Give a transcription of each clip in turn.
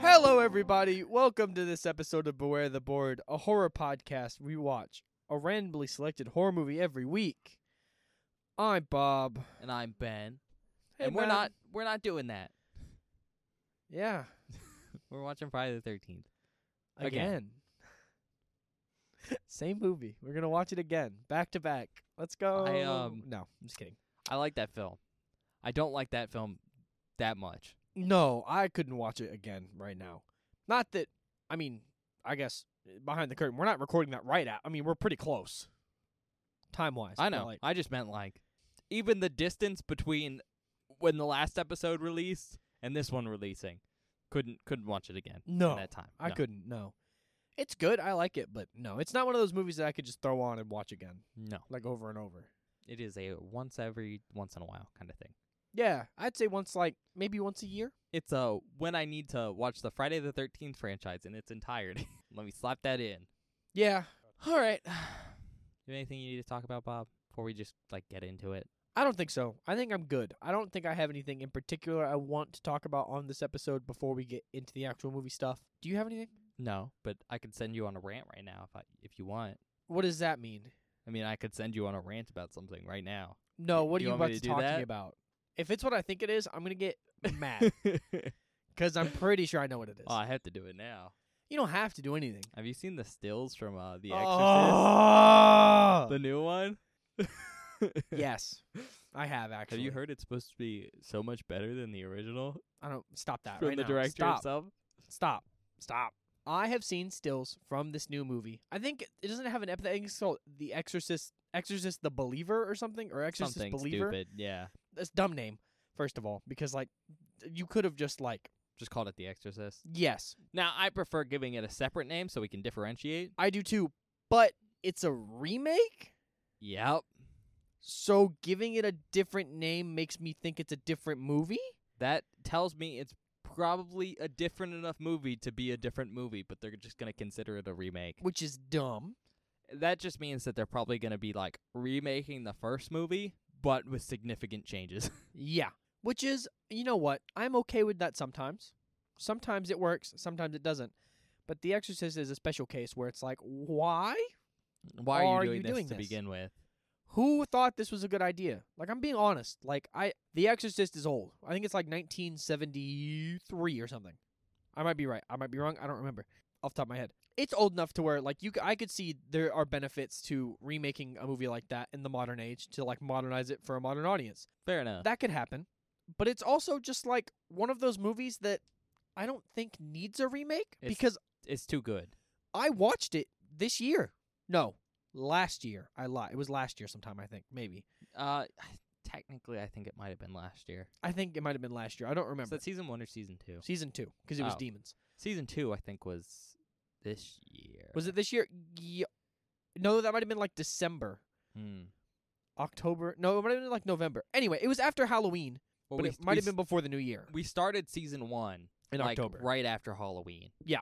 Hello, everybody. Welcome to this episode of Beware the Board, a horror podcast. We watch a randomly selected horror movie every week. I'm Bob. and I'm Ben. Hey, and we're Ben. not we're not doing that. Yeah. We're watching Friday the Thirteenth. Again. Same movie. We're going to watch it again, back to back. Let's go. I, um, No, I'm just kidding. I like that film. I don't like that film that much. No, I couldn't watch it again right now. Not that, I mean, I guess uh, behind the curtain, we're not recording that right out. I mean, we're pretty close time wise. I know. I just meant like even the distance between when the last episode released and this one releasing. Couldn't couldn't watch it again. No, at that time. I No. couldn't. No, it's good. I like it, but no, it's not one of those movies that I could just throw on and watch again, No, like over and over. it is a once every once in a while kind of thing. Yeah, I'd say once, like maybe once a year. It's uh when I need to watch the Friday the Thirteenth franchise in its entirety. Let me slap that in. Yeah, All right. You have anything you need to talk about, Bob, before we just like get into it? I don't think so. I think I'm good. I don't think I have anything in particular I want to talk about on this episode before we get into the actual movie stuff. Do you have anything? No, but I could send you on a rant right now if I, if you want. What does that mean? I mean, I could send you on a rant about something right now. No, Y- what are you you want me about to, to do talk to that? me about? If it's what I think it is, I'm gonna get mad because I'm pretty sure I know what it is. oh, I have to do it now. you don't have to do anything. Have you seen the stills from uh, The Exorcist, Oh! the new one? yes, I have actually. Have you heard it's supposed to be so much better than the original I don't stop that from right the now. director stop. himself? Stop. Stop. I have seen stills from this new movie. I think it- it doesn't have an epithet. I think It's called The Exorcist, Exorcist the Believer or something, or Exorcist something Believer. stupid. Yeah, That's a dumb name, first of all, because like you could have just like just called it The Exorcist. yes, Now, I prefer giving it a separate name so we can differentiate. I do too, but it's a remake, Yep, so giving it a different name makes me think it's a different movie. that tells me it's probably a different enough movie to be a different movie, but they're just gonna consider it a remake. which is dumb. that just means that they're probably going to be like remaking the first movie but with significant changes Yeah. Which is, you know what? I'm okay with that sometimes. Sometimes it works, sometimes it doesn't. But The Exorcist is a special case where it's like, why? why are Are you doing you this doing to this? begin with Who thought this was a good idea? Like, I'm being honest. Like, I The Exorcist is old. I think it's like 1973 or something. I might be right. I might be wrong. I don't remember off the top of my head. It's old enough to where, like, you, c- I could see there are benefits to remaking a movie like that in the modern age to like modernize it for a modern audience. fair enough that could happen. But it's also just like one of those movies that I don't think needs a remake It's- because it's too good I watched it this year. No, last year. I lie. It was last year sometime, I think. Maybe. uh technically i think it might have been last year I think it might have been last year. I don't Is remember. that season one or season two Season two, because it was Oh. Demons. season two i think was this year Was it this year? Yeah. No, that might have been like December, hmm. October. No, it might have been like November. Anyway, it was after Halloween, well, but we, it might we have been s- before the new year we started season one in like, October. right after halloween Yeah.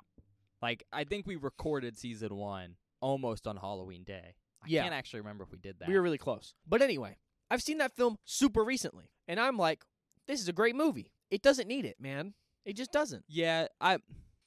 like i think we recorded season one almost on halloween day i Yeah. can't actually remember if we did that We were really close. But anyway, I've seen that film super recently, and I'm like, this is a great movie. It doesn't need it, man. It just doesn't. Yeah, I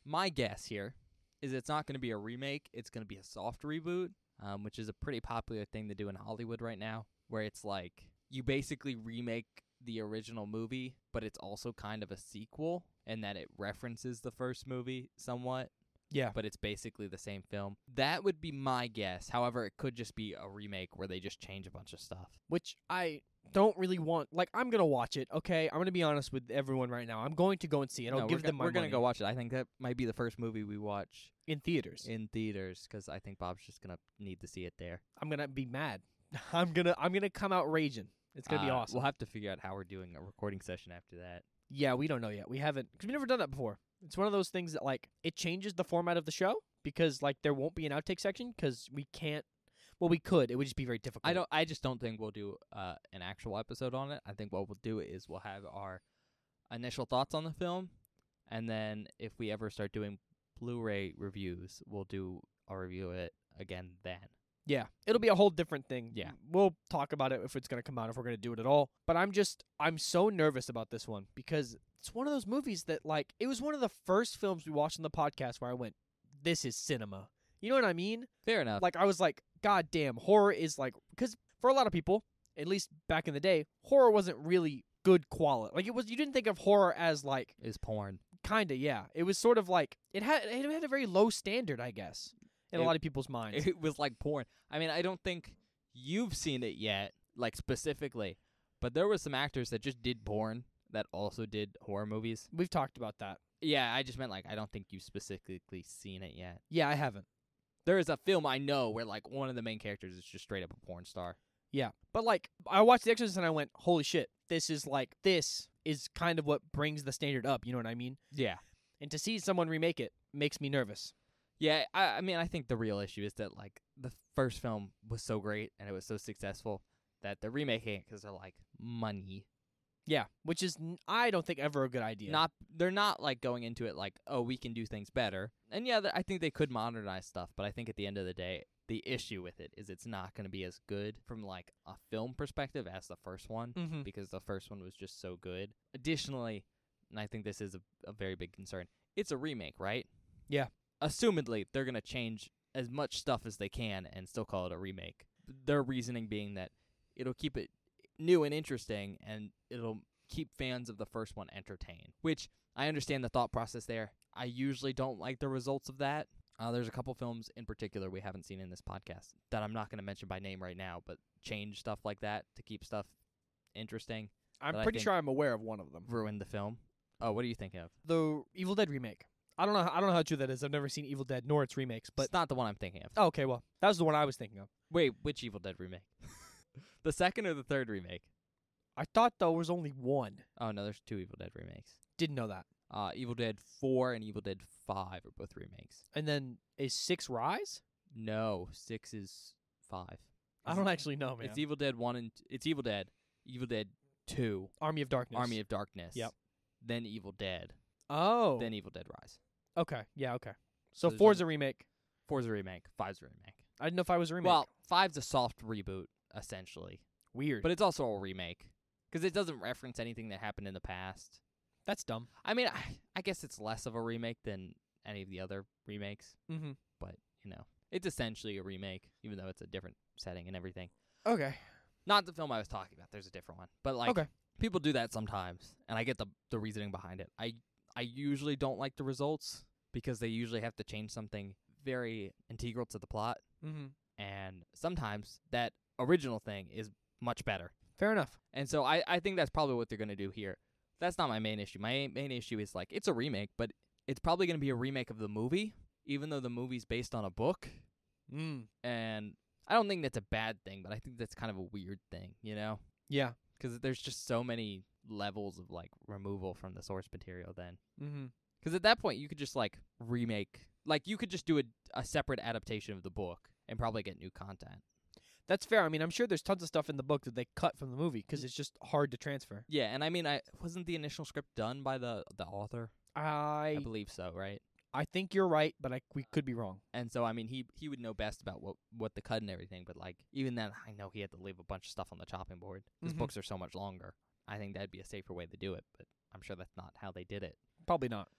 my guess here is it's not going to be a remake. It's going to be a soft reboot, um, which is a pretty popular thing to do in Hollywood right now, where it's like you basically remake the original movie, but it's also kind of a sequel, and that it references the first movie somewhat. Yeah. but it's basically the same film. That would be my guess. However, it could just be a remake where they just change a bunch of stuff. Which I don't really want. Like, I'm going to watch it, okay? I'm going to be honest with everyone right now. I'm going to go and see it. I'll No, give we're, them go- my we're gonna money go watch it. I think that might be the first movie we watch in theaters. in theaters because I think Bob's just gonna need to see it there. I'm going to be mad. I'm going to I'm going to come out raging. It's going to be Uh, awesome. We'll have to figure out how we're doing a recording session after that. Yeah, we don't know yet. We haven't cuz we've never done that before. It's one of those things that like it changes the format of the show because like there won't be an outtake section cuz we can't well, we could. It would just be very difficult. I don't. I just don't think we'll do uh, an actual episode on it. I think what we'll do is we'll have our initial thoughts on the film, and then if we ever start doing Blu-ray reviews, we'll do a review of it again then. Yeah, it'll be a whole different thing. Yeah. We'll talk about it if it's going to come out, if we're going to do it at all. But I'm just, I'm so nervous about this one because it's one of those movies that, like, it was one of the first films we watched on the podcast where I went, this is cinema. You know what I mean? Fair enough. Like, I was like, God damn, horror is like, because for a lot of people, at least back in the day, horror wasn't really good quality. Like, it was, you didn't think of horror as like, is porn. kind of, yeah. It was sort of like, it had, it had a very low standard, I guess, in a It- lot of people's minds. It was like porn. I mean, I don't think you've seen it yet, like specifically, but there were some actors that just did porn that also did horror movies. We've talked about that. Yeah, I just meant like I don't think you've specifically seen it yet. Yeah, I haven't. There is a film I know where like one of the main characters is just straight up a porn star. Yeah. But like I watched The Exorcist and I went, "Holy shit. This is like this is kind of what brings the standard up, you know what I mean?" Yeah. And to see someone remake it makes me nervous. Yeah, I, I mean, I think the real issue is that like the first film was so great and it was so successful that they're remaking it because they're like money. Yeah, which is n- I don't think ever a good idea. Not they're not like going into it like oh we can do things better. And yeah, th- I think they could modernize stuff, but I think at the end of the day, the issue with it is it's not going to be as good from like a film perspective as the first one Mhm. because the first one was just so good. Additionally, and I think this is a, a very big concern, it's a remake, right? Yeah. Assumedly, they're going to change as much stuff as they can and still call it a remake. Their reasoning being that it'll keep it new and interesting and it'll keep fans of the first one entertained, which I understand the thought process there. I usually don't like the results of that. Uh, there's a couple films in particular we haven't seen in this podcast that I'm not going to mention by name right now, but change stuff like that to keep stuff interesting I'm but I pretty think- sure I'm aware of one of them. ruined the film. Oh, what do you think of? The Evil Dead remake. I don't know I don't know how true that is. I've never seen Evil Dead nor its remakes, but it's not the one I'm thinking of. oh, okay, well, that was the one I was thinking of. Wait, which Evil Dead remake? the second or the third remake? I thought there was only one. Oh no, there's two Evil Dead remakes. Didn't know that. Uh, Evil Dead Four and Evil Dead Five are both remakes. And then is 6 Rise? No, six is five. I don't actually know, man. Mm-hmm. It's Evil Dead One and it's Evil Dead, Evil Dead Two, Army of Darkness. Army of Darkness. Yep. Then Evil Dead. Oh. Then Evil Dead Rise. okay. Yeah, okay. So, So there's four's only- a remake. Four's a remake. Five's a remake. I didn't know if I was a remake. Well, five's a soft reboot essentially, Weird. but it's also a remake because it doesn't reference anything that happened in the past. that's dumb. I mean, I, I guess it's less of a remake than any of the other remakes, Mm-hmm. but you know, it's essentially a remake, even though it's a different setting and everything. Okay. Not the film I was talking about. There's a different one, but like Okay. people do that sometimes, and I get the the reasoning behind it. I I usually don't like the results because they usually have to change something very integral to the plot, Mm-hmm. and sometimes that original thing is much better. Fair enough. And so I, I think that's probably what they're going to do here. That's not my main issue. My main issue is like it's a remake, but it's probably going to be a remake of the movie, even though the movie's based on a book. Mm. And I don't think that's a bad thing, but I think that's kind of a weird thing, you know? Yeah. 'Cause there's just so many levels of like removal from the source material then. Mm-hmm. 'Cause at that point, you could just like remake, like you could just do a, a separate adaptation of the book and probably get new content. That's fair. I mean, I'm sure there's tons of stuff in the book that they cut from the movie Mm. 'cause it's just hard to transfer. Yeah, and I mean, I wasn't the initial script done by the the author. I I believe so, right? I think you're right, but I, we could be wrong. And so I mean he he would know best about what what the cut and everything, but like even then I know he had to leave a bunch of stuff on the chopping board. His Mhm. books are so much longer. I think that'd be a safer way to do it, but I'm sure that's not how they did it. Probably not.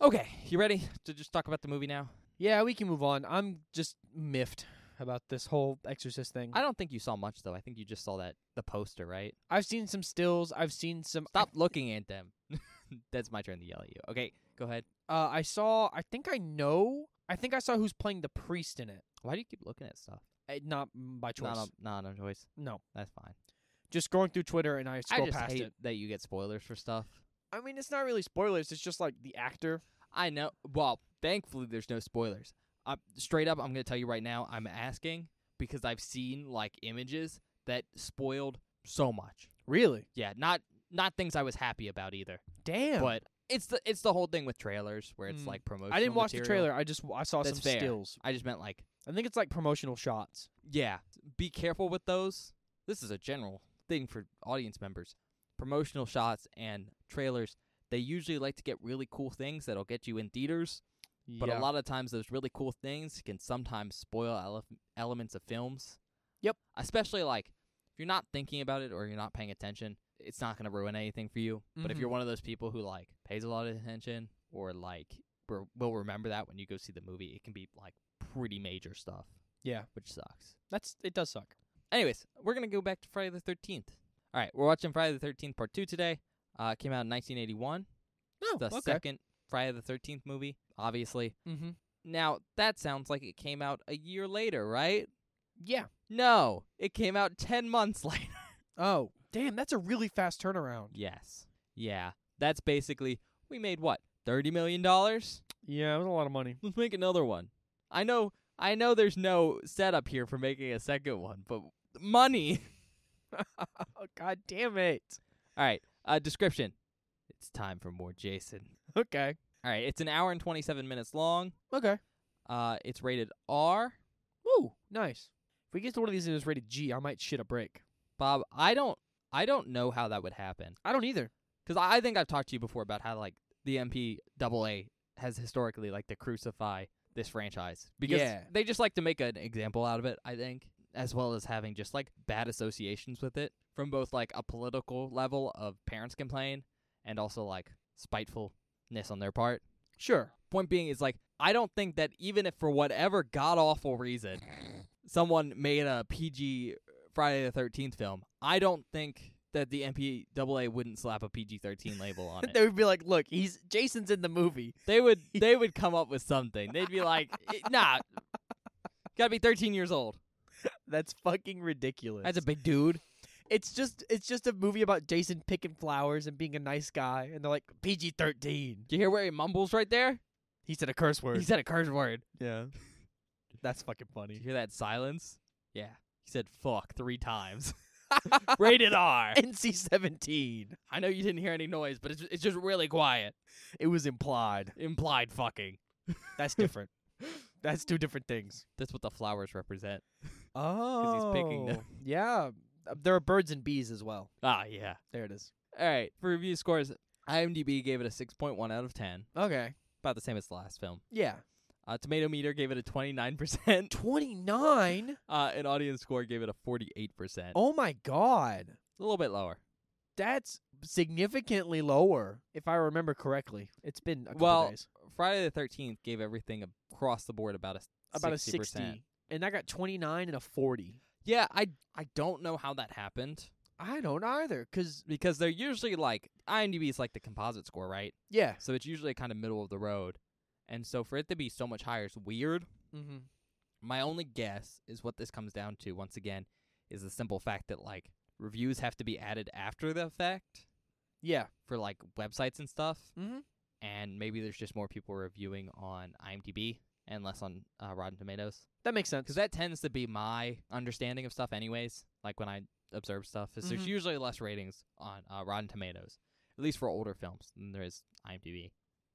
Okay, you ready to just talk about the movie now? Yeah, we can move on. I'm just miffed about this whole Exorcist thing. I don't think you saw much though. I think you just saw that the poster, right? I've seen some stills. I've seen some. Stop looking at them. that's my turn to yell at you. Okay, go ahead. Uh, I saw. I think I know. I think I saw who's playing the priest in it. Why do you keep looking at stuff? Uh, not by choice. Not on, not on choice. no. That's fine. Just going through Twitter and I scroll I just past hate it. that you get spoilers for stuff. I mean, it's not really spoilers. It's just like the actor. I know. Well, thankfully, there's no spoilers. I, straight up, I'm going to tell you right now, I'm asking because I've seen like images that spoiled so much. Really? Yeah, not not things I was happy about either. Damn. But it's the it's the whole thing with trailers where it's Mm. like promotional. I didn't watch the material. trailer. I just w- I saw some That's fair. stills. I just meant like I think it's like promotional shots. yeah, be careful with those. This is a general thing for audience members. Promotional shots and trailers, they usually like to get really cool things that'll get you in theaters But Yeah. a lot of times, those really cool things can sometimes spoil elef- elements of films. Yep. Especially like if you're not thinking about it or you're not paying attention, it's not going to ruin anything for you. But if Mhm. you're one of those people who like pays a lot of attention or like re- will remember that when you go see the movie, it can be like pretty major stuff, yeah, which sucks. that's it. Does suck. Anyways, we're going to go back to Friday the 13th. All right, we're watching Friday the 13th Part 2 today. Uh, it came out in 1981. No, the second Friday the 13th movie, obviously. Mm-hmm. Now, that sounds like it came out a year later, right? Yeah. No, it came out 10 months later. Oh, damn, that's a really fast turnaround. Yes. Yeah. That's basically, we made what? $30 million? Let's Yeah, it was a lot of money. make another one. I know, I know there's no setup here for making a second one, but money. Oh, God damn it. All right. Uh, description. It's time for more Jason. Okay. All right. It's an hour and 27 minutes long. Okay. Uh, it's rated R. Woo, nice. If we get to one of these and it's rated G, I might shit a break. Bob, I don't, I don't know how that would happen. I don't either. because I I think I've talked to you before about how like the MP double A has historically like to crucify this franchise because Yeah. they just like to make an example out of it. I think as well as having just like bad associations with it from both like a political level of parents complain and also like spitefulness on their part. Sure. Point being is like I don't think that even if for whatever god awful reason someone made a PG Friday the Thirteenth film, I don't think that the MPAA wouldn't slap a PG thirteen label on it. they would be like, look, he's Jason's in the movie. they would they would come up with something. They'd be like, "I- nah, gotta be thirteen years old. That's fucking ridiculous. That's a big dude. it's just it's just a movie about Jason picking flowers and being a nice guy, and they're like PG thirteen. Do you hear where he mumbles right there? He said a curse word. He said a curse word. yeah. That's fucking Do you funny. hear that silence? Yeah. He said fuck three times. Rated R. NC seventeen. I know you didn't hear any noise, but it's it's just really quiet. It was implied. implied fucking. That's different. That's two different things. That's what the flowers represent. Oh, he's picking them. Yeah, Uh, there are birds and bees as well. Ah, yeah. There it is. All right. For review scores, IMDb gave it a 6.1 out of 10, Okay. about the same as the last film. Yeah. Uh, Tomato meter gave it a 29%. Twenty nine. Uh, an audience score gave it a 48%. Oh my god. A little bit lower. That's significantly lower, if I remember correctly. It's been a couple Well, days. Friday the 13th gave everything across the board about a About 60%. a sixty, and I got twenty nine and a forty. Yeah, I I don't know how that happened I don't either, cause because they're usually like IMDb is like the composite score, right? yeah. So it's usually kind of middle of the road. And so for it to be so much higher is weird. Mm-hmm. my only guess is what this comes down to once again is the simple fact that like reviews have to be added after the fact Yeah. for like websites and stuff Mm-hmm. and maybe there's just more people reviewing on imdb and less on uh, rotten tomatoes That makes sense. because that tends to be my understanding of stuff anyways like when i observe stuff is there's Mhm. usually less ratings on uh, rotten tomatoes at least for older films than there is imdb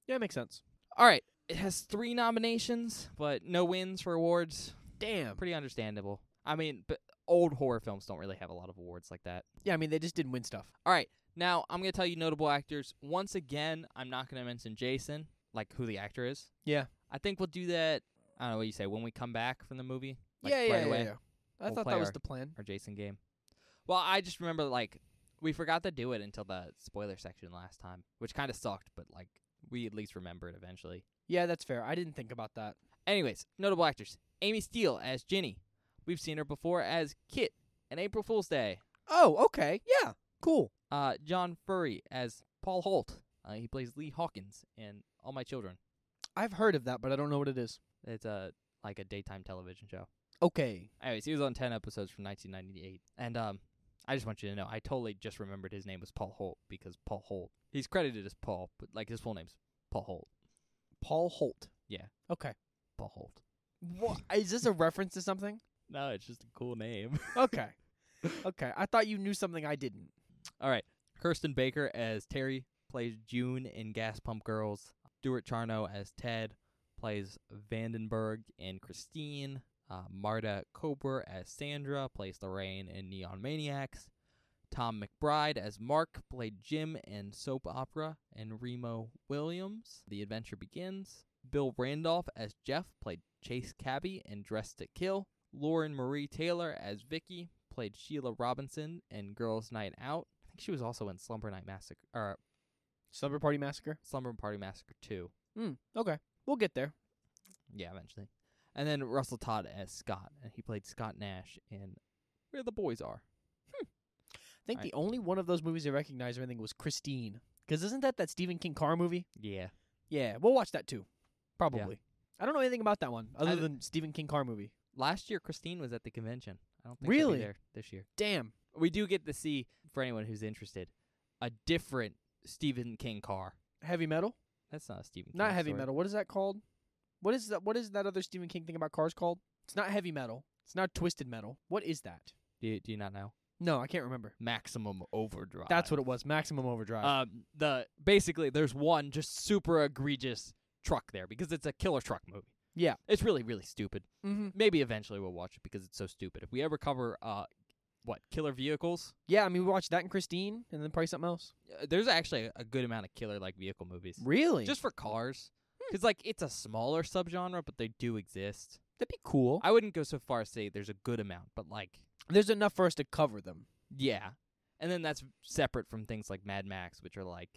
yeah, it makes sense. all right it has three nominations but no wins for awards Damn. pretty understandable. I mean, but old horror films don't really have a lot of awards like that. Yeah, I mean they just didn't win stuff. All right, now I'm gonna tell you notable actors. Once again, I'm not gonna mention Jason, like who the actor is. Yeah. I think we'll do that. I don't know what you say when we come back from the movie. Like, yeah, yeah, right yeah, away, yeah. I We'll thought play that was our- the plan. Our Jason game. Well, I just remember like we forgot to do it until the spoiler section last time, which kind of sucked, but like we at least remember it eventually. Yeah, that's fair. I didn't think about that. Anyways, notable actors: Amy Steele as Ginny. We've seen her before as Kit in April Fool's Day. Oh, okay. Yeah. Cool. uh, John Furry as Paul Holt. Uh, he plays Lee Hawkins in All My Children. I've heard of that, but I don't know what it is. It's a like a daytime television show. Okay. Anyways, he was on ten episodes from 1998, and um, I just want you to know, I totally just remembered his name was Paul Holt because Paul Holt. He's credited as Paul, but like his full name's Paul Holt. Paul Holt. Yeah. Okay. Paul Holt. What is this a reference to something? No, it's just a cool name. Okay. okay. I thought you knew something I didn't. All right, Kirsten Baker as Terry plays June in Gas Pump Girls. Stuart Charno as Ted plays Vandenberg in Christine. Uh, Marta Kober as Sandra plays Lorraine in Neon Maniacs. Tom McBride as Mark played Jim in Soap Opera. And Remo Williams, The Adventure Begins. Bill Randolph as Jeff played Chase Cabby in Dressed to Kill. Lauren Marie Taylor as Vicky played Sheila Robinson in Girls Night Out. I think she was also in Slumber Night Massacre or Slumber Party Massacre. Slumber Party Massacre 2. Hmm. Okay. We'll get there. Yeah, eventually. And then Russell Todd as Scott, and he played Scott Nash in Where the Boys Are. I think I- the only one of those movies I recognize or anything was Christine. Because isn't that that Stephen King Carr movie? Yeah. Yeah, we'll watch that too. Probably. I don't know anything about that one other I- than Stephen King Carr movie. Last year Christine was at the convention. I don't think she'll be Really? there this year. Damn. We do get to see for anyone who's interested a different Stephen King car. Heavy metal? That's not a Stephen King. Not heavy story. metal. What is that called? What is that what is that other Stephen King thing about cars called? It's not heavy metal. It's not twisted metal. What is that? Do you, do you not know? No, I can't remember. Maximum Overdrive. That's what it was. Maximum overdrive. Um, the basically there's one just super egregious truck there because it's a killer truck movie. Yeah. it's really really stupid. mm-hmm. Maybe eventually we'll watch it because it's so stupid. If we ever cover uh, what killer vehicles, Yeah, I mean we watched that and Christine and then probably something else. uh, there's actually a good amount of killer like vehicle movies Really? Hmm. just for cars. Cause like it's a smaller subgenre, but they do exist. that'd be cool. I wouldn't go so far as to say there's a good amount, but like There's enough for us to cover them. yeah. And then that's separate from things like Mad Max, which are like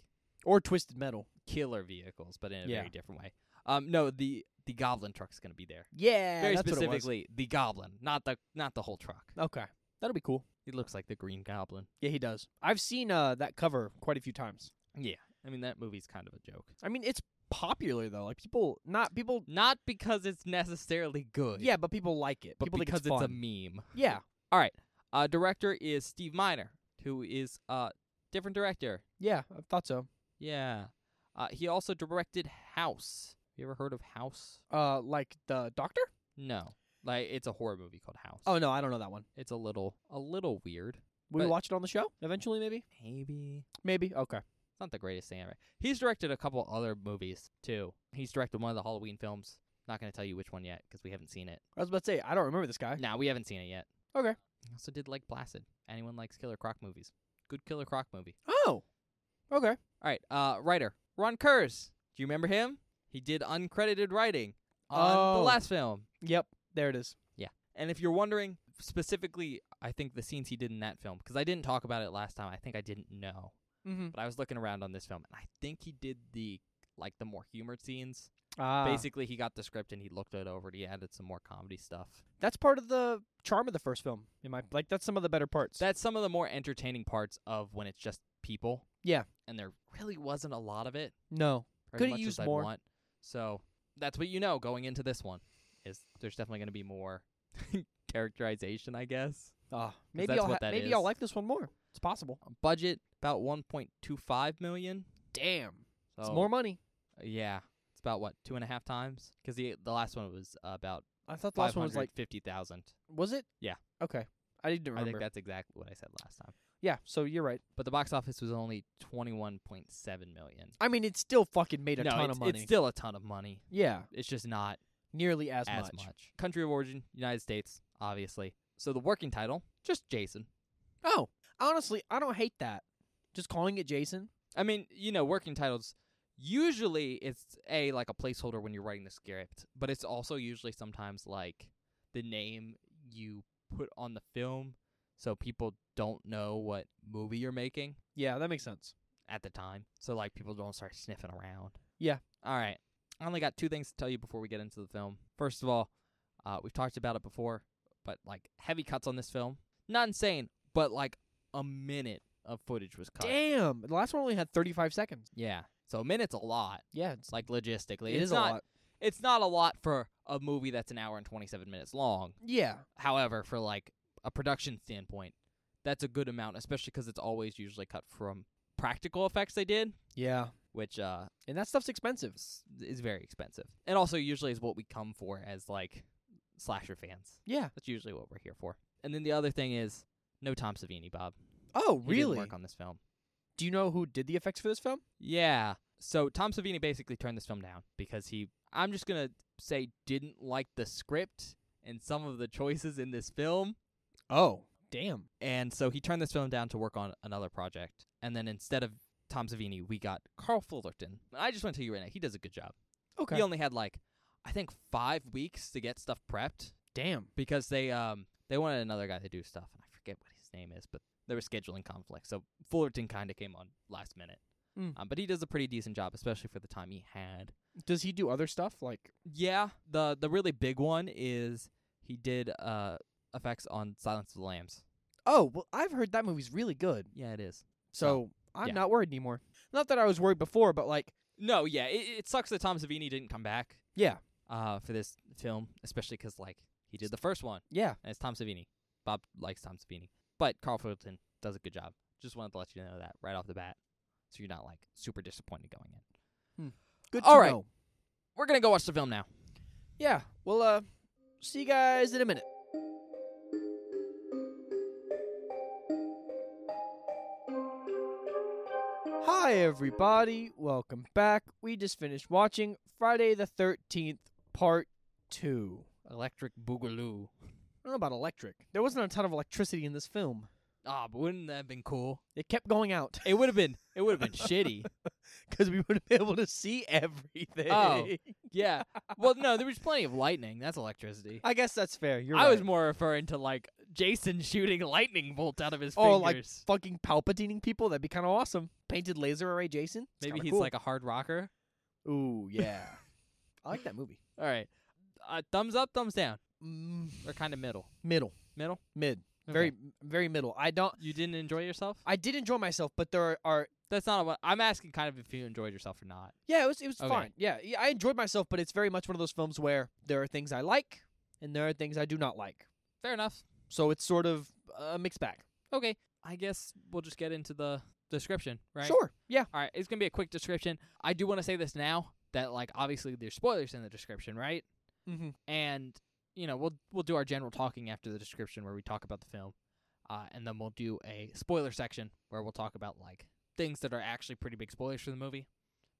Or twisted metal. killer vehicles, but in a Yeah. very different way. Um, no, the the goblin truck's gonna be there. Yeah. very that's what it was. specifically, the goblin, not the not the whole truck. Okay. That'll be cool. It looks like the Green Goblin. Yeah, he does. I've seen uh that cover quite a few times. Yeah, I mean that movie's kind of a joke. I mean, it's popular though. Like people, not people. Not because it's necessarily good. Yeah, but people like it. but people because think it's, it's a fun. meme. yeah, Uh, director is Steve Miner, who is uh different director. yeah. I thought so. Yeah. Uh, he also directed House. You ever heard of House? Uh, like the doctor? No. Like it's a horror movie called House. Oh no, I don't know that one. It's a little a little weird. Will we But- watch it on the show eventually? Maybe. Maybe. Maybe. Okay. It's not the greatest thing ever. He's directed a couple other movies too. He's directed one of the Halloween films. Not going to tell you which one yet because we haven't seen it. I was about to say I don't remember this guy. No, we haven't seen it yet. Okay. He also did like Placid. Anyone likes Killer Croc movies? Good Killer Croc movie. Oh. Okay. All right. Uh, writer Ron Kurz. Do you remember him? He did uncredited writing on Oh. the last film. Yep. There it is. And if you're wondering specifically, I think the scenes he did in that film because I didn't talk about it last time. I think I didn't know, Mm-hmm. but I was looking around on this film and I think he did the like the more humored scenes. Ah, basically he got the script and he looked it over and he added some more comedy stuff that's part of the charm of the first film. In my like, that's some of the better parts. that's some of the more entertaining parts of when it's just people Yeah. and there really wasn't a lot of it no. or as Coulda much used as more. I'd want. so that's what you know going into this one is there's definitely going to be more characterization i guess Ah, maybe that's I'll what ha- that maybe I'll is. like this one more. It's possible. A budget about 1.25 million Damn. so It's more money. yeah it's about what two and a half times because the the last one was uh, about I thought the five last one was hundred like, fifty thousand. was it? Yeah. Okay. I didn't remember. I think that's exactly what I said last time. yeah. So you're right. But the box office was only twenty one point seven million. I mean, it still fucking made a no, ton it's, of money. It's still a ton of money. yeah, It's just not nearly as, as, much. Country of origin, United States, obviously. So the working title, just Jason. Oh, honestly, I don't hate that. Just calling it Jason. I mean, you know, working titles usually it's a like a placeholder when you're writing the script, but it's also usually sometimes like the name you put on the film so people don't know what movie you're making Yeah, that makes sense. at the time. So like people don't start sniffing around. Yeah. All right. I only got two things to tell you before we get into the film. First of all, uh, we've talked about it before, but like heavy cuts on this film. Not insane, but like a minute of footage was cut. Damn, the last one only had 35 seconds. Yeah. So a minute's a lot. Yeah, it's It's like logistically. it it's is not, a lot. It's not a lot for a movie that's an hour and twenty seven minutes long. Yeah, However, for like a production standpoint, that's a good amount, especially because it's always usually cut from practical effects they did, yeah, which uh, and that stuff's expensive. s- is very expensive, and also usually is what we come for as like slasher fans. Yeah. That's usually what we're here for. And then the other thing is no Tom Savini, Bob. Oh, He didn't really? work on this film. Do you know who did the effects for this film? Yeah. So Tom Savini basically turned this film down because he, I'm just gonna say, didn't like the script and some of the choices in this film, Oh, damn. and so he turned this film down to work on another project. And then instead of Tom Savini, we got Carl Fullerton. And I just want to tell you right now, he does a good job. Okay. He only had like I think five weeks to get stuff prepped Damn. because they um they wanted another guy to do stuff and I forget what his name is, but there was scheduling conflicts. So Fullerton kind of came on last minute, Mm. um, but he does a pretty decent job, especially for the time he had. Does he do other stuff like? Yeah, the the really big one is he did uh effects on Silence of the Lambs. Oh well, I've heard that movie's really good. Yeah, it is. So I'm yeah. not worried anymore. Not that I was worried before, but like, No, yeah, it, it sucks that Tom Savini didn't come back yeah, uh for this film, especially 'cause like he did the first one. yeah. And it's Tom Savini. Bob likes Tom Savini. But Carl Fullerton does a good job. Just wanted to let you know that right off the bat. So you're not like super disappointed going in. Good. All to right. know. We're gonna go watch the film now. Yeah. Well, uh, see you guys in a minute. Hi, everybody. Welcome back. We just finished watching Friday the 13th, Part 2. Electric Boogaloo. I don't know about electric. There wasn't a ton of electricity in this film. Ah, but wouldn't that have been cool? It kept going out It would have been it would have been shitty. because we wouldn't be able to see everything. Oh. Yeah. Well no, there was plenty of lightning. That's electricity. I guess that's fair. You're I right. was more referring to like Jason shooting lightning bolts out of his Oh, like, fingers. fucking palpatining people. That'd be kind of awesome. Painted laser array Jason. It's Maybe kinda he's cool. like a hard rocker. Ooh, yeah. I like that movie. All right. Uh, thumbs up, thumbs down. Mm, Or kind of middle. middle, Middle? mid, Okay. very, very middle. I don't. You didn't enjoy yourself? I did enjoy myself, but there are. are That's not what I'm asking. Kind of if you enjoyed yourself or not. yeah, it was. It was Okay. fine. Yeah, yeah, I enjoyed myself, but it's very much one of those films where there are things I like and there are things I do not like. Fair enough. So it's sort of a mixed bag. Okay, I guess we'll just get into the description, right? Sure. Yeah. All right, it's gonna be a quick description. I do want to say this now that like obviously there's spoilers in the description, right? Mm-hmm. And you know we'll we'll do our general talking after the description where we talk about the film, uh, and then we'll do a spoiler section where we'll talk about like things that are actually pretty big spoilers for the movie.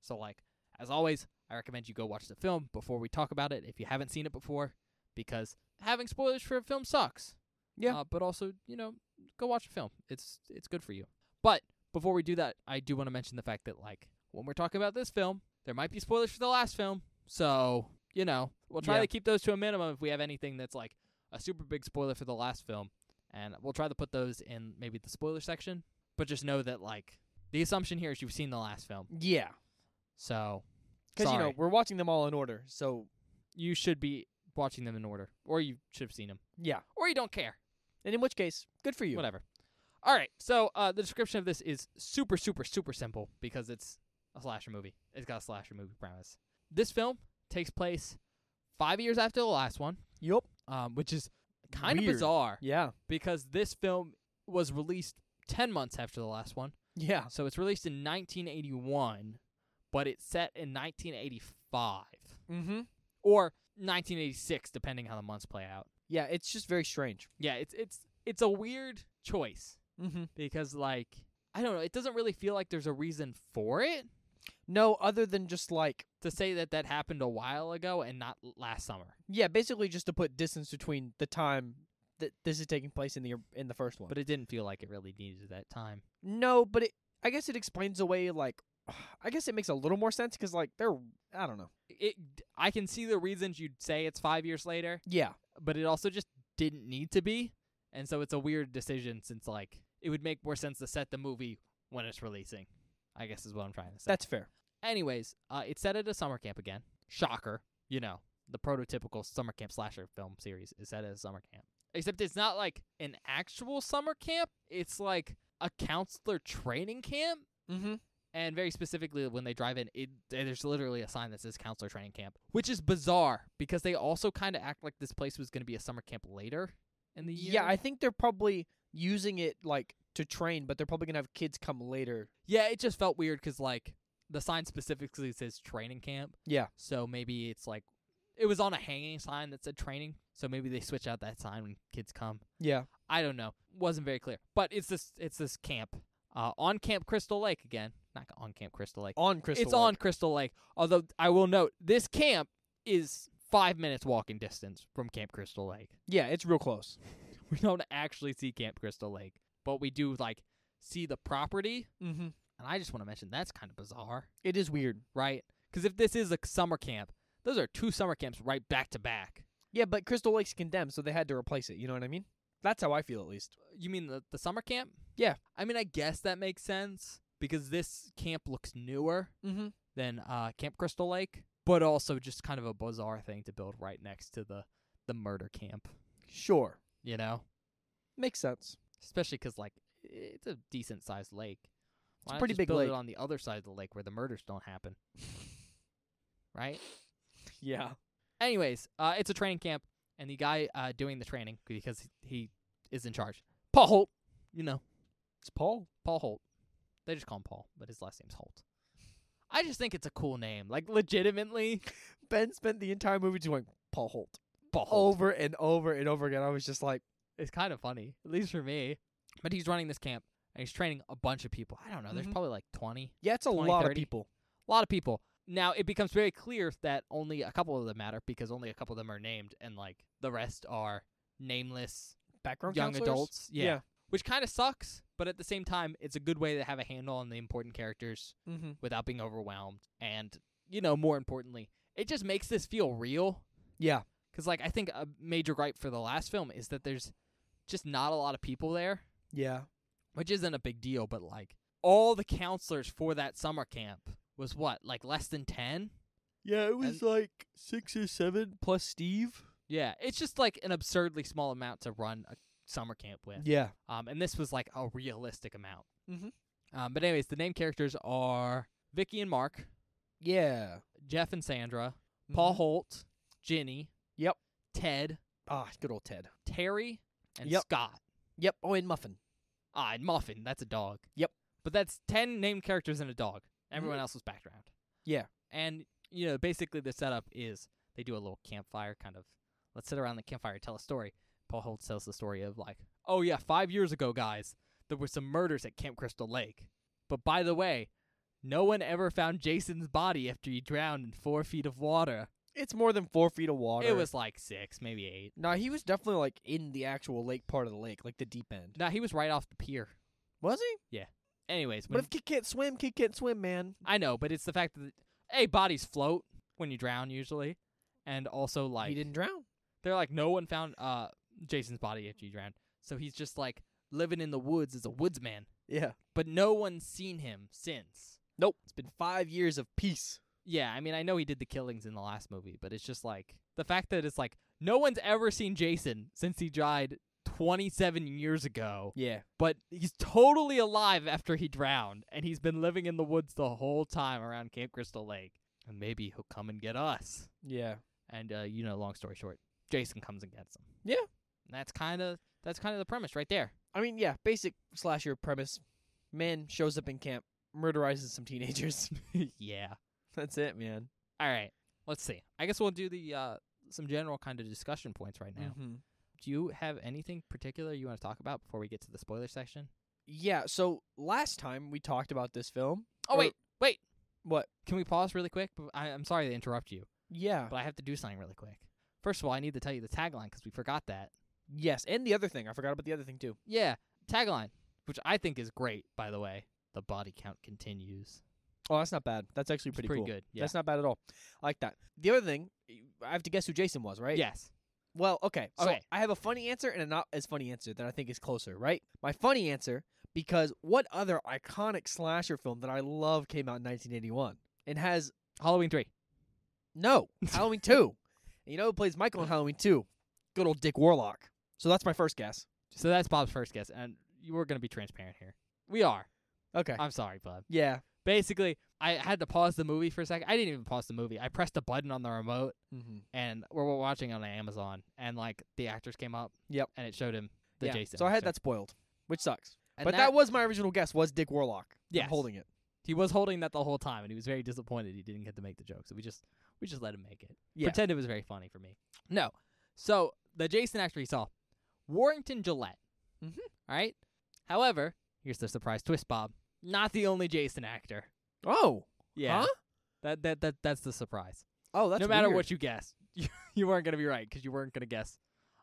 So like as always, I recommend you go watch the film before we talk about it if you haven't seen it before, because having spoilers for a film sucks. Yeah. Uh, but also, you know, go watch a film. It's it's good for you. But before we do that, I do want to mention the fact that like when we're talking about this film, there might be spoilers for the last film. So, you know, we'll try Yeah. to keep those to a minimum if we have anything that's like a super big spoiler for the last film. And we'll try to put those in maybe the spoiler section. But just know that like the assumption here is you've seen the last film. Yeah. So Because you know sorry. we're watching them all in order. So you should be watching them in order, or you should have seen them, yeah. or you don't care. And in which case, good for you. Whatever. All right. So uh, the description of this is super, super, super simple because it's a slasher movie. It's got a slasher movie premise. This film takes place five years after the last one, Yup. um, which is kind of Weird. bizarre Yeah. because this film was released ten months after the last one. Yeah. So it's released in 1981, but it's set in 1985 Mm-hmm. or 1986, depending how the months play out. Yeah. It's just very strange. Yeah, it's it's it's a weird choice Mm-hmm. because like I don't know, it doesn't really feel like there's a reason for it No, other than just like to say that that happened a while ago and not l- last summer. yeah, basically just to put distance between the time that this is taking place in the or- in the first one. But it didn't feel like it really needed that time. no, but it I guess it explains away like I guess it makes a little more sense because like they're I don't know. It I can see the reasons you'd say it's 5 years later, Yeah, but it also just didn't need to be. And so it's a weird decision since like it would make more sense to set the movie when it's releasing. I guess is what I'm trying to say. that's fair. Anyways, uh, it's set at a summer camp again. Shocker, you know, the prototypical summer camp slasher film series is set at a summer camp. Except it's not like an actual summer camp. It's like a counselor training camp, Mm-hmm. and very specifically, when they drive in, it, there's literally a sign that says counselor training camp, which is bizarre because they also kind of act like this place was going to be a summer camp later in the year. Yeah, I think they're probably using it like to train, but they're probably gonna have kids come later. Yeah, it just felt weird 'cause like the sign specifically says training camp. Yeah. So maybe it's like it was on a hanging sign that said training. So maybe they switch out that sign when kids come. Yeah. I don't know. Wasn't very clear. But it's this it's this camp uh, on Camp Crystal Lake again. Not on Camp Crystal Lake. On Crystal. it's on Crystal Lake. Although I will note this camp is five minutes walking distance from Camp Crystal Lake. Yeah, it's real close. We don't actually see Camp Crystal Lake, but we do like see the property. Mm-hmm. And I just want to mention that's kind of bizarre It is weird. right? Because if this is a summer camp, those are two summer camps right back to back. Yeah, but Crystal Lake's condemned, so they had to replace it. You know what I mean? That's how I feel, at least. You mean the, the summer camp? Yeah. I mean, I guess that makes sense because this camp looks newer Mm-hmm. than uh, Camp Crystal Lake, but also just kind of a bizarre thing to build right next to the, the murder camp, Sure, you know? makes sense. Especially 'cause like, it's a decent sized lake. It's a Why not pretty just big build lake. it on the other side of the lake where the murders don't happen? right? Yeah. Anyways, uh, it's a training camp, and the guy uh, doing the training because he, he is in charge, Paul Holt. You know, It's Paul. Paul Holt. They just call him Paul, but his last name's Holt. I just think it's a cool name. Like, legitimately, Ben spent the entire movie just going Paul Holt Paul Holt over and over and over again. I was just like, is kind of funny, at least for me. But he's running this camp, and he's training a bunch of people. I don't know. There's Mhm. probably like 20, yeah, it's a 20, lot 30. of people. a lot of people. Now it becomes very clear that only a couple of them matter because only a couple of them are named, and like the rest are nameless Background young counselors? adults. Yeah. which kind of sucks, but at the same time, it's a good way to have a handle on the important characters Mm-hmm. without being overwhelmed. And, you know, more importantly, it just makes this feel real. Yeah. 'Cause like, I think a major gripe for the last film is that there's just not a lot of people there, Yeah. which isn't a big deal, but, like, all the counselors for that summer camp was what, like less than 10? Yeah, it was like six or seven plus Steve. Yeah. It's just like an absurdly small amount to run a summer camp with. Yeah. Um, and this was like a realistic amount. Mhm. Um, but anyways, the name characters are Vicky and Mark, Yeah. Jeff and Sandra, Paul Holt, Ginny. Mm-hmm. Yep. Ted, Ah, good old Ted. Terry, and Yep. Scott. Yep. Oh, and Muffin. Ah, and Muffin. That's a dog. Yep. But that's ten named characters and a dog. Everyone Mhm. else was background. Yeah. And you know, basically the setup is they do a little campfire kind of. Let's sit around the campfire and tell a story. Paul Holt tells the story of like, oh yeah, five years ago, guys, there were some murders at Camp Crystal Lake. But by the way, no one ever found Jason's body after he drowned in four feet of water. It's more than four feet of water. It was like six, maybe eight. No, he was definitely like in the actual lake part of the lake, like the deep end. No, he was right off the pier. Was he? Anyways, But when, if kid can't swim, kid can't swim, man. I know, but it's the fact that a bodies float when you drown usually, and also like he didn't drown. they're like no one found uh Jason's body after you drowned, so he's just like living in the woods as a woodsman, Yeah. but no one's seen him since. Nope. It's been five years of peace. Yeah, I mean I know he did the killings in the last movie, but it's just like the fact that it's like no one's ever seen Jason since he died 27 years ago, Yeah. but he's totally alive after he drowned, and he's been living in the woods the whole time around Camp Crystal Lake. And maybe he'll come and get us. Yeah. And uh, you know, long story short, Jason comes and gets him. Yeah. And that's kind of that's kind of the premise right there. I mean, yeah, basic slasher premise. Man shows up in camp, murderizes some teenagers. yeah. That's it, man. All right. Let's see. I guess we'll do the uh, some general kind of discussion points right now. Mm-hmm. Do you have anything particular you want to talk about before we get to the spoiler section? Yeah, so last time we talked about this film. Oh Or- wait, wait. What? Can we pause really quick? B- I, I'm sorry to interrupt you, Yeah. but I have to do something really quick. First of all, I need to tell you the tagline because we forgot that. Yes, and the other thing. I forgot about the other thing, too. Yeah, tagline, which I think is great, by the way. The body count continues. Oh, that's not bad. That's actually It's pretty, pretty cool. good. Yeah. That's not bad at all. I like that. The other thing, I have to guess who Jason was, right? Yes. Well, okay. So Okay. I have a funny answer and a not as funny answer that I think is closer, right? My funny answer, because what other iconic slasher film that I love came out in 1981 and has Halloween three. no Halloween 2? And you know who plays Michael in Halloween 2? Good old Dick Warlock. So that's my first guess. So that's Bob's first guess, and you were going to be transparent here. We are. Okay. I'm sorry, Bob. yeah. Basically, I had to pause the movie for a second. I didn't even pause the movie. I pressed a button on the remote, Mm-hmm. and we're we're watching on Amazon, and like the actors came up. Yep. And it showed him the Jason. So I had actor. that spoiled, which sucks. And but that, was my original guess was Dick Warlock. I'm Yes. holding it. he was holding that the whole time, and he was very disappointed he didn't get to make the joke. So we just we just let him make it. Yeah. Pretend it was very funny for me. No. So the Jason actor he saw, Warrington Gillette. Mhm. All right. However, here's the surprise twist, Bob. Not the only Jason actor. Oh. Yeah. Huh? That that that that's the surprise. Oh, that's no matter weird. what you guess, you, you weren't gonna be right because you weren't gonna guess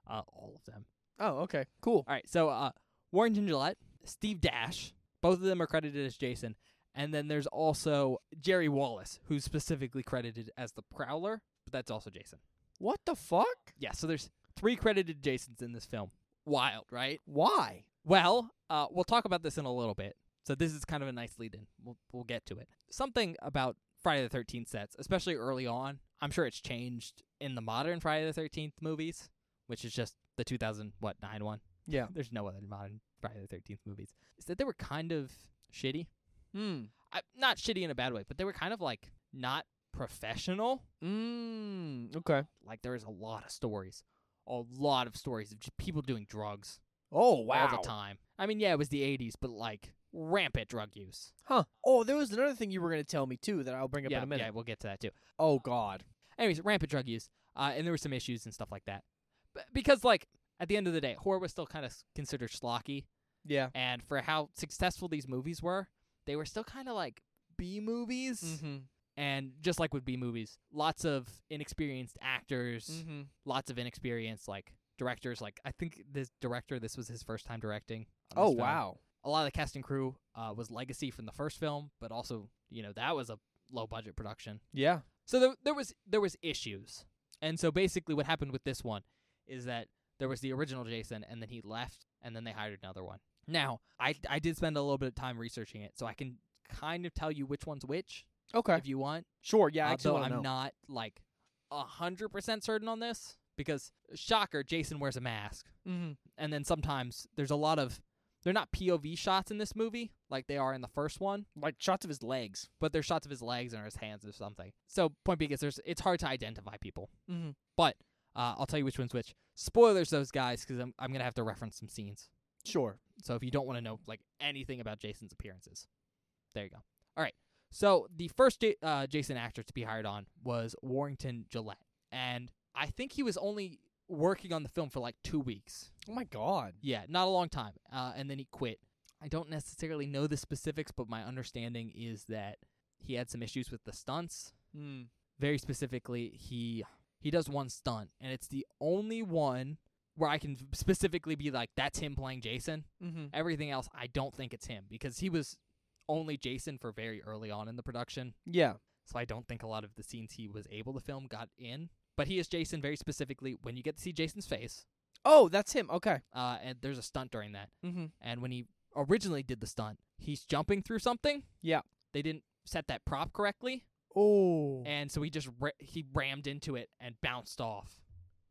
uh, all of them. Oh, okay. Cool. All right. So uh, Warrington Gillette, Steve Dash, both of them are credited as Jason, And then there's also Jerry Wallace, who's specifically credited as the Prowler, but that's also Jason. What the fuck? Yeah, so there's three credited Jasons in this film. Wild, right? Why? Well, uh, we'll talk about this in a little bit. So this is kind of a nice lead-in. We'll we'll get to it. Something about Friday the Thirteenth sets, especially early on. I'm sure it's changed in the modern Friday the Thirteenth movies, which is just the 2000 what nine one. Yeah. There's no other modern Friday the Thirteenth movies. Is that they were kind of shitty. Hmm. I, not shitty in a bad way, but they were kind of like not professional. Mm, okay. Like there is a lot of stories, a lot of stories of just people doing drugs Oh all the time. I mean, yeah, it was the 80s, but like rampant drug use. Huh. Oh, there was another thing you were gonna tell me too that I'll bring up yeah, in a minute. yeah, we'll get to that too. Oh God. Anyways, rampant drug use, uh, and there were some issues and stuff like that. But because like at the end of the day, horror was still kind of considered schlocky, Yeah. and for how successful these movies were, they were still kind of like B movies, Mm-hmm. and just like with B movies, lots of inexperienced actors. Mm-hmm. lots of inexperience, like directors. Like I think this director, this was his first time directing. on Oh this film. wow. A lot of the cast and crew uh, was legacy from the first film, but also you know that was a low budget production. Yeah. So there, there was there was issues, and so basically what happened with this one is that there was the original Jason, and then he left, and then they hired another one. Now I I did spend a little bit of time researching it, so I can kind of tell you which one's which Okay. if you want. Sure. Yeah. I actually Although wanna I'm know. not like a hundred percent certain on this because shocker, Jason wears a mask, Mm-hmm. and then sometimes there's a lot of they're not POV shots in this movie like they are in the first one, Like shots of his legs. but they're shots of his legs or his hands or something. So point being is there's it's hard to identify people. Mm-hmm. But uh, I'll tell you which one's which. Spoilers, those guys, because I'm I'm gonna have to reference some scenes. Sure. So if you don't want to know like anything about Jason's appearances, there you go. All right. So the first Ja- uh, Jason actor to be hired on was Warrington Gillette, and I think he was only working on the film for like two weeks. Oh my God. Yeah, not a long time. Uh, and then he quit. I don't necessarily know the specifics, but my understanding is that he had some issues with the stunts. Mm. Very specifically, he he does one stunt, and it's the only one where I can specifically be like, "That's him playing Jason." Mm-hmm. everything else i don't think it's him because he was only jason for very early on in the production Yeah. so i don't think a lot of the scenes he was able to film got in but he is jason very specifically when you get to see jason's face Oh, that's him. Okay. uh, and there's a stunt during that Mm-hmm. and when he originally did the stunt he's jumping through something Yeah. they didn't set that prop correctly Oh. and so he just ra- he rammed into it and bounced off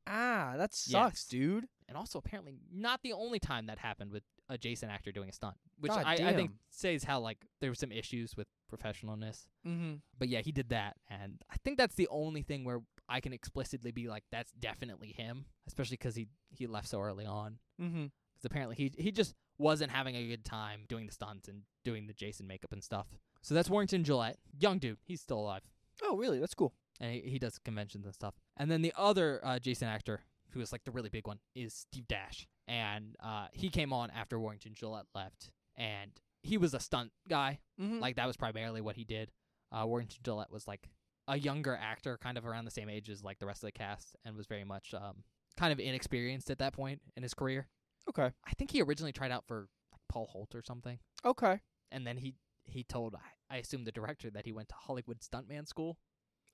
ah, that sucks, Yes. dude. and also apparently not the only time that happened with a Jason actor doing a stunt, which God I, I think damn. says how like there were some issues with professionalness. Mm-hmm. But yeah, he did that, and I think that's the only thing where I can explicitly be like, that's definitely him, especially 'cause he he left so early on. Mm-hmm. 'Cause apparently he he just wasn't having a good time doing the stunts and doing the Jason makeup and stuff. So that's Warrington Gillette, young dude. He's still alive Oh, really? That's cool. and he, he does conventions and stuff. And then the other uh, Jason actor, who is like the really big one, is Steve Dash, and uh, he came on after Warrington Gillette left, and he was a stunt guy. Mm-hmm. Like that was primarily what he did. Uh, Warrington Gillette was like a younger actor, kind of around the same age as like the rest of the cast, and was very much um, kind of inexperienced at that point in his career. okay. I think he originally tried out for like, Paul Holt or something, Okay. and then he he told I, I assume the director that he went to Hollywood stuntman school.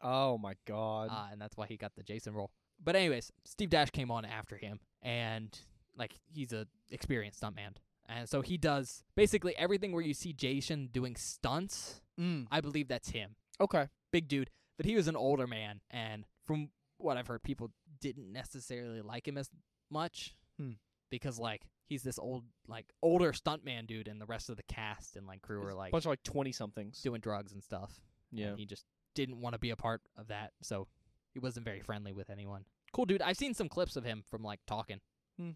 Oh my God. Uh, and that's why he got the Jason role. But anyways, Steve Dash came on after him, and like he's a experienced stuntman, and so he does basically everything where you see Jason doing stunts. mm. I believe that's him, Okay. big dude. But he was an older man, and from what I've heard, people didn't necessarily like him as much Hmm. because like he's this old, like older stuntman dude, and the rest of the cast and like crew It's are a like bunch of like twenty somethings. doing drugs and stuff. Yeah. And he just didn't want to be a part of that, so he wasn't very friendly with anyone. Cool dude. I've seen some clips of him from like talking. Hmm.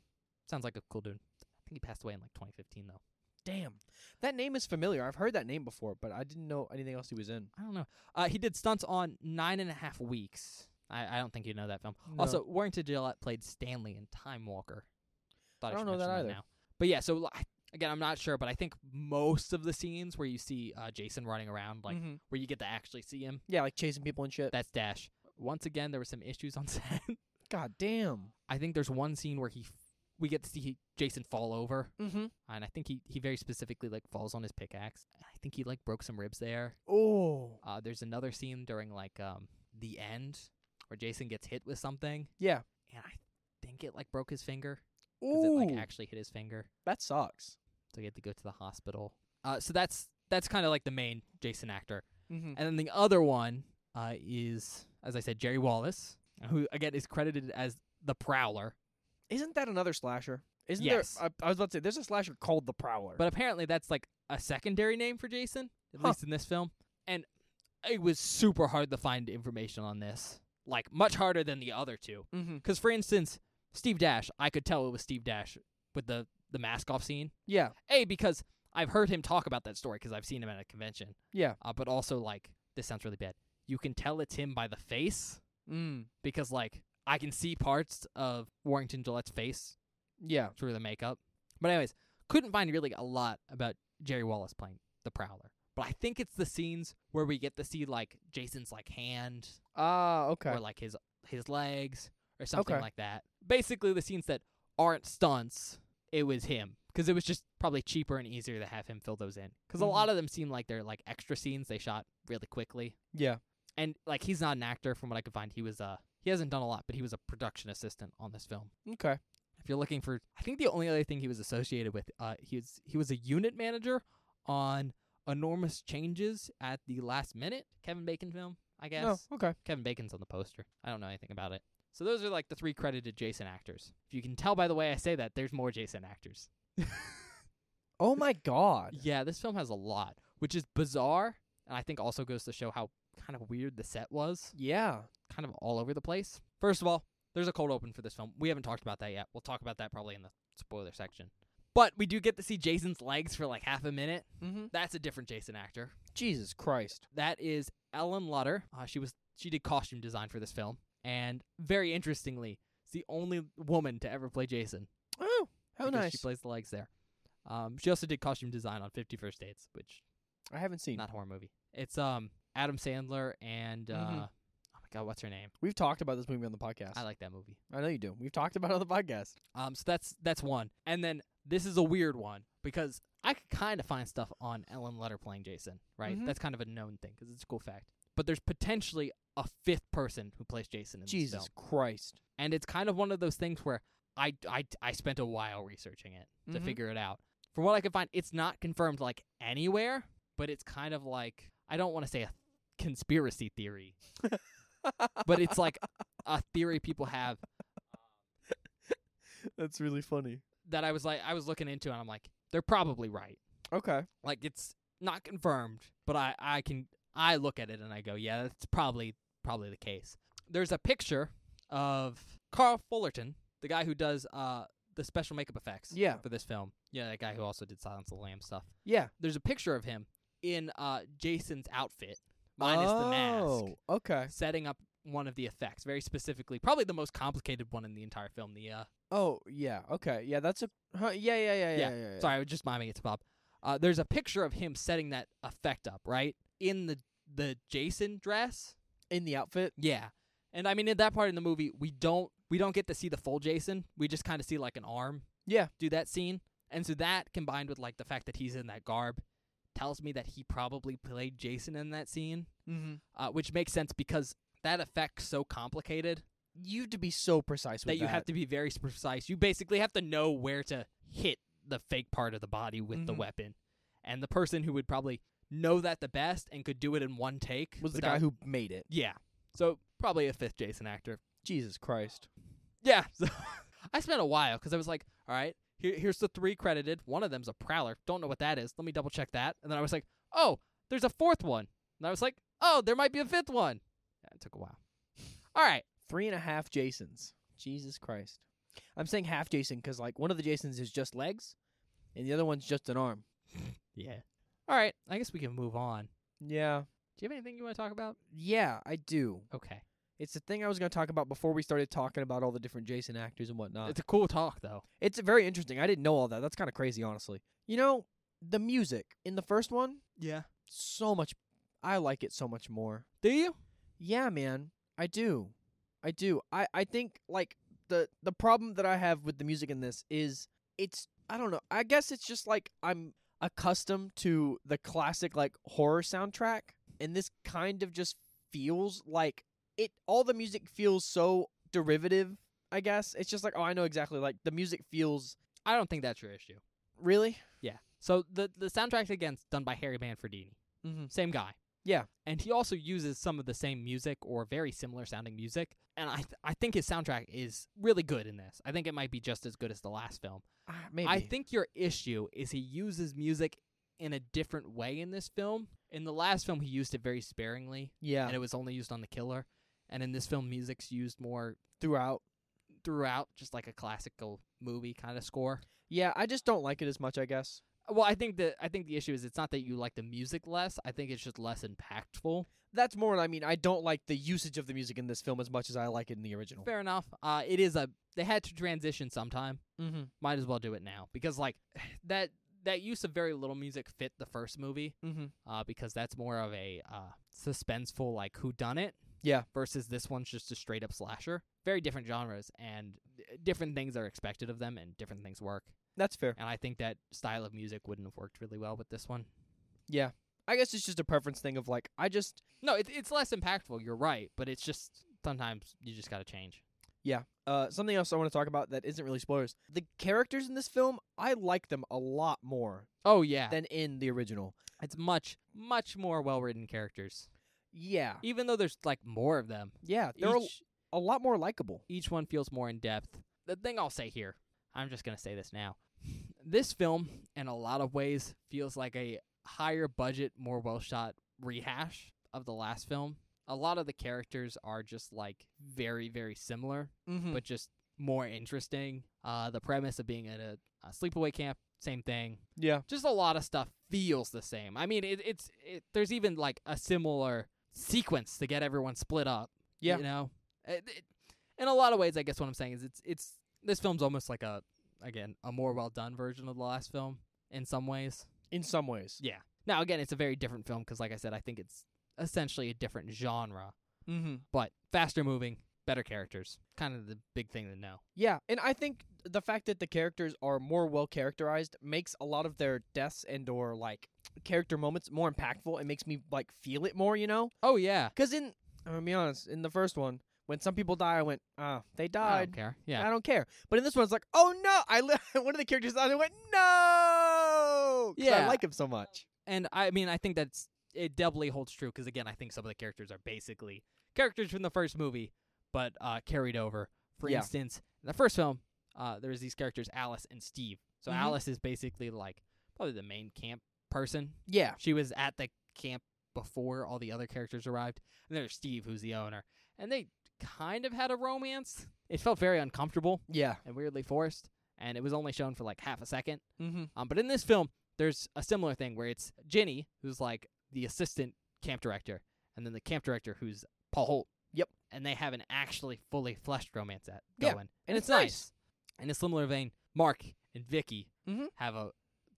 Sounds like a cool dude. I think he passed away in like 2015 though. Damn. That name is familiar. I've heard that name before, but I didn't know anything else he was in. I don't know. Uh, he did stunts on nine and a half weeks. I, I don't think you know that film. Also, Warrington Gillette played Stanley in Time Walker. Thought I don't should know that mention either. Now. But yeah, so li- again, I'm not sure, but I think most of the scenes where you see uh, Jason running around, like Mhm. where you get to actually see him, yeah, like chasing people and shit. that's Dash. Once again, there were some issues on set. God damn. I think there's one scene where he f- we get to see Jason fall over, Mm-hmm. and I think he he very specifically like falls on his pickaxe. I think he like broke some ribs there. Oh. Uh, there's another scene during like um the end where Jason gets hit with something, Yeah. and I think it like broke his finger because it Ooh. like actually hit his finger, that sucks. so he had to go to the hospital. Uh, so that's that's kind of like the main Jason actor, Mm-hmm. and then the other one uh is as I said Jerry Wallace, who again is credited as the Prowler, Isn't that another slasher? Isn't Yes. there? I, I was about to say there's a slasher called the Prowler. but apparently that's like a secondary name for Jason, at Huh. least in this film, and it was super hard to find information on this, like much harder than the other two. mm-hmm. Because, for instance, Steve Dash, I could tell it was Steve Dash with the, the mask off scene. yeah, A, because I've heard him talk about that story because I've seen him at a convention. Yeah. Uh, but also, like, this sounds really bad. You can tell it's him by the face mm. because, like, I can see parts of Warrington Gillette's face yeah. through the makeup. But, anyways, couldn't find really a lot about Jerry Wallace playing the Prowler. But I think it's the scenes where we get to see, like, Jason's, like, hand Ah, okay. or like his his legs or something Okay. like that. Basically, the scenes that aren't stunts, it was him because it was just probably cheaper and easier to have him fill those in. Because Mhm. a lot of them seem like they're like extra scenes they shot really quickly, yeah. and like he's not an actor from what I could find. He was uh he hasn't done a lot, but he was a production assistant on this film. Okay. If you're looking for, I think the only other thing he was associated with, uh, he was he was a unit manager on enormous changes at the last minute Kevin Bacon film, I guess. No. Okay. Kevin Bacon's on the poster. I don't know anything about it. So those are like the three credited Jason actors. If you can tell by the way I say that, there's more Jason actors. Oh my God. Yeah, this film has a lot, which is bizarre, and I think also goes to show how kind of weird the set was, Yeah. kind of all over the place. First of all, there's a cold open for this film. We haven't talked about that yet. We'll talk about that probably in the spoiler section. But we do get to see Jason's legs for like half a minute. Mm-hmm. That's a different Jason actor. Jesus Christ. That is Ellen Lutter. Uh, she was she did costume design for this film, and very interestingly, it's the only woman to ever play Jason. Oh, how because nice. She plays the legs there. Um, she also did costume design on Fifty First Dates, which I haven't seen. not a horror movie. It's um Adam Sandler and uh, Mhm. oh my god, what's her name? We've talked about this movie on the podcast. I like that movie. I know you do. We've talked about it on the podcast. Um, so that's that's one, and then this is a weird one because I could kind of find stuff on Ellen Lutter playing Jason, right? Mhm. That's kind of a known thing because it's a cool fact. But there's potentially a fifth person who plays Jason in this film, Jesus Christ. and it's kind of one of those things where I I I spent a while researching it to Mhm. figure it out. From what I could find, it's not confirmed like anywhere, but it's kind of like I don't want to say a conspiracy theory, but it's like a theory people have That's really funny. that I was like I was looking into and I'm like they're probably right. Okay. Like it's not confirmed, but I I can I look at it and I go, yeah, that's probably probably the case. There's a picture of Carl Fullerton, the guy who does uh the special makeup effects Yeah. for this film. Yeah, that guy who also did Silence of the Lamb stuff. Yeah. There's a picture of him in uh Jason's outfit minus the mask Oh, Okay. setting up one of the effects, very specifically, probably the most complicated one in the entire film, the uh Oh yeah. Okay. Yeah. That's a. Huh, yeah, yeah. Yeah. Yeah. Yeah. Yeah, yeah, yeah. Sorry, I was just miming it to Bob. Uh, there's a picture of him setting that effect up, right? In the the Jason dress. In the outfit. Yeah. And I mean in that part in the movie, we don't we don't get to see the full Jason. We just kind of see like an arm. Yeah. Do that scene. And so that combined with like the fact that he's in that garb tells me that he probably played Jason in that scene, Mm-hmm. uh, which makes sense because that effect's so complicated You have to be so precise with that you have to be very precise. You basically have to know where to hit the fake part of the body with the Mhm. weapon. And the person who would probably know that the best and could do it in one take Was the without- guy who made it. Yeah. So probably a fifth Jason actor. Jesus Christ. Yeah. So I spent a while because I was like, all right, here, here's the three credited. One of them's a prowler. Don't know what that is. Let me double check that. And then I was like, oh, there's a fourth one. And I was like, oh, there might be a fifth one. Yeah, it took a while. All right. Three and a half Jasons. Jesus Christ. I'm saying half Jason because like one of the Jasons is just legs, and the other one's just an arm. Yeah. All right. I guess we can move on. Yeah. Do you have anything you want to talk about? Yeah, I do. Okay. It's the thing I was going to talk about before we started talking about all the different Jason actors and whatnot. it's a cool talk, though. It's very interesting. I didn't know all that. That's kind of crazy, honestly. You know, the music in the first one, Yeah. so much. I like it so much more. Do you? Yeah, man. I do. I do. I, I think, like, the the problem that I have with the music in this is it's I don't know. I guess it's just like I'm accustomed to the classic like horror soundtrack and this kind of just feels like it all the music feels so derivative, I guess. It's just like, oh, I know exactly like the music feels I don't think that's your issue. really? Yeah. So the the soundtrack's again done by Harry Manfredini, Mhm. same guy. Yeah. and he also uses some of the same music or very similar sounding music. And I th- I think his soundtrack is really good in this. I think it might be just as good as the last film. Ah, maybe. I think your issue is he uses music in a different way in this film. In the last film, he used it very sparingly, yeah. and it was only used on the killer. And in this film, music's used more throughout. throughout, just like a classical movie kind of score. Yeah, I just don't like it as much, I guess. Well, I think the I think the issue is it's not that you like the music less. I think it's just less impactful. That's more what I mean. I don't like the usage of the music in this film as much as I like it in the original. Fair enough. Uh, it is a they had to transition sometime. Mm-hmm. Might as well do it now because like that that use of very little music fit the first movie. Mm-hmm. uh, because that's more of a uh, suspenseful like who done it. Yeah. Versus this one's just a straight up slasher. Very different genres and uh, different things are expected of them and different things work. That's fair. And I think that style of music wouldn't have worked really well with this one. I guess it's just a preference thing of like I just No, it, it's less impactful. You're right, but it's just sometimes you just got to change. uh something else I want to talk about that isn't really spoilers. The characters in this film, I like them a lot more Oh yeah, than in the original. it's much much more well written characters. Yeah. Even though there's like more of them, Yeah, they're a- each a, lot more likable. each one feels more in depth. The thing I'll say here, I'm just going to say this now. This film, in a lot of ways, feels like a higher budget, more well shot rehash of the last film. A lot of the characters are just like very, very similar, Mm-hmm. but just more interesting. Uh, the premise of being at a, a sleepaway camp, same thing. yeah. Just a lot of stuff feels the same. I mean, it, it's it, there's even like a similar sequence to get everyone split up. Yeah. You know, It- it- in a lot of ways, I guess what I'm saying is it's it's this film's almost like a again a more well done version of the last film in some ways. In some ways. Yeah. Now again, it's a very different film 'cause like I said, I think it's essentially a different genre, Mm-hmm. but faster moving, better characters, kind of the big thing to know. Yeah, and I think the fact that the characters are more well characterized makes a lot of their deaths and or like character moments more impactful. It makes me like feel it more, you know? Oh yeah. Because in I'm gonna be honest, in the first one, when some people die, I went, ah, they I died. don't care. Yeah. I don't care. But in this one, it's like, oh no! I li- one of the characters died. I went, no! 'Cause I Yeah. like him so much. and I mean, I think that's it doubly holds true 'cause again, I think some of the characters are basically characters from the first movie, but uh, carried over. For Yeah. instance, in the first film, uh, there was these characters Alice and Steve. So Mhm. Alice is basically like probably the main camp person. Yeah, She was at the camp before all the other characters arrived, and there's Steve, who's the owner, and they kind of had a romance. It felt very uncomfortable yeah. and weirdly forced, and it was only shown for like half a second. Mm-hmm. Um, but in this film, there's a similar thing where it's Jenny, who's like the assistant camp director, and then the camp director, who's Paul Holt. Yep. And they have an actually fully fleshed romance at Yeah, going, and it's it's, nice. nice. In a similar vein, Mark and Vicky Mhm. have a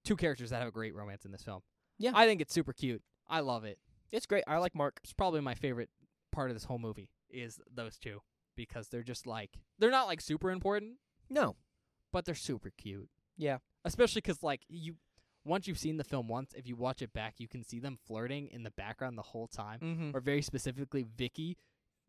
two characters that have a great romance in this film. Yeah. I think it's super cute. I love it. It's great. I like Mark. It's probably my favorite part of this whole movie is those two because they're just like they're not like super important, No. but they're super cute. Yeah. Especially 'cause like you, once you've seen the film once, if you watch it back, you can see them flirting in the background the whole time, Mm-hmm. or very specifically Vicky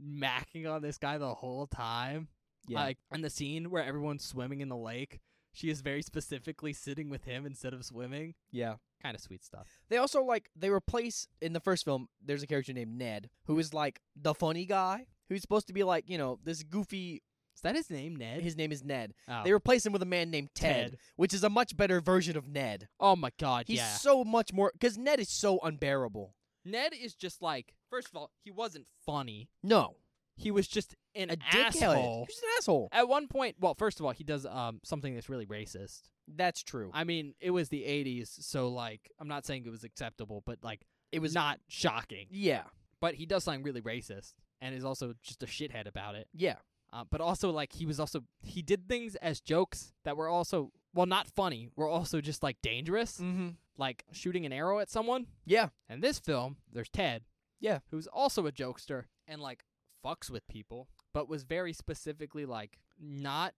macking on this guy the whole time. Yeah. Like in the scene where everyone's swimming in the lake, she is very specifically sitting with him instead of swimming. yeah. Kind of sweet stuff. They also like they replace in the first film. There's a character named Ned who is like the funny guy who's supposed to be like you know this goofy. Is that his name, Ned? His name is Ned. oh. They replace him with a man named Ted, Ted. which is a much better version of Ned. Oh my god, He's yeah. so much more because Ned is so unbearable. Ned is just like, first of all, he wasn't funny. No, He was just an a asshole. dickhead. He's an asshole. At one point, well, first of all, he does um something that's really racist. That's true. I mean, it was the 80s, so like I'm not saying it was acceptable, but like it was not shocking. Yeah, But he does something really racist and is also just a shithead about it. yeah, Uh, but also like he was also he did things as jokes that were also well not funny, were also just like dangerous, mm-hmm. like shooting an arrow at someone. yeah. And this film, there's Ted, Yeah. who's also a jokester and like fucks with people. but was very specifically like not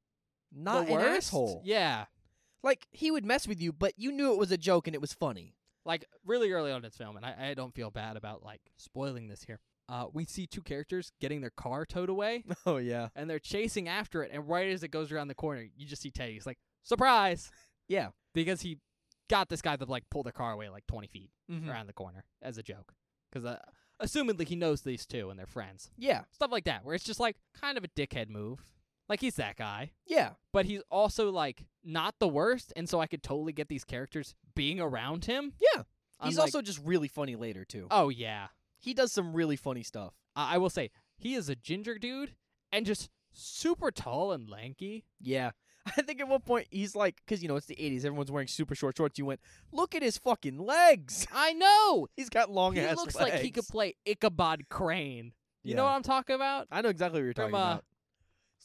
Not the an worst. asshole. Yeah, Like he would mess with you, but you knew it was a joke and it was funny. like really early on in this film, and I, I don't feel bad about like spoiling this here. Uh, we see two characters getting their car towed away, Oh yeah. and they're chasing after it. And right as it goes around the corner, you just see Teddy. He's like, "Surprise!" Yeah. because he got this guy to like pull the car away like 20 feet Mhm. around the corner as a joke. Because uh, assumedly he knows these two and they're friends. Yeah. Stuff like that, where it's just like kind of a dickhead move. Like he's that guy, Yeah. but he's also like not the worst, and so I could totally get these characters being around him. Yeah. I'm He's like, also just really funny later too. oh yeah. He does some really funny stuff. I-, I will say he is a ginger dude and just super tall and lanky. Yeah. I think at one point he's like, because you know it's the '80s, everyone's wearing super short shorts. You went, look at his fucking legs. I know. He's got long He ass looks like he could legs. play Ichabod Crane. You know Yeah. what I'm talking about? I know exactly what you're talking From, uh, about.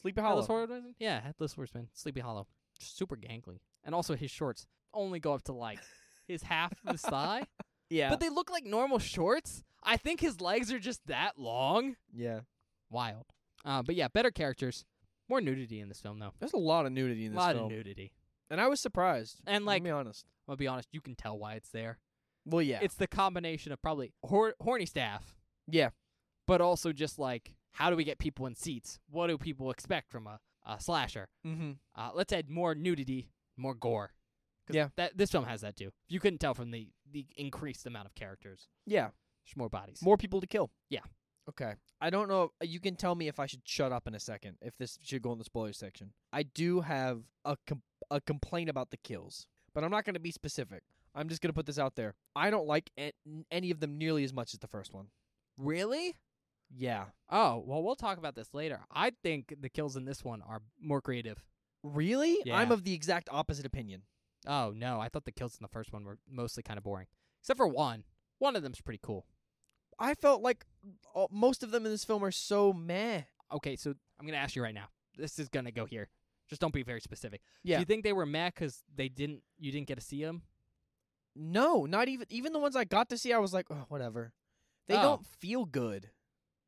Sleepy Hollow. Hollow. Swordsman? Yeah, Headless Swordsman. Sleepy Hollow. Super gangly. And also his shorts only go up to like his half of his thigh. yeah. But they look like normal shorts. I think his legs are just that long. yeah. Wild. Uh, but yeah, better characters. More nudity in this film though. There's a lot of nudity in A this lot film, of nudity. and I was surprised. And like let me honest. I'll be honest, you can tell why it's there. Well, yeah. It's the combination of probably hor- horny staff, yeah. but also just like how do we get people in seats? What do people expect from a, a slasher? Mm-hmm. Uh, let's add more nudity, more gore. 'Cause Yeah. that this film has that too. You couldn't tell from the the increased amount of characters, Yeah. just more bodies. More people to kill. Yeah. Okay. I don't know. uh, You can tell me if I should shut up in a second. If this should go in the spoiler section. I do have a com- a complaint about the kills, but I'm not going to be specific. I'm just going to put this out there. I don't like a- any of them nearly as much as the first one. really? Yeah. Oh well, we'll talk about this later. I think the kills in this one are more creative. Really? I'm Yeah. of the exact opposite opinion. Oh no, I thought the kills in the first one were mostly kind of boring, except for one. One of them's pretty cool. I felt like uh, most of them in this film are so meh. Okay, so I'm gonna ask you right now. This is gonna go here. Just don't be very specific. Yeah. Do you think they were mad 'cause they didn't? You didn't get to see them. No, not even even the ones I got to see. I was like, oh, whatever. They Oh. don't feel good.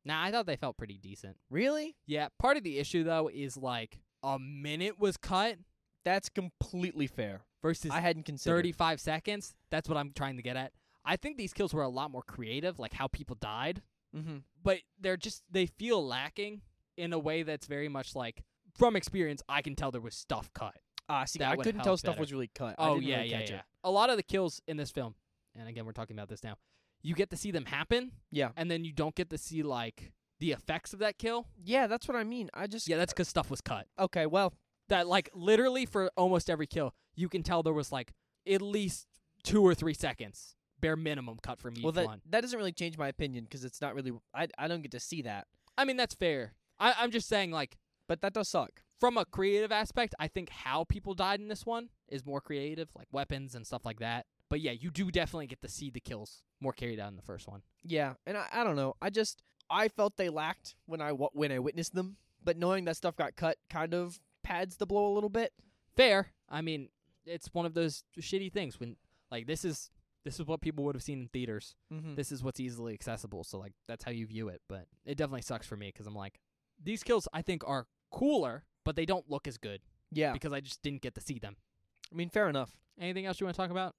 Nah, I thought they felt pretty decent. Really? Yeah, part of the issue though is like a minute was cut That's completely fair. versus I hadn't considered. 35 seconds. That's what I'm trying to get at. I think these kills were a lot more creative, like how people died, Mm-hmm. but they're just they feel lacking in a way that's very much like from experience I can tell there was stuff cut. Ah, see, That I would couldn't help tell stuff better. was really cut. I Oh didn't yeah, really yeah, catch yeah. It. A lot of the kills in this film, and again we're talking about this now. You get to see them happen, Yeah. and then you don't get to see like the effects of that kill. Yeah, that's what I mean. I just Yeah, that's because stuff was cut. okay. Well, that like literally for almost every kill, you can tell there was like at least two or three seconds bare minimum cut from each well that one. that doesn't really change my opinion because it's not really. I I don't get to see that, I mean that's fair. I, I'm just saying like but that does suck. from a creative aspect, I think how people died in this one is more creative, like weapons and stuff like that. But yeah, you do definitely get to see the kills more carried out in the first one. Yeah, and I, I don't know. I just I felt they lacked when I wa- when I witnessed them, but knowing that stuff got cut kind of pads the blow a little bit. Fair. I mean, it's one of those shitty things when like this is this is what people would have seen in theaters. Mm-hmm. this is what's easily accessible. So like that's how you view it. But it definitely sucks for me because I'm like, these kills I think are cooler, but they don't look as good Yeah, because I just didn't get to see them. I mean, fair enough. Anything else you want to talk about?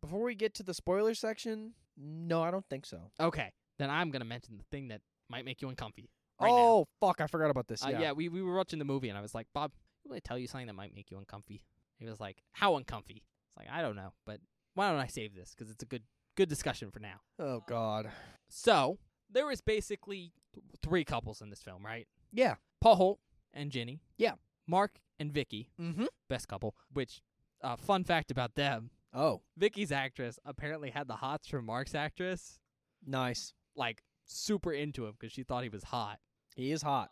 Before we get to the spoiler section, no, I don't think so. Okay, then I'm gonna mention the thing that might make you uncomfy. Right oh fuck, I forgot about this. now. Uh, yeah. we we were watching the movie and I was like, Bob, I'm gonna tell you something that might make you uncomfy. He was like, how uncomfy? It's like I don't know, but why don't I save this because it's a good good discussion for now. Oh god. So there was basically th- three couples in this film, right? Yeah. Paul Holt and Ginny. Yeah. Mark and Vicky, Mm-hmm. best couple. Which, uh, fun fact about them, Oh, Vicky's actress apparently had the hots for Mark's actress, nice. like super into him because she thought he was hot. He is hot,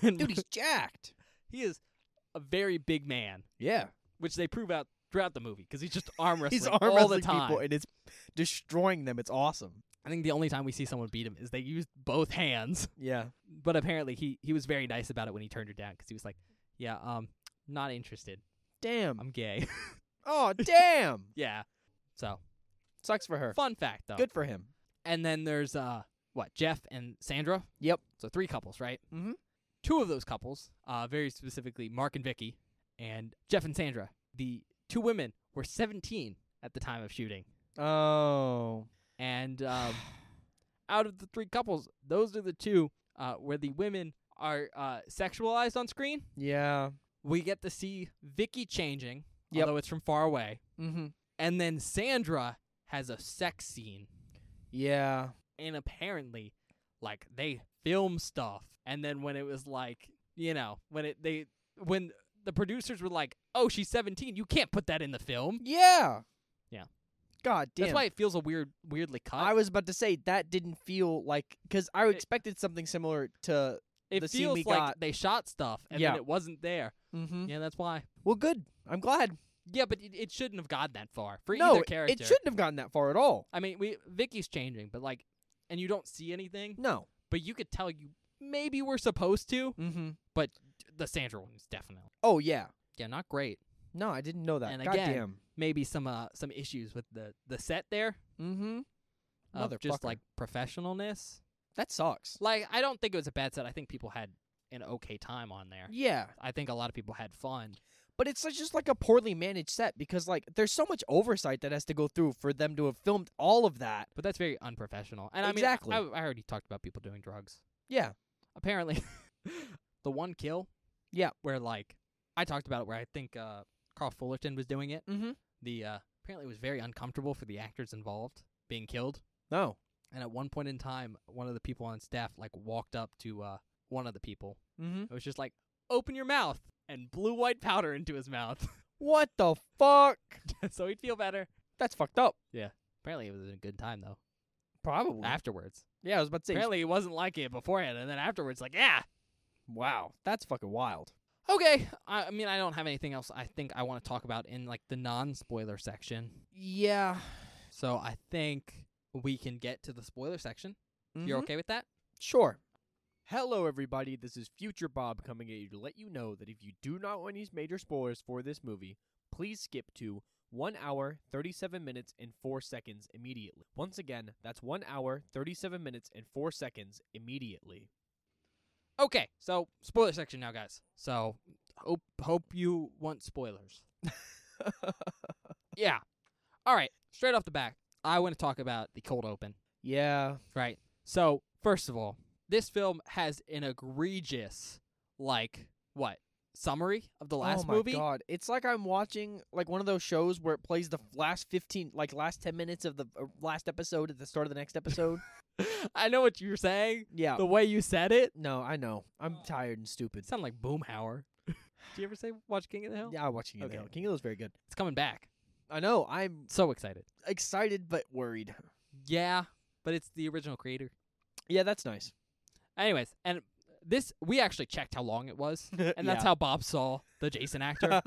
And dude. He's jacked. he is a very big man, Yeah. which they prove out throughout the movie because he's just arm wrestling He's arm all wrestling the time. people, and it's destroying them. It's awesome. I think the only time we see someone beat him is they used both hands. Yeah. but apparently he he was very nice about it when he turned her down because he was like, "Yeah, um, not interested. Damn. I'm gay." oh, damn. yeah. So Sucks for her. fun fact though. Good for him. And then there's uh what Jeff and Sandra. Yep. So three couples, right? Mhm. two of those couples, uh, very specifically Mark and Vicky, and Jeff and Sandra. The two women were 17 at the time of shooting, Oh. and um, out of the three couples, those are the two uh, where the women are uh, sexualized on screen. Yeah. We get to see Vicky changing, Yep. although it's from far away, Mm-hmm. and then Sandra has a sex scene. Yeah. and apparently like they film stuff and then when it was like you know when it they when the producers were like oh she's 17 you can't put that in the film Yeah. Yeah. God damn. that's why it feels a weird weirdly cut I was about to say that didn't feel like because I It- expected something similar to. it the scene feels we like got- they shot stuff and Yeah. then it wasn't there Mm-hmm. yeah that's why Well, good. I'm glad. yeah but it, it shouldn't have gotten that far for no, either it- character it shouldn't have gotten that far at all. i mean we vicky's changing but like and you don't see anything No. but you could tell you maybe we're supposed to Mm-hmm. but the sandra one is definitely Oh yeah. yeah not great No, I didn't know that. And God again, damn. maybe some uh, some issues with the the set there Mm-hmm. of just Motherfucker. like professionalness. That sucks. Like I don't think it was a bad set. I think people had an okay time on there. Yeah, I think a lot of people had fun. but it's like- just like a poorly managed set because like there's so much oversight that has to go through for them to have filmed all of that. But that's very unprofessional. And Exactly. I mean, I, I already talked about people doing drugs. Yeah. Apparently, the one kill. Yeah. Where like I talked about it, where I think uh, Carl Fullerton was doing it. Mm-hmm. The uh, apparently it was very uncomfortable for the actors involved being killed. No. And at one point in time, one of the people on staff like walked up to uh, one of the people. Mm-hmm. It was just like, "Open your mouth," and blew white powder into his mouth, What the fuck? so he'd feel better. That's fucked up. Apparently, it was a good time though. Probably. Afterwards, yeah, I was about to say. apparently, he wasn't like it beforehand, and then afterwards, like, yeah, Wow, that's fucking wild. okay. I, I mean, I don't have anything else. I think I want to talk about in like the non-spoiler section. Yeah. So I think we can get to the spoiler section. If You're Mhm. okay with that? Sure. Hello, everybody. This is Future Bob coming at you to let you know that if you do not want any major spoilers for this movie, please skip to 1 hour, 37 minutes, and 4 seconds immediately. Once again, that's 1 hour, 37 minutes, and 4 seconds immediately. Okay. So spoiler section now, guys. So hope hope you want spoilers. Yeah. All right. Straight off the back, I want to talk about the cold open. yeah. Right. So, first of all, this film has an egregious, like, what? Summary of the last oh my movie? god. It's like I'm watching like one of those shows where it plays the last 15 like last 10 minutes of the uh, last episode at the start of the next episode. I know what you're saying. yeah. The way you said it. no, I know. I'm Oh. tired and stupid. It sounded like Boomhauer. Do you ever say watch King of the Hill? Yeah, I watch King of the Okay. Hill. King of the Hill's very good. It's coming back. I know. I'm So excited. excited but worried. Yeah, but it's the original creator. Yeah, that's nice. Anyways, and this we actually checked how long it was, and that's how Bob saw the Jason actor.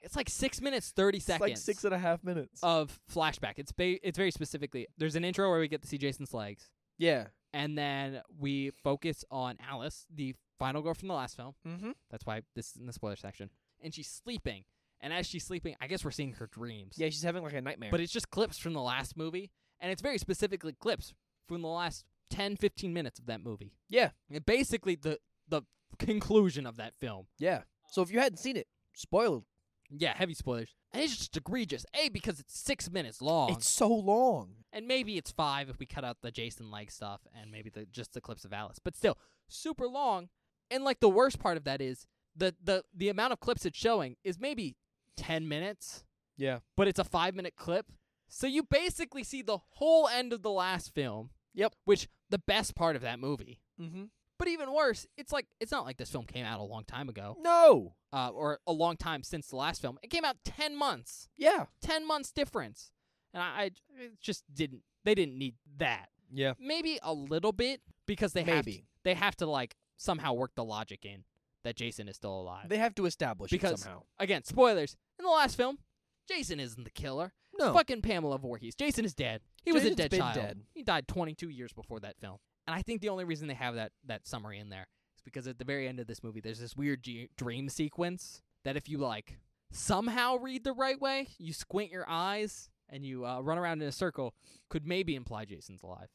it's like six minutes thirty it's seconds. Uh, like six and a half minutes. of flashback. It's ba- it's very specifically. There's an intro where we get to see Jason's legs, yeah. and then we focus on Alice, the final girl from the last film. Mm-hmm. That's why this is in the spoiler section. And she's sleeping, and as she's sleeping, I guess we're seeing her dreams. Yeah, she's having like a nightmare. But it's just clips from the last movie, and it's very specifically clips from the last 10, 15 minutes of that movie. Yeah. And basically the the conclusion of that film. yeah. So if you hadn't seen it, spoiled. Yeah, heavy spoilers. And it's just egregious. A because it's six minutes long. It's so long. and maybe it's five if we cut out the Jason leg stuff and maybe the just the clips of Alice. But still, super long. And like the worst part of that is the the the amount of clips it's showing is maybe ten minutes, Yeah. but it's a five minute clip. So you basically see the whole end of the last film. Yep. Which the best part of that movie. Mm-hmm. But even worse, it's like it's not like this film came out a long time ago, No. uh, or a long time since the last film. It came out ten months, Yeah. ten months difference, and I, I it just didn't. They didn't need that Yeah. maybe a little bit because they have to, Maybe they have to like somehow work the logic in that Jason is still alive. they have to establish it Because- somehow. Again, spoilers. In the last film, Jason isn't the killer. No. Fucking Pamela Voorhees. Jason is dead. He was a Oh. Jason's dead been child. dead. He died 22 years before that film. And I think the only reason they have that that summary in there is because at the very end of this movie, there's this weird ge- dream sequence that if you like somehow read the right way, you squint your eyes and you uh, run around in a circle, could maybe imply Jason's alive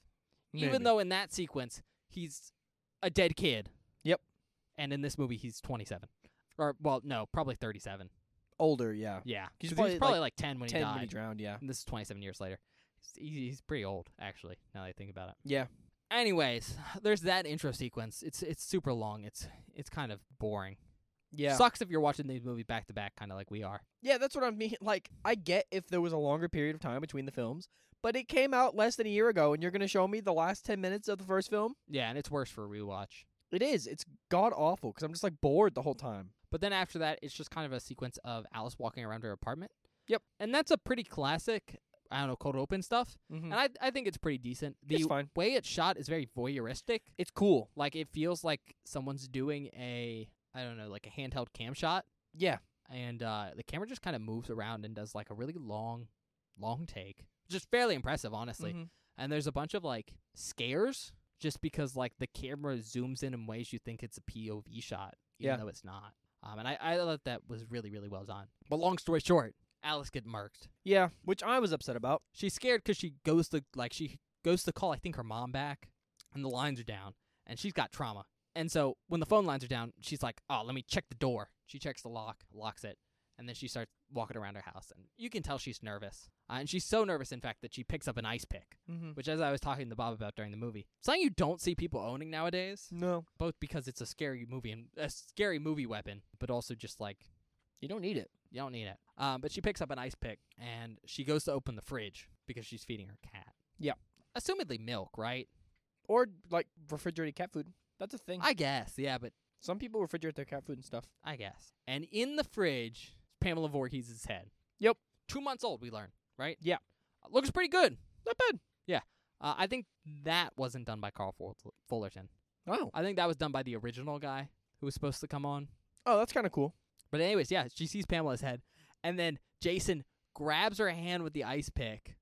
even Maybe. though in that sequence he's a dead kid Yep. And in this movie, he's 27. Or, well, no, probably 37. Older, yeah. Yeah. 'Cause Because probably, he's like, probably like, 10 when he Ten died. when he drowned, yeah. and this is 27 years later. He's- he- He's pretty old, actually, now that I think about it. Yeah. Anyways, there's that intro sequence. It's it's super long. It's it's kind of boring. Yeah. Sucks if you're watching these movies back to back, kind of like we are. yeah, that's what I mean. Like, I get if there was a longer period of time between the films, but it came out less than a year ago, and you're going to show me the last 10 minutes of the first film? Yeah, and it's worse for a rewatch. It is. It's god awful because I'm just like bored the whole time. But then after that, it's just kind of a sequence of Alice walking around her apartment. Yep. And that's a pretty classic, I don't know, cold open stuff. Mm-hmm. And I I think it's pretty decent. The It's fine. way it's shot is very voyeuristic. It's cool. Like it feels like someone's doing a I don't know, like a handheld cam shot. Yeah. and uh, the camera just kind of moves around and does like a really long, long take, just fairly impressive, honestly. Mhm. And there's a bunch of like scares, just because like the camera zooms in in ways you think it's a POV shot, even Yeah. though it's not. Um, and I, I thought that was really, really well done. But long story short, Alice get murked. Yeah, which I was upset about. She's scared 'cause she goes to like she goes to call I think her mom back, and the lines are down, and she's got trauma. And so when the phone lines are down, she's like, "Oh, let me check the door." She checks the lock, locks it, and then she starts walking around her house, and you can tell she's nervous. Uh, and she's so nervous, in fact, that she picks up an ice pick, Mm-hmm. which, as I was talking to Bob about during the movie, something you don't see people owning nowadays, No, both because it's a scary movie and a scary movie weapon, but also just like you don't need it. you don't need it. Um, but she picks up an ice pick and she goes to open the fridge because she's feeding her cat. Yeah. Assumedly milk, right? Or like refrigerated cat food. That's a thing. I guess. Yeah, but Some people refrigerate their cat food and stuff. I guess. And in the fridge, is Pamela Voorhees' head. Yep. Two months old, we learn, right? Yeah. Uh, Looks pretty good. Not bad. Uh, I think that wasn't done by Carl Ful- Fullerton. Oh, I think that was done by the original guy who was supposed to come on. oh, that's kind of cool. But anyways, yeah, she sees Pamela's head, and then Jason grabs her hand with the ice pick.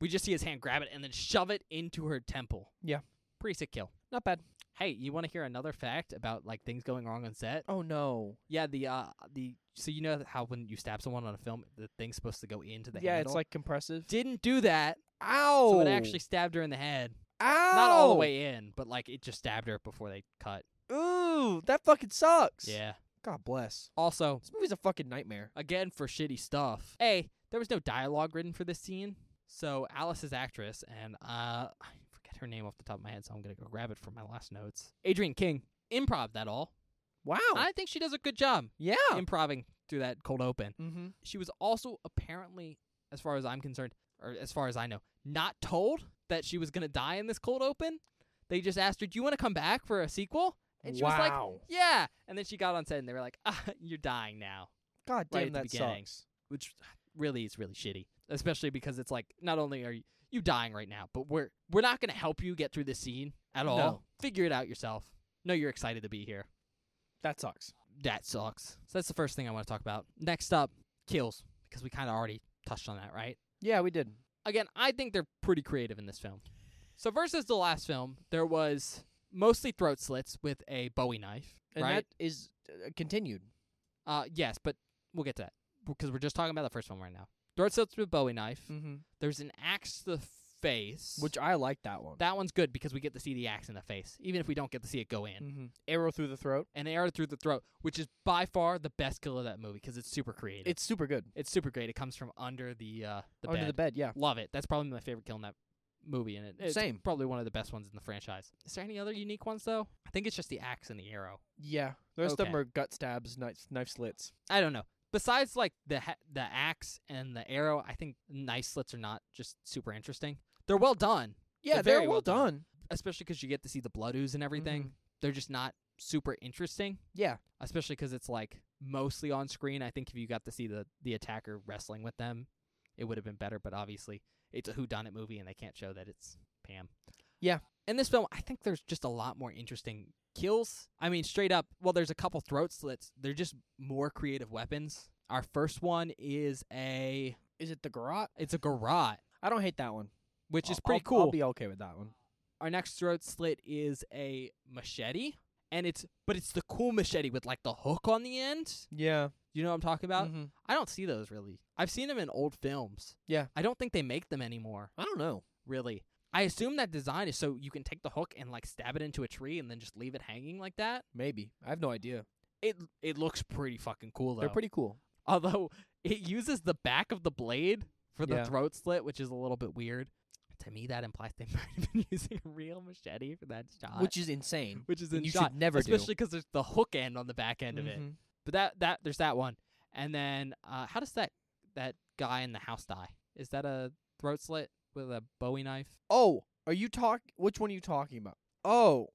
We just see his hand grab it and then shove it into her temple. Yeah. pretty sick kill. Not bad. Hey, you want to hear another fact about like things going wrong on set? Oh no. Yeah, the uh the so you know how when you stab someone on a film, the thing's supposed to go into the yeah, handle? it's like Oh. compressive. didn't do that, Ow! so it actually stabbed her in the head. Ow! Not all the way in, but like it just stabbed her before they cut. Ooh, that fucking sucks. Yeah. God bless. Also, This movie's a fucking nightmare. again for shitty stuff. A, there was no dialogue written for this scene. So Alice's actress and uh I forget her name off the top of my head, so I'm gonna go grab it from my last notes. Adrian King. Improv that all. Wow. I think she does a good job yeah. improving through that cold open. mm-hmm. She was also apparently, as far as I'm concerned, or as far as I know, not told that she was gonna die in this cold open. They just asked her, Do you wanna come back for a sequel? And she was like, Yeah. And then she got on set and they were like, ah, you're dying now. God damn, right at the that beginning. sucks. which really is really shitty, especially because it's like not only are you, you dying right now, but we're we're not going to help you get through this scene at all. No. Figure it out yourself. No, you're excited to be here. That sucks. That sucks. So that's the first thing I want to talk about. Next up, kills because we kind of already touched on that, right? Yeah, we did. Again, I think they're pretty creative in this film. So versus the last film, there was mostly throat slits with a Bowie knife, And right? that is uh, continued. uh, yes, but we'll get to that because we're just talking about the first one right now. Throat slits with Bowie knife. Mm-hmm. There's an axe to the face, Which I like that one. that one's good because we get to see the axe in the face, even if we don't get to see it go in. mm-hmm. Arrow through the throat. And they are through the throat, which is by far the best kill of that movie because it's super creative. It's super good. it's super great. It comes from under the uh, the Under bed. the bed, yeah. Love it. That's probably my favorite kill in that movie, and it, it's Same. probably one of the best ones in the franchise. Is there any other unique ones though? I think it's just the axe and the arrow. Yeah. The rest of them Okay. are gut stabs, knife, knife slits. I don't know. Besides like the ha- the axe and the arrow, I think knife slits are not just super interesting. They're well done, Yeah, They're they're, very well, well done. done. especially because you get to see the blood ooze and everything. Mhm. They're just not super interesting. Yeah. especially because it's like mostly on screen. I think if you got to see the the attacker wrestling with them, it would have been better. But obviously, it's a whodunit movie, and they can't show that it's Pam. Yeah. In this film, I think there's just a lot more interesting kills. I mean, straight up. Well, there's a couple throat slits. They're just more creative weapons. Our first one is a Is it the garrote? it's a garrote, I don't hate that one. which I'll- is pretty I'll- cool. I'll be okay with that one. Our next throat slit is a machete, and it's but it's the cool machete with like the hook on the end. Yeah. You know what I'm talking about? Mhm. I don't see those really. I've seen them in old films. Yeah. I don't think they make them anymore, I don't know. really. I assume that design is so you can take the hook and like stab it into a tree and then just leave it hanging like that. Maybe I have no idea. It it looks pretty fucking cool though. They're pretty cool. Although it uses the back of the blade for the Yeah. throat slit, which is a little bit weird. To me, that implies they might have been using a real machete for that shot, which is insane. which is and you shot, should never do. especially because there's the hook end on the back end of it. Mhm. But that that there's that one, and then uh, how does that that guy in the house die? Is that a throat slit with a Bowie knife? Oh, are you talk? Which one are you talking about? Oh,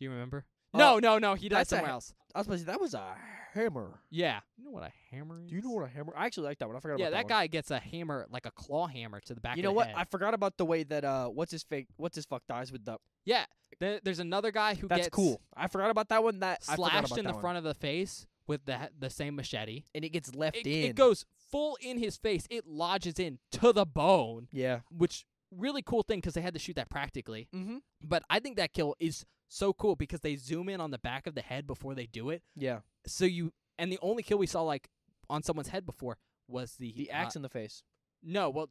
Do you remember? Uh, no, no, no. He died that's a somewhere ha- else. I was supposed to say that was a hammer. Yeah. You know what a hammer is? Do you know what a hammer? I actually like that one. I forgot Yeah, about that, that, one. guy gets a hammer, like a claw hammer, to the back. You of know the what? head. I forgot about the way that uh, what's his fake? What's his fuck dies with the. Yeah. There, there's another guy who That's gets cool. I forgot about that one. That I forgot slashed about in that the one. front of the face with the he- the same machete. and it gets left It, in. it goes full in his face. It lodges in to the bone, yeah. which really cool thing because they had to shoot that practically. Mm-hmm. But I think that kill is so cool because they zoom in on the back of the head before they do it. Yeah. So you and the only kill we saw like on someone's head before was the The uh, axe in the face. No, well,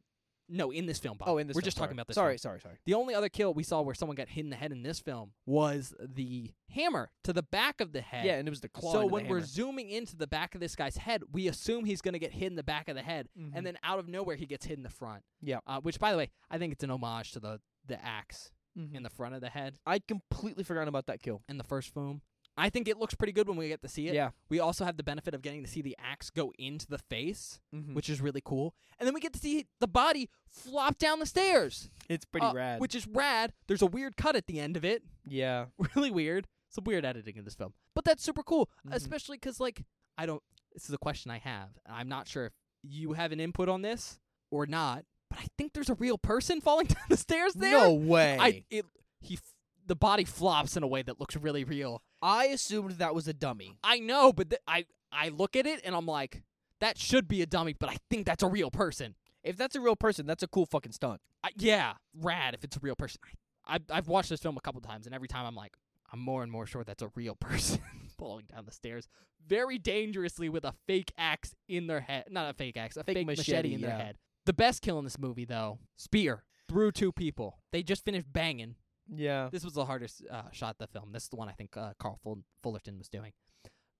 no, in this film, Bob. Oh, in this. we're film, just sorry. talking about this. Sorry, film. sorry, sorry. The only other kill we saw where someone got hit in the head in this film was the hammer to the back of the head. Yeah, and it was the claw. So into the when we're hammer. zooming into the back of this guy's head, we assume he's going to get hit in the back of the head, Mhm. and then out of nowhere he gets hit in the front. Yeah. Uh, which, by the way, I think it's an homage to the the axe Mhm. in the front of the head I completely forgot about that kill. in the first film. I think it looks pretty good when we get to see it. Yeah. We also have the benefit of getting to see the axe go into the face, Mm-hmm. which is really cool, and then we get to see the body flop down the stairs. It's pretty Uh, rad. Which is rad. There's a weird cut at the end of it. yeah. Really weird. Some weird editing in this film. But that's super cool, Mhm. especially 'cause like, I don't. This is a question I have. and I'm not sure if you have an input on this or not, but I think there's a real person falling down the stairs there. No way. I, it, he, f- the body flops in a way that looks really real. I assumed that was a dummy. I know, but th- I, I look at it and I'm like, that should be a dummy, but I think that's a real person. If that's a real person, that's a cool fucking stunt. I, yeah, rad if it's a real person. I, I, I've watched this film a couple times, and every time I'm like, I'm more and more sure that's a real person falling down the stairs very dangerously with a fake axe in their head. Not a fake axe, a fake, Fake machete, machete, in their yeah. head. The best kill in this movie, though, spear through two people. They just finished banging. Yeah. This was the hardest uh, shot of the film. This is the one I think uh, Carl Ful- Fullerton was doing.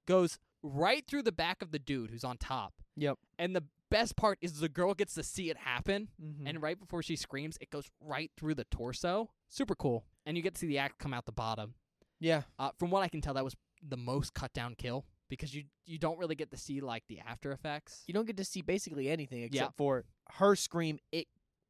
Goes right through the back of the dude who's on top. Yep. And the best part is the girl gets to see it happen Mm-hmm. and right before she screams, it goes right through the torso. Super cool, and you get to see the act come out the bottom. yeah. Uh, from what I can tell, that was the most cut down kill because you you don't really get to see like the after effects. You don't get to see basically anything except Yeah. for her scream it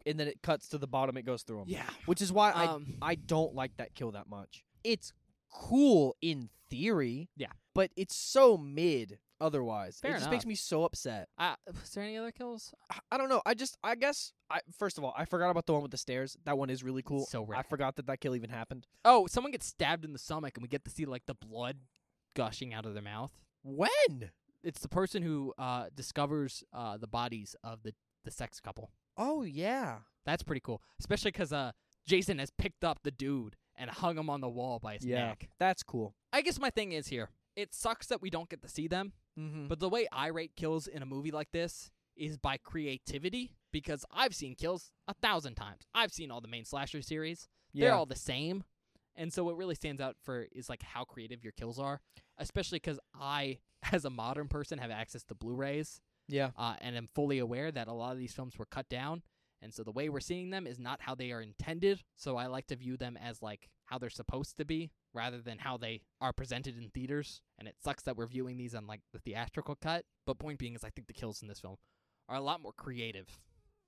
and then it cuts to the bottom it goes through him. Yeah, Which is why um, I I don't like that kill that much. It's cool in theory. Yeah. But it's so mid otherwise. Fair it just enough. makes me so upset. uh, was there any other kills? I- I don't know. I just I guess I first of all, I forgot about the one with the stairs. That one is really cool. So I rad. forgot that that kill even happened. Oh, someone gets stabbed in the stomach, and we get to see like the blood gushing out of their mouth. When? It's the person who uh, discovers uh, the bodies of the the sex couple. Oh yeah. That's pretty cool, especially because uh, Jason has picked up the dude and hung him on the wall by his Yeah. neck. That's cool. I guess my thing is here. It sucks that we don't get to see them, Mm-hmm. but the way I rate kills in a movie like this is by creativity because I've seen kills a thousand times. I've seen all the main slasher series. They're all the same. And so what really stands out for is like how creative your kills are, especially cuz I as a modern person have access to Blu-rays yeah. uh, and am fully aware that a lot of these films were cut down. And so the way we're seeing them is not how they are intended. So I like to view them as like how they're supposed to be rather than how they are presented in theaters. And it sucks that we're viewing these on like the theatrical cut. But point being is I think the kills in this film are a lot more creative.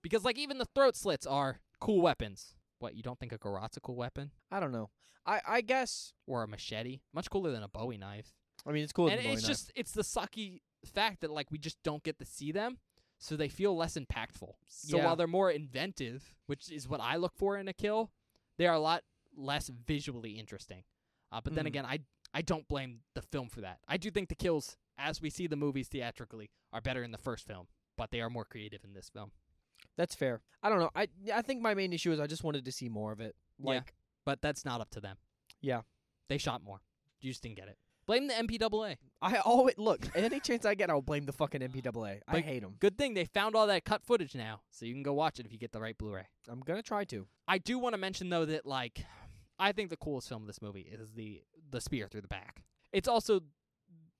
Because like even the throat slits are cool weapons. What, you don't think a garrote's a cool weapon? I don't know. I I guess Or a machete? Much cooler than a bowie knife I mean it's cool. as and a Bowie it's knife. just it's the sucky fact that like we just don't get to see them so they feel less impactful so Yeah. while they're more inventive which is what i look for in a kill they are a lot less visually interesting uh, but then Mhm. again i i don't blame the film for that i do think the kills as we see the movies theatrically are better in the first film but they are more creative in this film That's fair. I don't know. I I think my main issue is I just wanted to see more of it. Yeah. Like but that's not up to them Yeah. they shot more you just didn't get it Blame the MPAA. I always look any chance I get, I'll blame the fucking MPAA. I Like- hate them. Good thing they found all that cut footage now, so you can go watch it if you get the right Blu-ray. I'm gonna try to. I do want to mention though that like I think the coolest film of this movie is the the spear through the back. It's also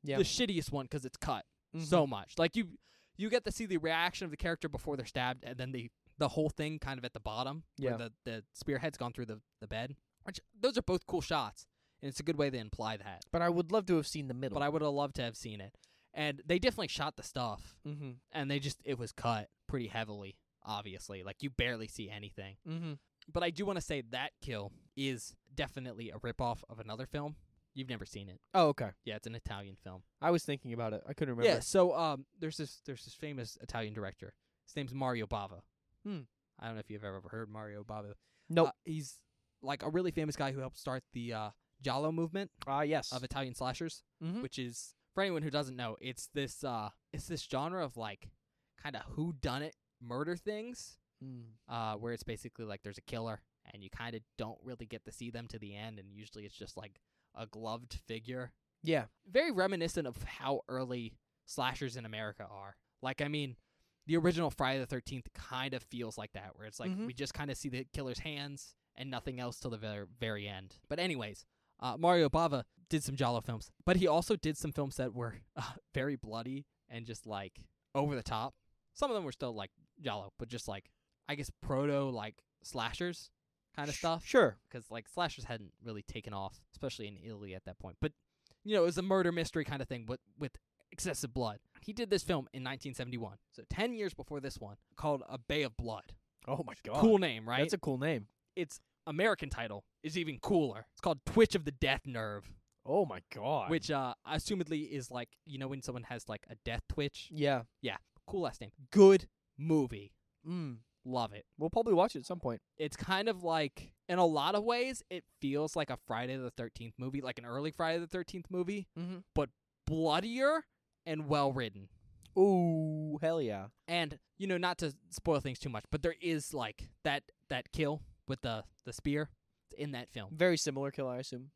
Yeah. the shittiest one 'cause it's cut Mm-hmm. so much. Like you you get to see the reaction of the character before they're stabbed and then the the whole thing kind of at the bottom Yeah. where the the spearhead's gone through the the bed. Which those are both cool shots and it's a good way to imply that. but I would love to have seen the middle. But I would have loved to have seen it. And they definitely shot the stuff mm-hmm. and they just it was cut pretty heavily, obviously. Like you barely see anything. Mm-hmm. But I do want to say that kill is definitely a ripoff of another film. You've never seen it. Oh, okay. Yeah, it's an Italian film. I was thinking about it. I couldn't remember. Yeah, so um there's this there's this famous Italian director. His name's Mario Bava. Hmm. I don't know if you've ever heard Mario Bava. Nope. Uh, he's like a really famous guy who helped start the uh Giallo movement Ah, yes. of Italian slashers, Mhm. which is for anyone who doesn't know, it's this uh it's this genre of like kind of who done it murder things. Mm. uh, where it's basically like there's a killer and you kind of don't really get to see them to the end, and usually it's just like a gloved figure. Yeah. Very reminiscent of how early slashers in America are. Like, I mean, the original Friday the 13th kind of feels like that, where it's like Mhm. we just kind of see the killer's hands and nothing else till the very, very end. But, anyways, uh, Mario Bava did some Jalo films, but he also did some films that were uh, very bloody and just like over the top. Some of them were still like Jalo, but just like I guess proto like slashers kind of Sh- stuff Sure. because like slashers hadn't really taken off, especially in Italy at that point. But you know, it was a murder mystery kind of thing with with excessive blood. He did this film in 1971, so 10 years before this one, called A Bay of Blood. Oh my god. Cool name, right? That's a cool name. its American title is even cooler. It's called Twitch of the Death Nerve, Oh my god. which uh assumedly is like you know when someone has like a death twitch. Yeah. Cool last name. Good movie. Mm. Love it. We'll probably watch it at some point. it's kind of like in a lot of ways it feels like a friday the 13th movie like an early friday the 13th movie Mm-hmm. bloodier and well written Ooh, hell yeah. and you know not to spoil things too much but there is like that that kill with the the spear It's in that film Very similar kill, I assume.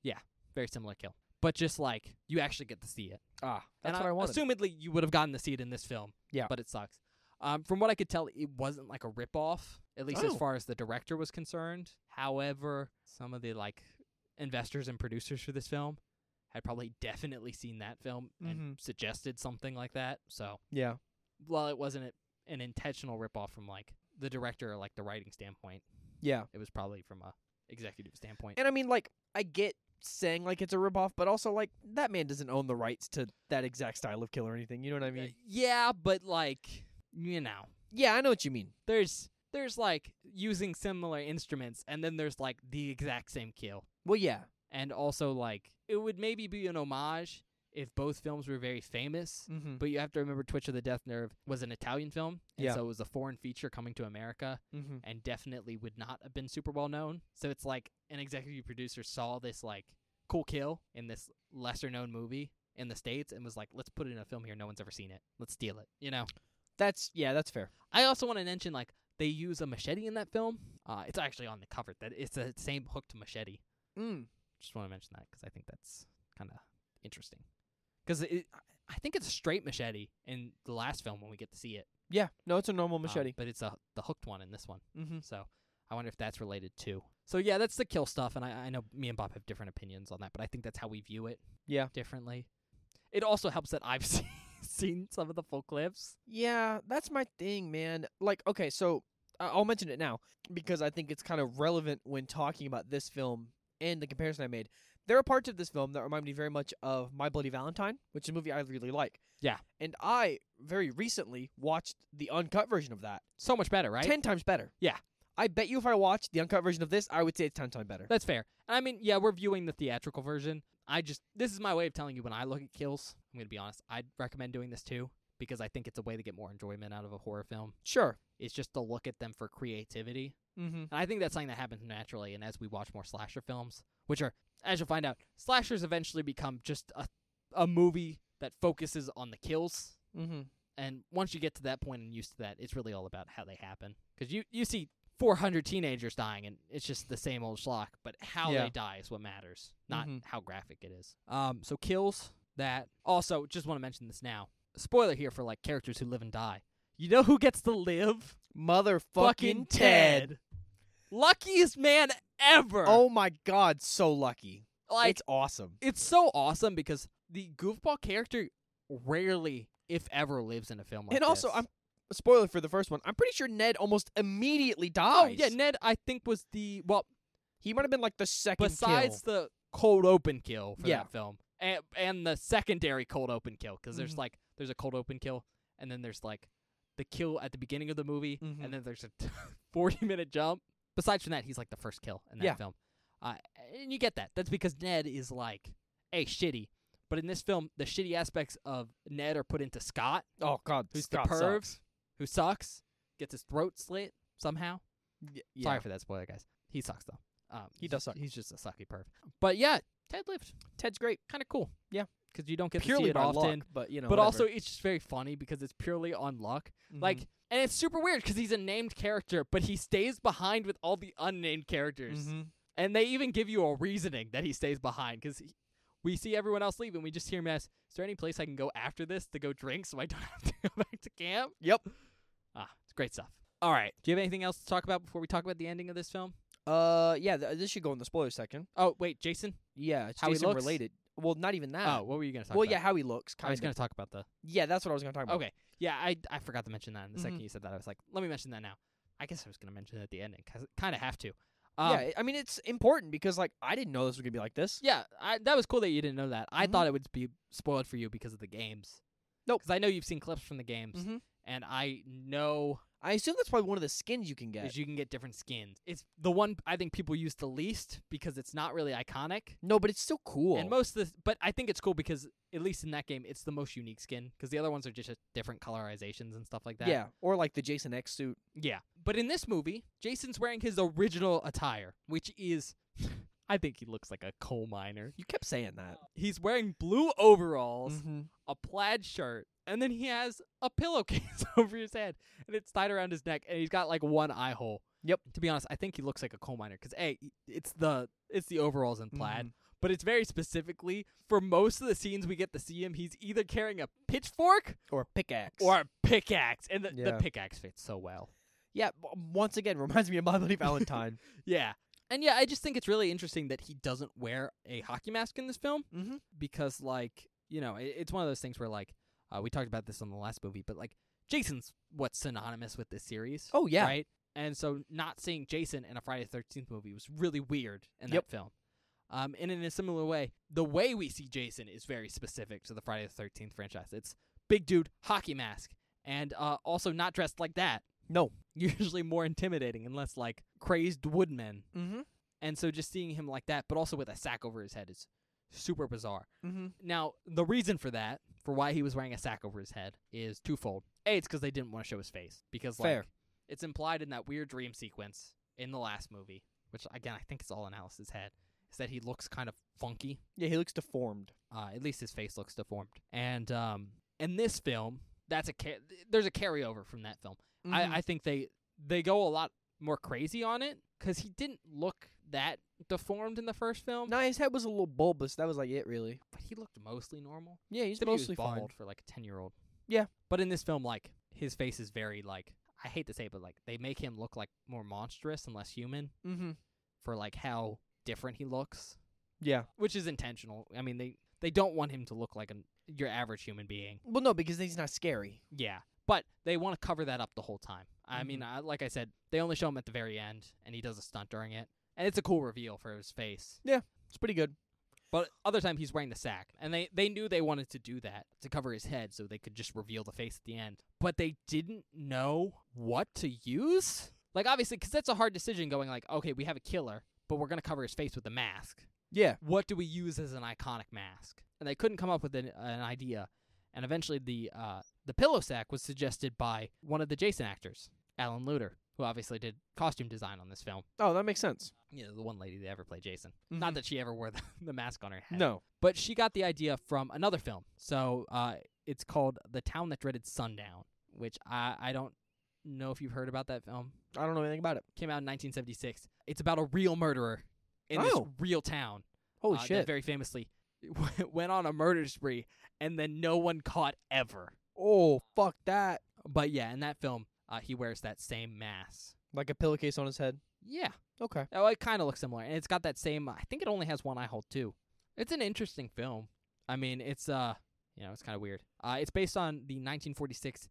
very similar kill but just like you actually get to see it Ah, that's and what I, wanted. assumedly you would have gotten to see it in this film Yeah. but it sucks um, from what i could tell it wasn't like a ripoff at least as Oh. far as the director was concerned however some of the like investors and producers for this film had probably definitely seen that film and Mhm. suggested something like that so yeah. while it wasn't a- an intentional ripoff from like the director or like the writing standpoint Yeah. it was probably from a executive standpoint And I mean, like, I get saying like it's a ripoff, but also like that man doesn't own the rights to that exact style of kill or anything. You know what I mean? Uh, yeah but like you know Uh, Yeah, I know what you mean. there's there's like using similar instruments and then there's like the exact same kill Well, yeah. and also like it would maybe be an homage if both films were very famous Mm-hmm. but you have to remember twitch of the death nerve was an italian film and Yeah. so it was a foreign feature coming to america mm-hmm. and definitely would not have been super well known so it's like an executive producer saw this like cool kill in this lesser known movie in the states and was like let's put it in a film here no one's ever seen it let's steal it you know That's yeah, that's fair. I also want to mention like they use a machete in that film. Uh, it's actually on the cover. That it's the same hooked machete. Mm. Just want to mention that 'cause I think that's kind of interesting. 'Cause it, I think it's a straight machete in the last film when we get to see it. Yeah, no, it's a normal Um, machete. but it's a the hooked one in this one. mm-hmm. So I wonder if that's related too. So yeah, that's the kill stuff, and I, I know me and Bob have different opinions on that, but I think that's how we view it. Yeah. differently. It also helps that I've seen seen some of the full clips. Yeah, that's my thing, man. Like, okay, so I- I'll mention it now because I think it's kind of relevant when talking about this film and the comparison I made. There are parts of this film that remind me very much of My Bloody Valentine, which is a movie I really like. Yeah. And I very recently watched the uncut version of that. So much better, right? 10 times better. Yeah. I bet you if I watched the uncut version of this, I would say it's 10 times better. That's fair. And I mean, yeah, we're viewing the theatrical version. I just this is my way of telling you when I look at kills. I'm gonna be honest. I'd recommend doing this too because I think it's a way to get more enjoyment out of a horror film. Sure. It's just to look at them for creativity, Mm-hmm. and I think that's something that happens naturally. And as we watch more slasher films, which are as you'll find out, slashers eventually become just a a movie that focuses on the kills. Mm-hmm. And once you get to that point and used to that, it's really all about how they happen. Because you you see 400 teenagers dying, and it's just the same old schlock. But how Yeah. they die is what matters, not Mhm. how graphic it is. Mm-hmm. Um, so kills that. Also, just want to mention this now. Spoiler here for like characters who live and die. You know who gets to live? Motherfucking Ted. luckiest man ever. Oh my god, so lucky. like it's awesome. it's so awesome because the goofball character rarely, if ever, lives in a film like and also, this. I'm spoiler for the first one. I'm pretty sure Ned almost immediately oh dies. yeah, Ned I think was the well he might have been like the second. besides the cold open kill for Yeah. that film and, and the secondary cold open kill because there's Mhm. like there's a cold open kill and then there's like the kill at the beginning of the movie Mhm. and then there's a 40 minute jump. Besides from that, he's like the first kill in that Yeah. film, uh, and you get that. That's because Ned is like a shitty. But in this film, the shitty aspects of Ned are put into Scott, kill. Oh god, who's Scott the perv, sucks. who sucks, gets his throat slit somehow. Y- Sorry yeah. for that spoiler, guys. He sucks though. Um, He does suck. He's just a sucky perv. But yeah, Ted lived. Ted's great. Kind of cool. Yeah. because you don't get to Purely see it by often. luck, but you know. Mm-hmm. but also, it's just very funny because it's purely on luck. Like, and it's super weird because he's a named character, but he stays behind with all the unnamed characters, Mm-hmm. and they even give you a reasoning that he stays behind because. We see everyone else leave, and we just hear him ask, "Is there any place I can go after this to go drink, so I don't have to go back to camp?" Yep. Ah, it's great stuff. All right, do you have anything else to talk about before we talk about the ending of this film? uh, yeah, th- this should go in the spoiler section. Oh wait, Jason. Yeah, it's How he Jason looks? related. Well, not even that. oh, what were you gonna talk well, about? yeah, how he looks. I Kind was of. gonna talk about the. Yeah, that's what I was gonna talk about. Okay, yeah, I I forgot to mention that. And the second Mhm. you said that, I was like, let me mention that now. I guess I was gonna mention it at the ending, cause kind of have to. Um, Yeah, I mean it's important because like I didn't know this was gonna be like this. yeah, I, that was cool that you didn't know that. I Mhm. thought it would be spoiled for you because of the games. Nope. Because I know you've seen clips from the games, Mhm. and I know I assume that's probably one of the skins you can get. is you can get different skins. It's the one I think people use the least because it's not really iconic. no, but it's still cool. And most of the, but I think it's cool because at least in that game, it's the most unique skin because the other ones are just uh, different colorizations and stuff like that. yeah, or like the Jason X suit. yeah. But in this movie, Jason's wearing his original attire, which is, I think he looks like a coal miner. You kept saying that. He's wearing blue overalls, Mm-hmm. a plaid shirt, and then he has a pillowcase over his head, and it's tied around his neck, and he's got like one eye hole. Yep. To be honest, I think he looks like a coal miner because a, it's the it's the overalls and plaid Mm-hmm. but it's very specifically for most of the scenes we get to see him he's either carrying a pitchfork or pickaxe. or a pickaxe and the, the Yeah. pickaxe fits so well yeah, w- once again reminds me of My Bloody Valentine. yeah and yeah i just think it's really interesting that he doesn't wear a hockey mask in this film Mhm. because like you know it, it's one of those things where like uh, we talked about this on the last movie but like jason's what's synonymous with this series oh yeah, right? And so not seeing Jason in a Friday the Thirteenth movie was really weird in Yep. that film. Um, and in a similar way, the way we see Jason is very specific to the Friday the Thirteenth franchise. It's big dude, hockey mask, and uh, also not dressed like that. No. usually more intimidating and less like crazed woodman. Mm-hmm. And so just seeing him like that, but also with a sack over his head, is super bizarre. Mm-hmm. Now, the reason for that, for why he was wearing a sack over his head, is twofold. A, it's because they didn't want to show his face because like Fair. it's implied in that weird dream sequence in the last movie, which again I think is all in Alice's head, is that he looks kind of funky. Yeah, he looks deformed. Uh, at least his face looks deformed. And um, in this film, that's a ca- there's a carryover from that film. Mm-hmm. I, I think they they go a lot more crazy on it because he didn't look that deformed in the first film, no, his head was a little bulbous. That was like it, really. but he looked mostly normal. Yeah, he's Except he was mostly bald bald. for like a ten year old. Yeah. but in this film, like his face is very like I hate to say, it, but like they make him look like more monstrous and less human Mm-hmm. for like how different he looks, Yeah. which is intentional. I mean, they they don't want him to look like an your average human being. Well, no, because he's not scary. Yeah, but they want to cover that up the whole time. I Mhm. mean, I, like I said, they only show him at the very end, and he does a stunt during it, and it's a cool reveal for his face. It's pretty good. But other time he's wearing the sack, and they they knew they wanted to do that to cover his head so they could just reveal the face at the end. But they didn't know what to use. Like obviously, because that's a hard decision. Going like, okay, we have a killer, but we're gonna cover his face with a mask. Yeah. What do we use as an iconic mask? And they couldn't come up with an, an idea. And eventually, the uh, the pillow sack was suggested by one of the Jason actors, Alan Luter, who obviously did costume design on this film. Oh, that makes sense. You know, the one lady that ever played Jason. Not that she ever wore the, the mask on her head Mm-hmm. No. but she got the idea from another film. So uh, it's called The Town That Dreaded Sundown, which I, I don't know if you've heard about that film. I don't know anything about it. Came out in 1976. It's about a real murderer in this Oh. real town. Holy uh, that shit! very famously went on a murder spree and then no one caught ever. oh fuck that! But yeah, in that film, uh, he wears that same mask. Like a pillowcase on his head. Yeah. Okay. Oh, it kind of looks similar, and it's got that same. I think it only has one eye hole too. It's an interesting film. I mean, it's uh, you know, it's kind of weird. Uh, it's based on the 1946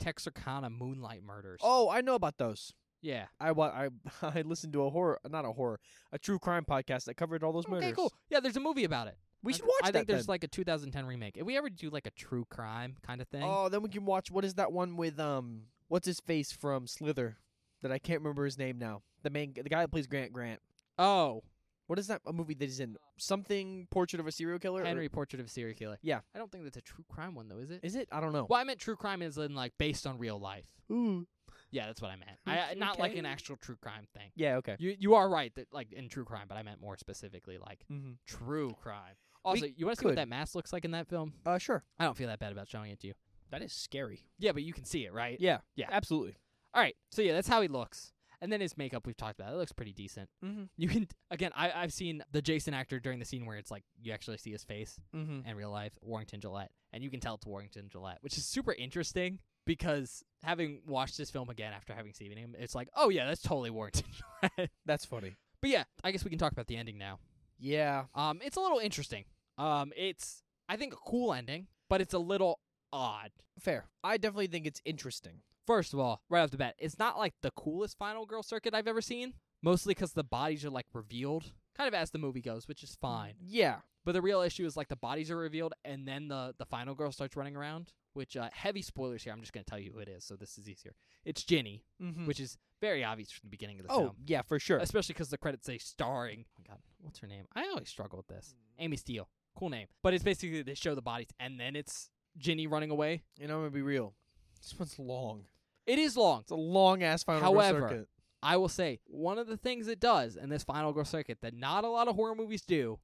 Texarkana Moonlight Murders. Oh, I know about those. yeah. I wa- I I listened to a horror, not a horror, a true crime podcast that covered all those murders. Okay, cool. Yeah, there's a movie about it. We I should th- watch I that. think there's then. like a 2010 remake. If we ever do like a true crime kind of thing, Oh, then we can watch. What is that one with um? What's his face from Slither? That I can't remember his name now. The main, the guy that plays Grant Grant. oh, What is that a movie that he's in? Something Portrait of a Serial Killer. or- Henry Portrait of a Serial Killer. Yeah. I don't think that's a true crime one though, is it? Is it? I don't know. well, I meant true crime is in like based on real life. Ooh. Yeah, that's what I meant. I, I- not like an Okay. actual true crime thing. Yeah. Okay. You you are right that like in true crime, but I meant more specifically like Mm-hmm. true crime. Also, you want to see could. what that mask looks like in that film? Uh, sure. I don't feel that bad about showing it to you. That is scary. Yeah, but you can see it, right? Yeah. Yeah. Absolutely. All right. So yeah, that's how he looks. And then his makeup we've talked about. It looks pretty decent. Mm-hmm. You can again, I I've seen the Jason actor during the scene where it's like you actually see his face Mm-hmm. in real life, Warrington Gillette, and you can tell it's Warrington Gillette, which is super interesting because having watched this film again after having seen him, it's like, oh yeah, that's totally Warrington Gillette. That's funny. but yeah, I guess we can talk about the ending now. Yeah. Um, it's a little interesting. Um, it's I think a cool ending, but it's a little odd. Fair. I definitely think it's interesting. First of all, right off the bat, it's not like the coolest Final Girl circuit I've ever seen. Mostly 'cause the bodies are like revealed, kind of as the movie goes, which is fine. Yeah. But the real issue is like the bodies are revealed, and then the the Final Girl starts running around. Which uh, heavy spoilers here. I'm just gonna tell you who it is, so this is easier. It's Ginny, Mm-hmm. which is very obvious from the beginning of the oh film, yeah, for sure. especially 'cause the credits say starring. Oh my God, what's her name? I always struggle with this. Hmm. Amy Steele. Cool name. But it's basically they show the bodies and then it's Ginny running away. and I'm gonna be real. This one's long. It is long. It's a long ass final Girl However, circuit. I will say, one of the things it does in this Final Girl circuit that not a lot of horror movies do,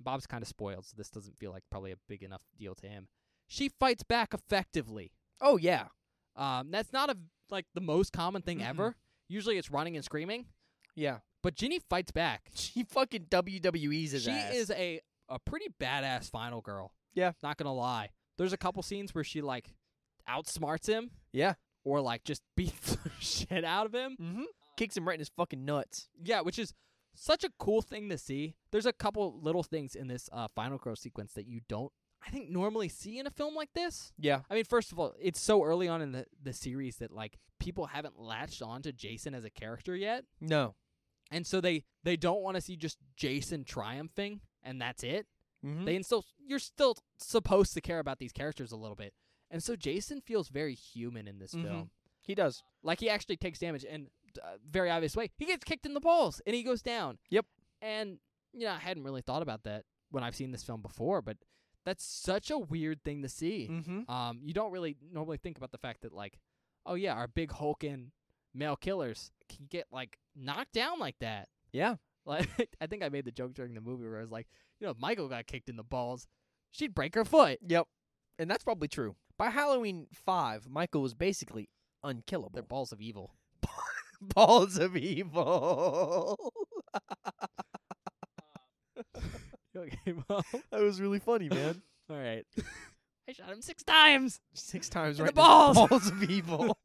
Bob's kind of spoiled, so this doesn't feel like probably a big enough deal to him. She fights back effectively. Oh yeah. Um, that's not a like the most common thing Mm-mm. ever. Usually it's running and screaming, Yeah. but Ginny fights back. She fucking WWE's his she ass. is a a pretty badass final girl. Yeah. Not gonna lie. There's a couple scenes where she like outsmarts him. Yeah. Or like just beats the shit out of him. Mm-hmm. Kicks him right in his fucking nuts. Yeah, which is such a cool thing to see. There's a couple little things in this uh, final girl sequence that you don't I think normally see in a film like this. Yeah. I mean, first of all, it's so early on in the, the series that like people haven't latched on to Jason as a character yet. No. And so they they don't want to see just Jason triumphing and that's it. Mm-hmm. They instill you're still supposed to care about these characters a little bit. And so Jason feels very human in this Mhm. film. he does. Like he actually takes damage and uh, very obvious way. He gets kicked in the balls and he goes down. Yep. And you know, I hadn't really thought about that when I've seen this film before, but that's such a weird thing to see. Mm-hmm. Um you don't really normally think about the fact that like oh yeah, our big hulking male killers can get like knocked down like that. Yeah. Like I think I made the joke during the movie where I was like, you know, if Michael got kicked in the balls, she'd break her foot. Yep. And that's probably true. By Halloween five, Michael was basically They're unkillable. balls of evil. Balls of evil. okay, well, that was really funny, man. all right. I shot him six times. Six times And right. the in balls! balls of evil.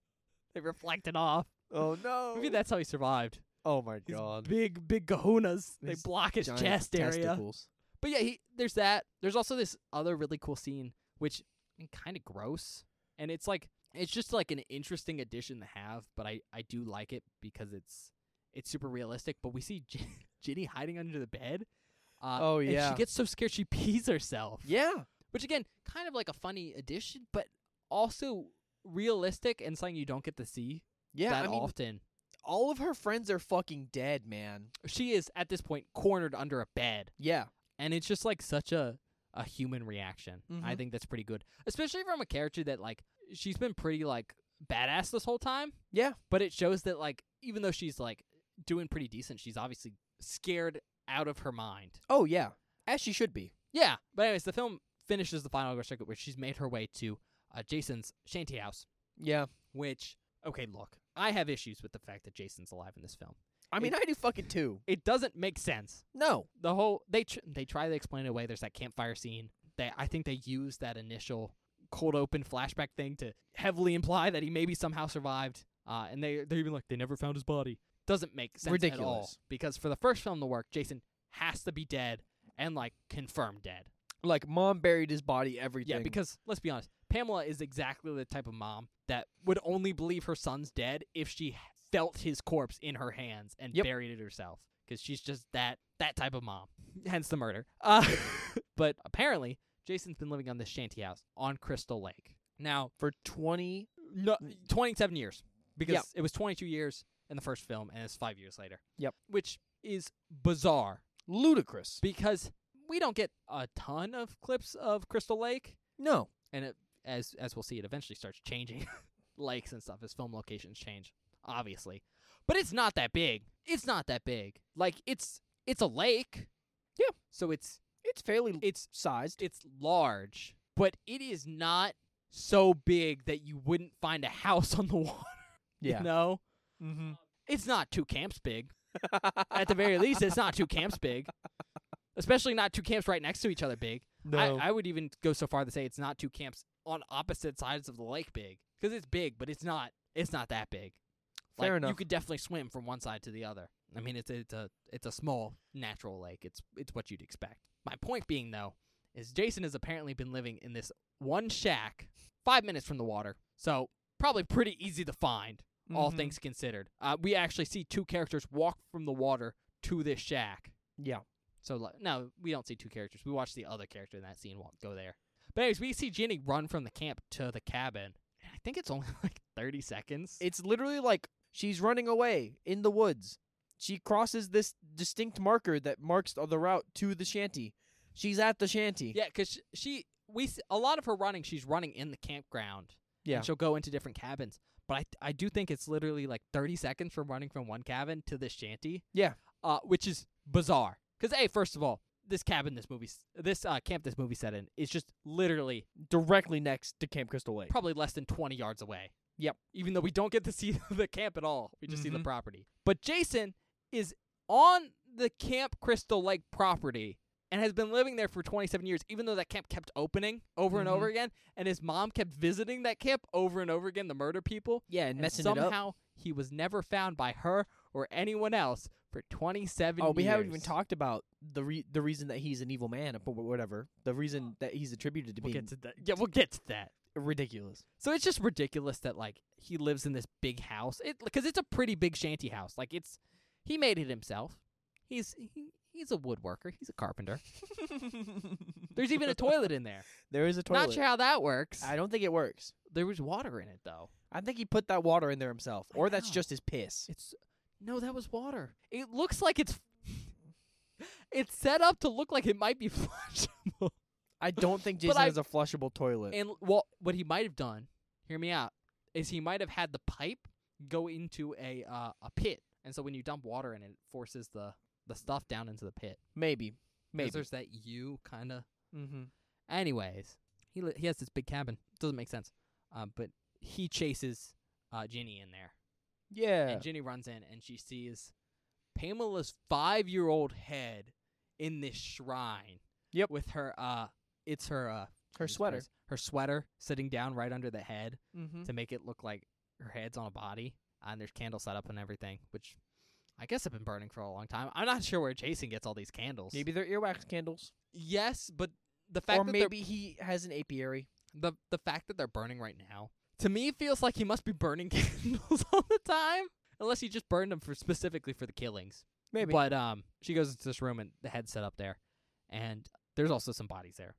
They reflected off. oh no. Maybe that's how he survived. Oh my His god. big, big kahunas. They His block his Giant chest area. testicles. But yeah, he, there's that. There's also this other really cool scene, which I mean, kind of gross, and it's like it's just like an interesting addition to have. But I I do like it because it's it's super realistic. But we see J- Ginny hiding under the bed. Uh, Oh, and yeah. she gets so scared she pees herself. Yeah. which again, kind of like a funny addition, but also realistic and something you don't get to see Yeah. that I mean, often. all of her friends are fucking dead, man. She is at this point cornered under a bed. Yeah. and it's just like such a a human reaction. I Mhm. think that's pretty good, especially from a character that like she's been pretty like badass this whole time. Yeah. but it shows that like even though she's like doing pretty decent, she's obviously scared out of her mind. Oh yeah. As she should be. Yeah, but anyways, the film finishes the final girl circuit where she's made her way to uh, Jason's shanty house, Yeah. which Okay, look, I have issues with the fact that Jason's alive in this film. I mean, I do fucking too. It doesn't make sense. No. The whole they tr- they try to explain it away. There's that campfire scene. They I think they use that initial cold open flashback thing to heavily imply that he maybe somehow survived. Uh, and they they're even like they never found his body. Doesn't make sense at all Ridiculous. because for the first film to work, Jason has to be dead and like confirmed dead. Like mom buried his body. Everything. Yeah, because let's be honest, Pamela is exactly the type of mom that would only believe her son's dead if she felt his corpse in her hands and Yep. buried it herself, because she's just that that type of mom. Hence the murder. Uh, but apparently, Jason's been living on this shanty house on Crystal Lake now, for twenty. no, twenty-seven years because Yep. it was twenty-two years in the first film, and it's five years later. Yep. which is bizarre Ludicrous. because we don't get a ton of clips of Crystal Lake No. and it as as we'll see, it eventually starts changing lakes and stuff as film locations change, obviously. But it's not that big. It's not that big. Like it's it's a lake. Yeah. So it's It's fairly it's sized. it's large, but it is not so big that you wouldn't find a house on the water. Yeah. You know? Mm-hmm. It's not two camps big. At the very least, it's not two camps big. Especially not two camps right next to each other big. I, I would even go so far to say it's not two camps on opposite sides of the lake big because it's big, but it's not it's not that big. Fair like, You enough. could definitely swim from one side to the other. I mean, it's it's a it's a small natural lake. It's it's what you'd expect. My point being though is Jason has apparently been living in this one shack five minutes from the water, so probably pretty easy to find. All Mhm. things considered, uh, we actually see two characters walk from the water to this shack. Yeah. So like, no, we don't see two characters. We watch the other character in that scene walk go there. But anyways, we see Ginny run from the camp to the cabin. And I think it's only like thirty seconds. It's literally like she's running away in the woods. She crosses this distinct marker that marks the route to the shanty. She's at the shanty. yeah, because she we s- a lot of her running. She's running in the campground. Yeah. and she'll go into different cabins. But I I do think it's literally like thirty seconds from running from one cabin to this shanty. Yeah. uh, which is bizarre. Because hey, first of all, this cabin, this movie, s- this uh, camp, this movie set in is just literally Directly next to Camp Crystal Lake. probably less than 20 yards away. Yep. Even though we don't get to see the camp at all, we just see the Mhm. property. But Jason is on the Camp Crystal Lake property and has been living there for 27 years, even though that camp kept opening over and Mm-hmm. over again. And his mom kept visiting that camp over and over again, the murder people. yeah, and And messing it up. somehow he was never found by her or anyone else for 27 Oh, we haven't years. even talked about the re- the reason that he's an evil man, but wh- whatever. The reason that he's attributed to We'll being get to that. Yeah, we'll get to that. ridiculous. So it's just ridiculous that like he lives in this big house. It because it's a pretty big shanty house. Like it's he made it himself. He's he, he's a woodworker. He's a carpenter. There's even a toilet in there. There is a toilet. Not sure how that works. I don't think it works. there was water in it though. I think he put that water in there himself, I or that's know. just his piss. It's no, that was water. It looks like it's it's set up to look like it might be flushable. I don't think But Jason I- has a flushable toilet. And well, what he might have done, hear me out, is he might have had the pipe go into a uh, a pit, and so when you dump water in it, it forces the the stuff down into the pit. 'Cause maybe, maybe. there's that U kind of. Mm-hmm. Anyways, he li- he has this big cabin. Doesn't make sense, uh, but he chases uh, Ginny in there, Yeah. and Ginny runs in, and she sees Pamela's five year old head in this shrine. Yep. With her uh, it's her uh, Her Jesus sweater. Christ, her sweater sitting down right under the head Mm-hmm. to make it look like her head's on a body. And there's candles set up and everything, which I guess have been burning for a long time. I'm not sure where Jason gets all these candles. Maybe they're earwax candles, yes, but the fact or that maybe he has an apiary. they're, the the fact that they're burning right now to me feels like he must be burning candles all the time, unless he just burned them for specifically for the killings. Maybe. But um, she goes into this room and the head's set up there, and there's also some bodies there.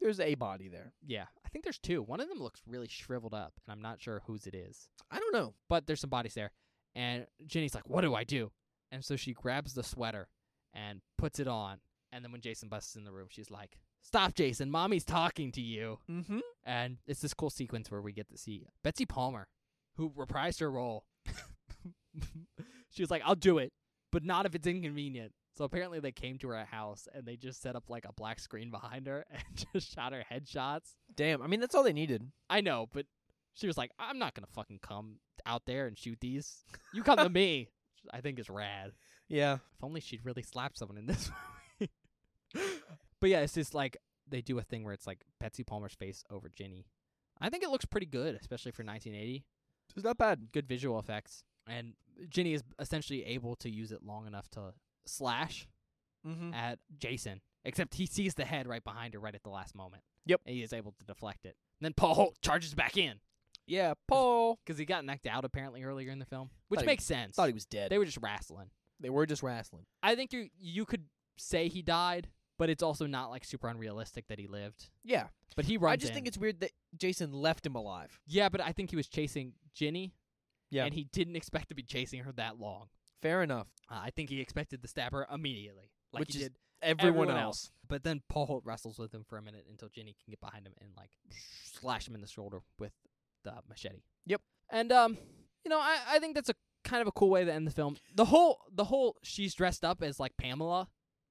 There's a body there. Yeah, I think there's two. One of them looks really shriveled up, and I'm not sure whose it is. I don't know. but there's some bodies there. And Ginny's like, "What do I do?" And so she grabs the sweater and puts it on. And then when Jason busts in the room, she's like, "Stop, Jason! Mommy's talking to you." Mm-hmm. And it's this cool sequence where we get to see Betsy Palmer, who reprised her role. she was like, "I'll do it, but not if it's inconvenient." So apparently they came to her house and they just set up like a black screen behind her and just shot her headshots. Damn. I mean, that's all they needed. I know, but She was like, I'm not gonna fucking come out there and shoot these. You come to me. which I think is rad. Yeah. If only she'd really slapped someone in this movie. but yeah, it's just like they do a thing where it's like Betsy Palmer's face over Ginny. I think it looks pretty good, especially for 1980 It's not bad. good visual effects. And Ginny is essentially able to use it long enough to slash Mm-hmm. at Jason, except he sees the head right behind her right at the last moment. Yep. And he is able to deflect it. And then Paul Holt charges back in Yeah, Paul. because he got knocked out apparently earlier in the film, which Thought he- makes sense. Thought he was dead. they were just wrestling. They were just wrestling. I think you you could say he died, but it's also not like super unrealistic that he lived. Yeah. But he runs. I just in. think it's weird that Jason left him alive. yeah, but I think he was chasing Ginny. Yeah. And he didn't expect to be chasing her that long. Fair enough. Uh, I think he expected to stab her immediately, like Which he is did Everyone, else. But then Paul Holt wrestles with him for a minute until Ginny can get behind him and like slash him in the shoulder with the machete. Yep. And um, you know, I, I think that's a kind of a cool way to end the film. The whole the whole she's dressed up as like Pamela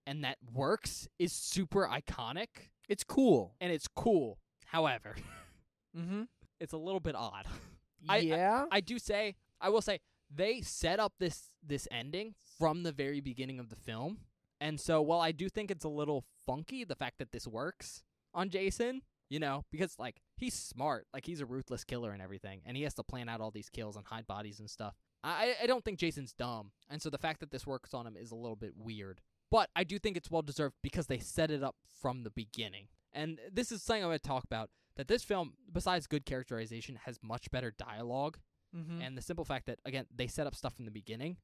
and that works is super iconic It's cool. and it's cool. However, Mm-hmm. it's a little bit odd. I- I- Yeah. I do say I will say they set up this this ending from the very beginning of the film. And so while I do think it's a little funky the fact that this works on Jason, you know, because like he's smart, like he's a ruthless killer and everything, and he has to plan out all these kills and hide bodies and stuff. I I I don't think Jason's dumb. And so the fact that this works on him is a little bit weird. But I do think it's well deserved because they set it up from the beginning. And this is something I'm going to talk about that this film, besides good characterization, has much better dialogue mm-hmm. and the simple fact that again they set up stuff from the beginning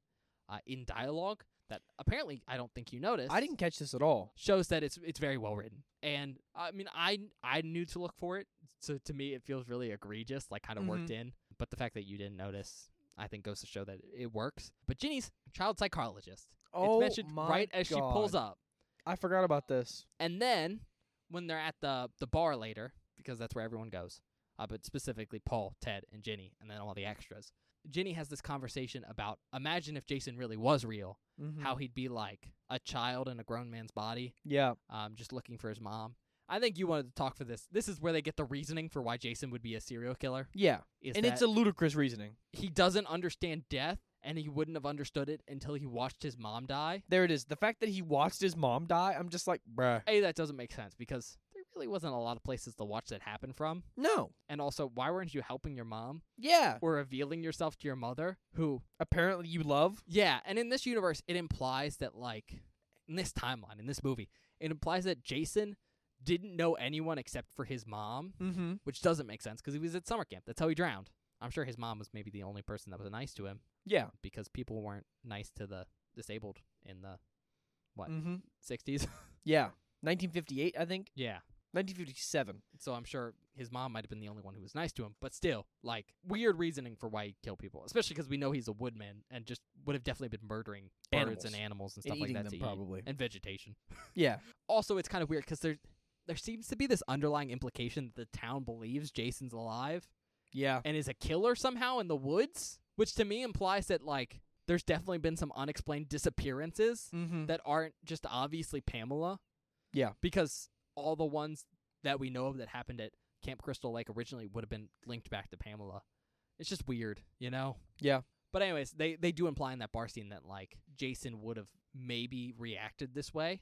uh, in dialogue that apparently I don't think you noticed. I didn't catch this at all. shows that it's it's very well written, and I mean I I knew to look for it, so to me it feels really egregious, like kind of Mm-hmm. worked in. But the fact that you didn't notice, I think goes to show that it works. But Ginny's child psychologist. Oh it's mentioned my right as she pulls God. up, I forgot about this. and then when they're at the the bar later, because that's where everyone goes, uh, but specifically Paul, Ted, and Ginny, and then all the extras. Ginny has this conversation about imagine if Jason really was real, Mm-hmm. how he'd be like a child in a grown man's body, Yeah. um, just looking for his mom. I think you wanted to talk for this. This is where they get the reasoning for why Jason would be a serial killer. Yeah. Is and it's a ludicrous reasoning. he doesn't understand death, and he wouldn't have understood it until he watched his mom die. There it is. The fact that he watched his mom die, I'm just like, bruh. A, that doesn't make sense because there really wasn't a lot of places to watch that happen from. No. And also, why weren't you helping your mom Yeah. or revealing yourself to your mother? Who, Apparently you love. yeah, and in this universe, it implies that, like, in this timeline, in this movie, it implies that Jason didn't know anyone except for his mom, Mm-hmm. which doesn't make sense because he was at summer camp. That's how he drowned. I'm sure his mom was maybe the only person that was nice to him Yeah. because people weren't nice to the disabled in the What? Mm-hmm. 60s. Yeah. 1958, I think. yeah. 1957. So I'm sure his mom might have been the only one who was nice to him, but still, like weird reasoning for why he killed people, especially because we know he's a woodman and just would have definitely been murdering birds and animals and stuff and like eating that them to eat, probably. and vegetation. Yeah. Also, it's kind of weird because there there seems to be this underlying implication that the town believes Jason's alive Yeah. and is a killer somehow in the woods, which to me implies that like there's definitely been some unexplained disappearances Mm-hmm. that aren't just obviously Pamela. Yeah. Because all the ones that we know of that happened at Camp Crystal Lake originally would have been linked back to Pamela. It's just weird, you know? Yeah. But anyways, they they do imply in that bar scene that like Jason would have maybe reacted this way.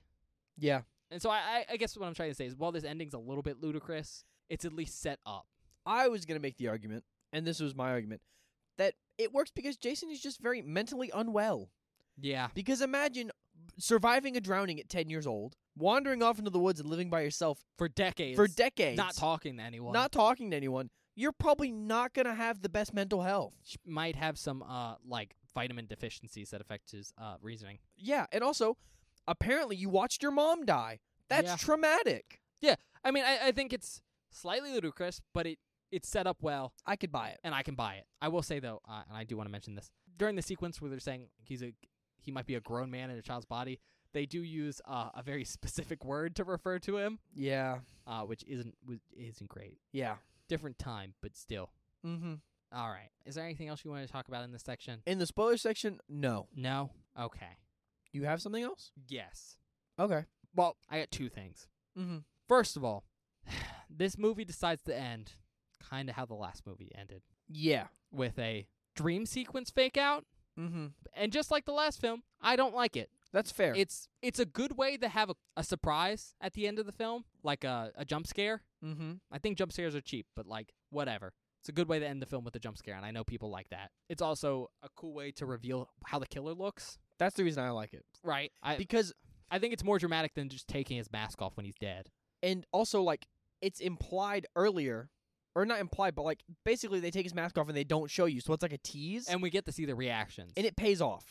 yeah. And so I, I, I guess what I'm trying to say is while this ending's a little bit ludicrous, it's at least set up. I was gonna make the argument, and this was my argument, that it works because Jason is just very mentally unwell. Yeah. Because imagine surviving a drowning at 10 years old, wandering off into the woods and living by yourself For decades. for decades, Not talking to anyone. not talking to anyone. You're probably not gonna have the best mental health. She might have some uh like vitamin deficiencies that affect his uh reasoning. Yeah, and also, apparently you watched your mom die. That's Yeah. traumatic. I mean, I, I think it's slightly ludicrous, but it it's set up well, I could buy it. and I can buy it. I will say though, uh, and I do want to mention this during the sequence where they're saying he's a he might be a grown man in a child's body. They do use uh, a very specific word to refer to him, Yeah. uh, which isn't was, isn't great. Yeah. Different time, but still. Mm-hmm. All right. Is there anything else you want to talk about in this section? In the spoiler section, no. No. Okay. You have something else? Yes. Okay. Well, I got two things. Mm-hmm. First of all, this movie decides to end kind of how the last movie ended Yeah. with a dream sequence fake out. Mm-hmm. And just like the last film, I don't like it. That's fair. It's it's a good way to have a, a surprise at the end of the film, like a, a jump scare. mm-hmm. I think jump scares are cheap, but like whatever. It's a good way to end the film with a jump scare, and I know people like that. It's also a cool way to reveal how the killer looks. That's the reason I like it Right. I because I think it's more dramatic than just taking his mask off when he's dead. and also like it's implied earlier or not implied but like basically they take his mask off and they don't show you so it's like a tease and, And we get to see the reactions. it pays off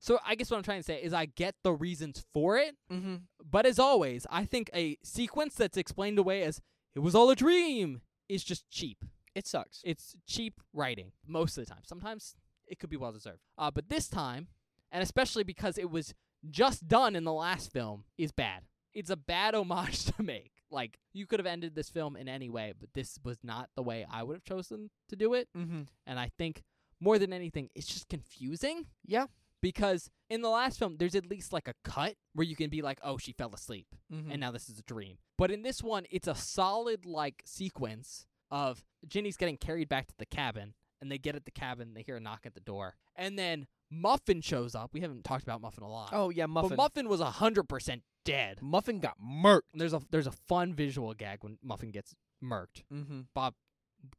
so I guess what I'm trying to say is I get the reasons for it, mm-hmm. but as always, I think a sequence that's explained away as it was all a dream is just cheap. it sucks It's cheap writing most of the time. Sometimes it could be well deserved. Uh, but this time, and especially because it was just done in the last film, is bad. It's a bad homage to make. Like you could have ended this film in any way, but this was not the way I would have chosen to do it. mm-hmm. And I think more than anything, it's just confusing yeah because in the last film, there's at least like a cut where you can be like, "Oh, she fell asleep." mm-hmm. and now this is a dream. But in this one, it's a solid like sequence of Ginny's getting carried back to the cabin, and they get at the cabin, they hear a knock at the door, and then Muffin shows up. We haven't talked about Muffin a lot. oh yeah muffin but Muffin was hundred percent dead. muffin got murked And there's a there's a fun visual gag when Muffin gets murked. mm-hmm. Bob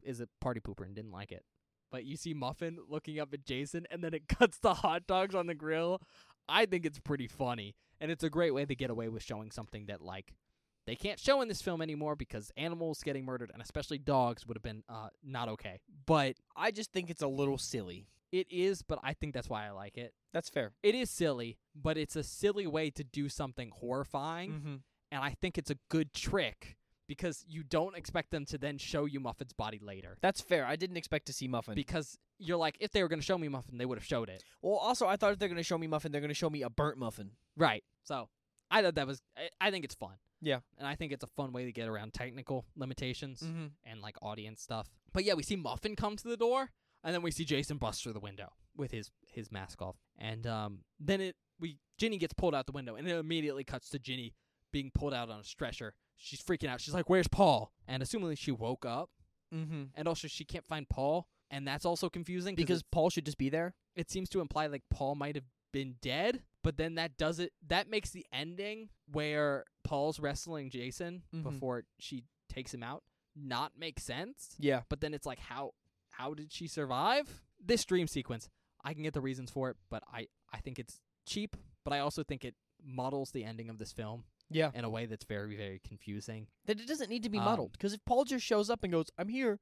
is a party pooper and didn't like it. But you see Muffin looking up at Jason, and then it cuts the hot dogs on the grill. I think it's pretty funny, and it's a great way to get away with showing something that like they can't show in this film anymore because animals getting murdered, and especially dogs, would have been uh, not okay. But i just think it's a little silly it is, but I think that's why I like it. that's fair It is silly, but it's a silly way to do something horrifying mm-hmm. and I think it's a good trick because you don't expect them to then show you Muffin's body later. that's fair i didn't expect to see muffin Because you're like, if they were going to show me Muffin, they would have showed it. well also i thought if they're going to show me muffin they're going to show me a burnt muffin Right. So I thought that was, I, I think it's fun. Yeah. And I think it's a fun way to get around technical limitations mm-hmm. and like audience stuff. But yeah, we see Muffin come to the door and then we see Jason bust through the window with his, his mask off. And um, then it, we, Ginny gets pulled out the window and it immediately cuts to Ginny being pulled out on a stretcher. She's freaking out. She's like, where's Paul? And assumingly she woke up Mm-hmm. and also she can't find Paul, and that's also confusing because it, paul should just be there it seems to imply like Paul might have been dead, but then that does it. That makes the ending where Paul's wrestling Jason Mhm. before she takes him out not make sense. yeah But then it's like how how did she survive this dream sequence? I can get the reasons for it, but I I think it's cheap, but I also think it models the ending of this film yeah in a way that's very very confusing. that it doesn't need to be Um, muddled because if paul just shows up and goes i'm here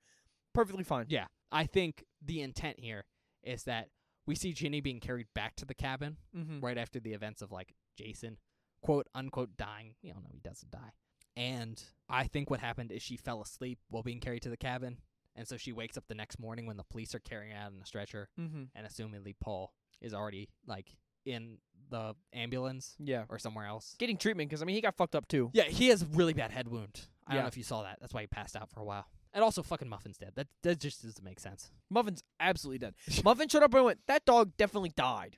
perfectly fine Yeah. I think the intent here is that we see Ginny being carried back to the cabin mm-hmm. right after the events of like Jason, quote unquote, dying. We all know he doesn't die. And I think what happened is she fell asleep while being carried to the cabin. And so she wakes up the next morning when the police are carrying her out in a stretcher. Mm-hmm. And assumingly, Paul is already like in the ambulance yeah or somewhere else. getting treatment because I mean he got fucked up too. Yeah, he has a really bad head wound. I don't Yeah. know if you saw that. That's why he passed out for a while. And also, fucking Muffin's dead. That, that just doesn't make sense. Muffin's absolutely dead. Muffin showed up and went, "That dog definitely died."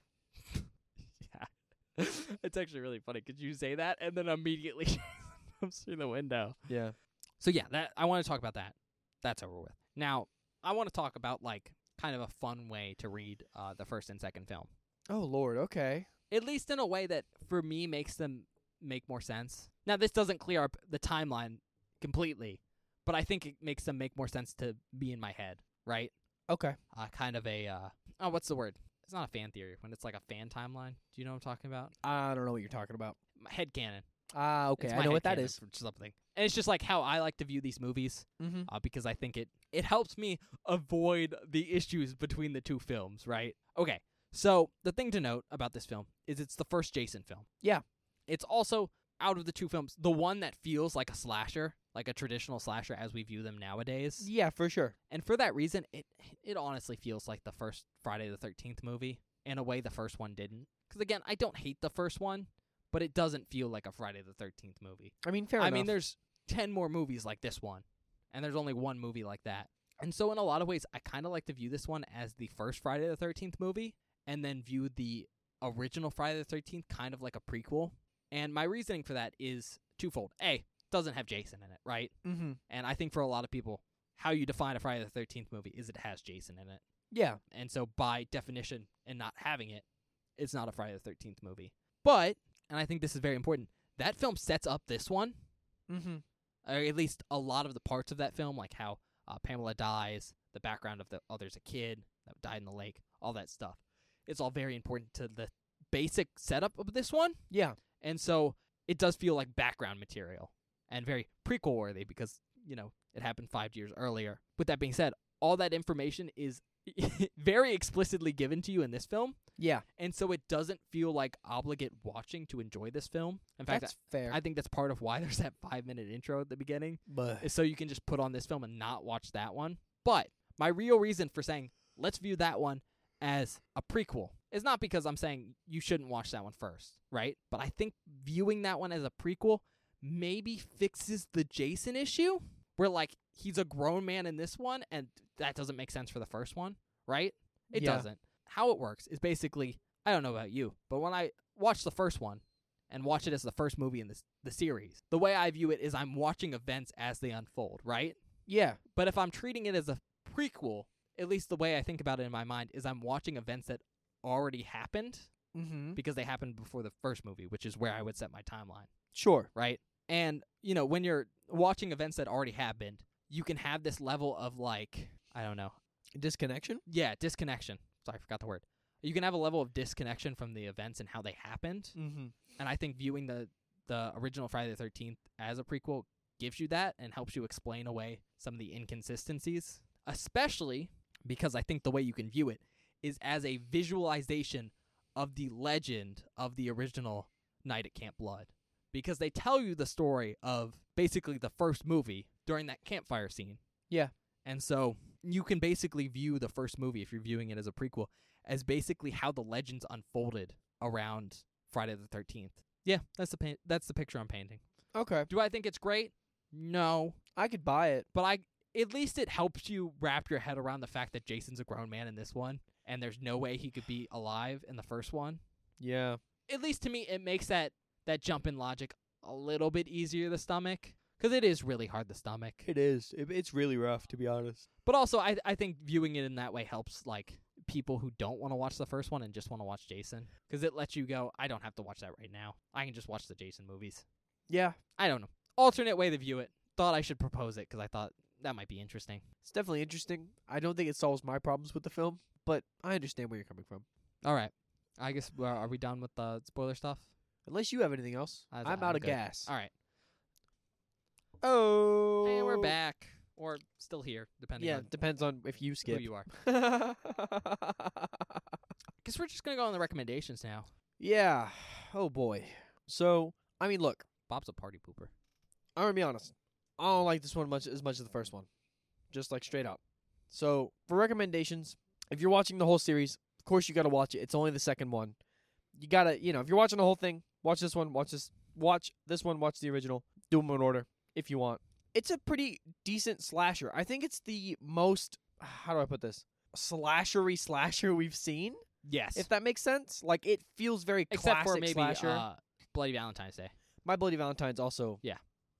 yeah. it's actually really funny. Could you say that? And then immediately comes through the window. Yeah. So yeah, that I want to talk about that. That's over with. Now, I want to talk about like kind of a fun way to read uh, the first and second film. Oh lord. Okay. At least in a way that for me makes them make more sense. Now, this doesn't clear up the timeline completely, but I think it makes them make more sense to be in my head, right? Okay. Uh, kind of a uh, oh, what's the word? It's not a fan theory when it's like a fan timeline. Do you know what I'm talking about? I don't know what you're talking about. My head canon. Ah, okay. It's I my know what that headcanon is. for Something. And it's just like how I like to view these movies Mm-hmm. uh, because I think it it helps me avoid the issues between the two films, right? Okay. So the thing to note about this film is it's the first Jason film. Yeah. It's also out of the two films, the one that feels like a slasher, like a traditional slasher as we view them nowadays. Yeah, for sure. And for that reason, it it honestly feels like the first Friday the 13th movie in a way the first one didn't. Cuz again, I don't hate the first one, but it doesn't feel like a Friday the 13th movie. I mean, fair I enough. mean, there's 10 more movies like this one, and there's only one movie like that. And so, in a lot of ways, I kind of like to view this one as the first Friday the 13th movie, and then view the original Friday the 13th kind of like a prequel. And my reasoning for that is twofold A, doesn't have Jason in it, right? Mm-hmm. And I think for a lot of people, how you define a Friday the Thirteenth movie is it has Jason in it, Yeah. and so by definition, and not having it, it's not a Friday the Thirteenth movie. But and I think this is very important. That film sets up this one, Mm-hmm. or at least a lot of the parts of that film, like how uh, Pamela dies, the background of the oh, there's a kid that died in the lake, all that stuff. It's all very important to the basic setup of this one. Yeah. And so it does feel like background material and very prequel worthy because, you know, it happened five years earlier. With that being said, all that information is very explicitly given to you in this film. Yeah. And so it doesn't feel like obligate watching to enjoy this film. In fact, That's fair. I think that's part of why there's that five minute intro at the beginning, but is so you can just put on this film and not watch that one. But my real reason for saying let's view that one as a prequel is not because I'm saying you shouldn't watch that one first, right? But I think viewing that one as a prequel maybe fixes the Jason issue where, like, he's a grown man in this one and that doesn't make sense for the first one, right? It Yeah. doesn't. How it works is basically I don't know about you, but when I watch the first one and watch it as the first movie in this the series, the way I view it is I'm watching events as they unfold, right? yeah. But if I'm treating it as a prequel, at least the way I think about it in my mind is I'm watching events that already happened Mm-hmm. because they happened before the first movie, which is where I would set my timeline, Sure. right? And, you know, when you're watching events that already happened, you can have this level of like, I don't know, Disconnection. yeah, disconnection. Sorry, I forgot the word. You can have a level of disconnection from the events and how they happened. Mm-hmm. And I think viewing the the original Friday the 13th as a prequel gives you that and helps you explain away some of the inconsistencies, especially because I think the way you can view it is as a visualization of the legend of the original Night at Camp Blood. Because they tell you the story of basically the first movie during that campfire scene. Yeah. And so you can basically view the first movie, if you're viewing it as a prequel, as basically how the legends unfolded around Friday the 13th. Yeah, that's the paint that's the picture I'm painting. Okay. Do I think it's great? No, I could buy it. but I at least it helps you wrap your head around the fact that Jason's a grown man in this one and there's no way he could be alive in the first one. Yeah. At least to me it makes that that jump in logic a little bit easier to stomach because it is really hard to stomach. It is. It, it's really rough, to be honest. But also I I think viewing it in that way helps like people who don't want to watch the first one and just want to watch Jason because it lets you go I don't have to watch that right now. I can just watch the Jason movies. Yeah. I don't know. Alternate way to view it. Thought I should propose it 'cause I thought that might be interesting. It's definitely interesting. I don't think it solves my problems with the film, but I understand where you're coming from. All right. I guess uh, are we done with the spoiler stuff? Unless you have anything else, I- I'm, I'm out of good. gas. All right. Oh. And we're back or still here depending Yeah, on depends on if you who skip. you are. yeah. Guess we're just going to go on the recommendations now. Oh boy. So I mean, look, Bob's a party pooper. I'm gonna be honest. I don't like this one much as much as the first one, just like straight up. So for recommendations, if you're watching the whole series, of course you gotta watch it. It's only the second one. You gotta, you know, if you're watching the whole thing, watch this one, watch this, watch this one, watch the original. Do them in order if you want. It's a pretty decent slasher. I think it's the most. How do I put this? Slashery slasher we've seen, Yes. if that makes sense. Like it feels very Except classic for maybe slasher. uh, Bloody Valentine's Day. My Bloody Valentine's also Yeah.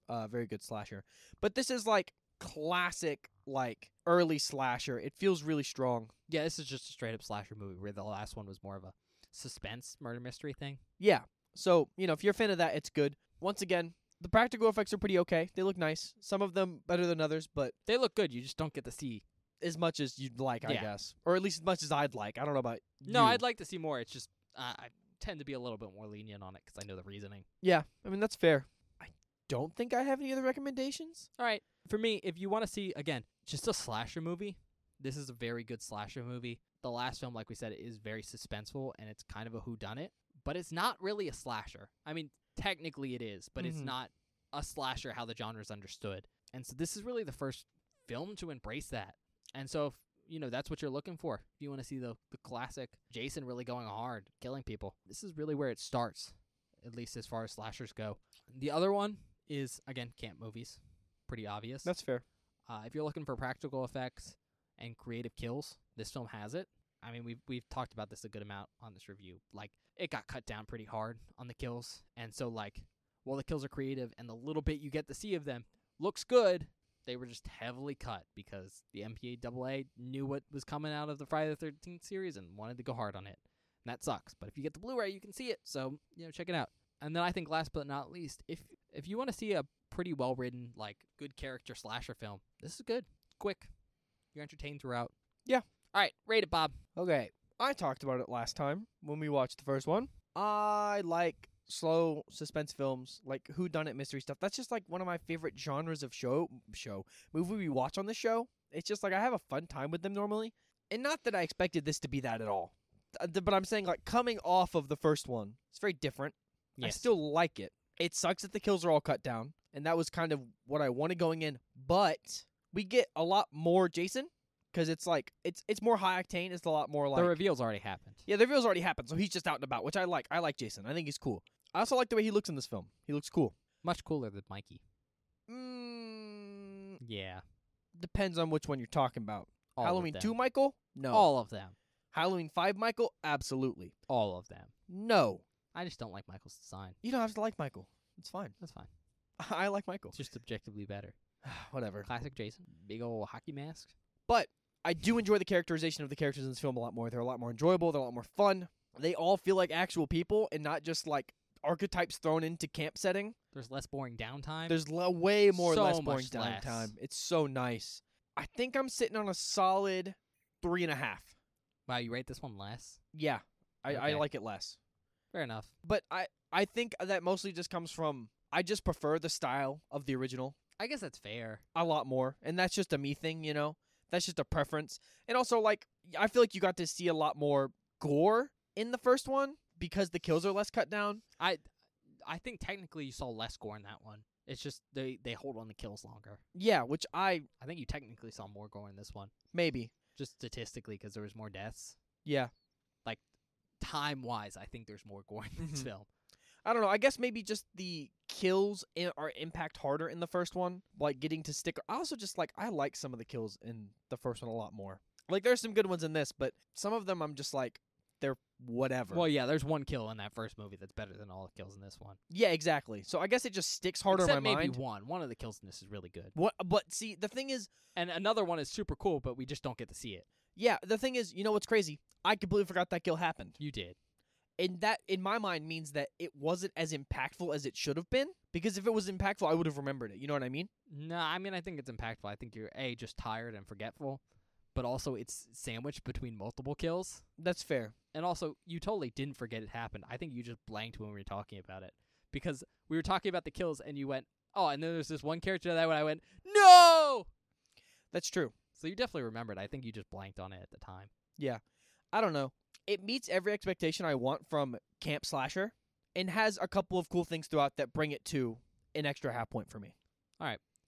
uh, very good slasher. But this is like classic like early slasher. It feels really strong. Yeah, this is just a straight up slasher movie where the last one was more of a suspense murder mystery thing. Yeah. So you know if you're a fan of that, it's good. Once again, the practical effects are pretty okay. They look nice. Some of them better than others, but They look good. You just don't get to see. as much as you'd like, I Yeah. guess, or at least as much as I'd like. I don't know about No, you. I'd like to see more. It's just uh, I tend to be a little bit more lenient on it 'cause I know the reasoning. yeah. I mean that's fair. I don't think I have any other recommendations. All right. For me, if you want to see again, just a slasher movie, this is a very good slasher movie. The last film, like we said, is very suspenseful and it's kind of a whodunit, but it's not really a slasher. I mean, technically it is, but it's Mhm. not a slasher how the genre is understood. And so this is really the first film to embrace that. And so if you know that's what you're looking for, if you want to see the the classic Jason really going hard, killing people, this is really where it starts, at least as far as slashers go. The other one is again camp movies, pretty obvious. That's fair. Uh, if you're looking for practical effects and creative kills, this film has it. I mean, we've we've talked about this a good amount on this review. Like, it got cut down pretty hard on the kills, and so like, while the kills are creative and the little bit you get to see of them looks good, They were just heavily cut because the MPAA knew what was coming out of the Friday the 13th series and wanted to go hard on it. And that sucks. But if you get the Blu-ray, you can see it. So, you know, check it out. And then I think last but not least, if if you want to see a pretty well-written like good character slasher film, this is good. Quick. You're entertained throughout. Yeah. All right, rate it, Bob. Okay, I talked about it last time when we watched the first one. I like slow suspense films, like who done it mystery stuff. That's just like one of my favorite genres of show show movie we watch on the show. It's just like I have a fun time with them normally, and not that I expected this to be that at all. Th- th- But I'm saying like coming off of the first one, it's very different. I Yes. still like it. It sucks that the kills are all cut down, and that was kind of what I wanted going in. But we get a lot more Jason because it's like it's it's more high octane. It's a lot more like the reveal's already happened. yeah, the reveal's already happened, so he's just out and about, which I like. I like Jason. I think he's cool. I also like the way he looks in this film. He looks cool. Much cooler than Mikey. Mm, Yeah. depends on which one you're talking about. All Halloween of them. 2, Michael? No. All of them. Halloween 5, Michael? Absolutely. All of them. No. I just don't like Michael's design. You don't have to like Michael. It's fine. That's fine. I like Michael. It's just objectively better. Whatever. Classic Jason, big old hockey mask. I do enjoy the characterization of the characters in this film a lot more. They're a lot more enjoyable. They're a lot more fun. They all feel like actual people and not just like archetypes thrown into camp setting. There's less boring downtime. There's le- way more So less boring much less. downtime. It's so nice. I think I'm sitting on a solid three and a half. wow, you rate this one less. Yeah, I, I Okay. like it less, Fair enough. but I I think that mostly just comes from I just prefer the style of the original I guess that's fair. a lot more, and that's just a me thing, you know. That's just a preference, and also like I feel like you got to see a lot more gore in the first one because the kills are less cut down. I I think technically you saw less gore in that one. It's just they they hold on the kills longer. Yeah, which I I think you technically saw more gore in this one, maybe just statistically because there was more deaths. yeah Time wise, I think there's more gore in this Mhm. film. I don't know. I guess maybe just the kills i- are impact harder in the first one, like getting to stick. I also just like I like some of the kills in the first one a lot more. Like there's some good ones in this, but some of them I'm just like they're whatever. Well, yeah, there's one kill in that first movie that's better than all the kills in this one. yeah, exactly. So I guess it just sticks harder Except in my maybe mind. one. One of the kills in this is really good, What? But see, the thing is, and another one is super cool, but we just don't get to see it. yeah, the thing is, you know what's crazy? I completely forgot that kill happened, You did. and that in my mind means that it wasn't as impactful as it should have been. Because if it was impactful, I would have remembered it. You know what I mean? No, I mean I think it's impactful. I think you're a just tired and forgetful, but also it's sandwiched between multiple kills, That's fair. and also you totally didn't forget it happened. I think you just blanked when we were talking about it because we were talking about the kills, and you went, "Oh," and then there's this one character that when I went, "No," That's true. so you definitely remembered. I think you just blanked on it at the time. I don't know. It meets every expectation I want from Camp Slasher and has a couple of cool things throughout that bring it to an extra half point for me.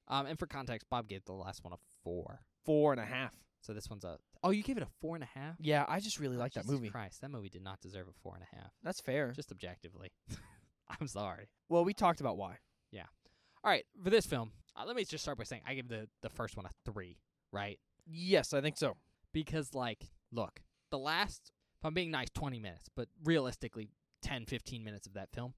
Um, and for context, Bob gave the last one a four, Four and a half. so this one's a oh, you gave it a four and a half. Yeah, I just really Oh, like that Jesus movie. Christ, that movie did not deserve a four and a half. That's fair. Just objectively, I'm sorry. well, we talked about why. All right, for this film, uh, let me just start by saying I give the the first one a three, right? Yes, I think so. Because like, look, the last, if I'm being nice, 20 minutes, but realistically, 10, 15 minutes of that film,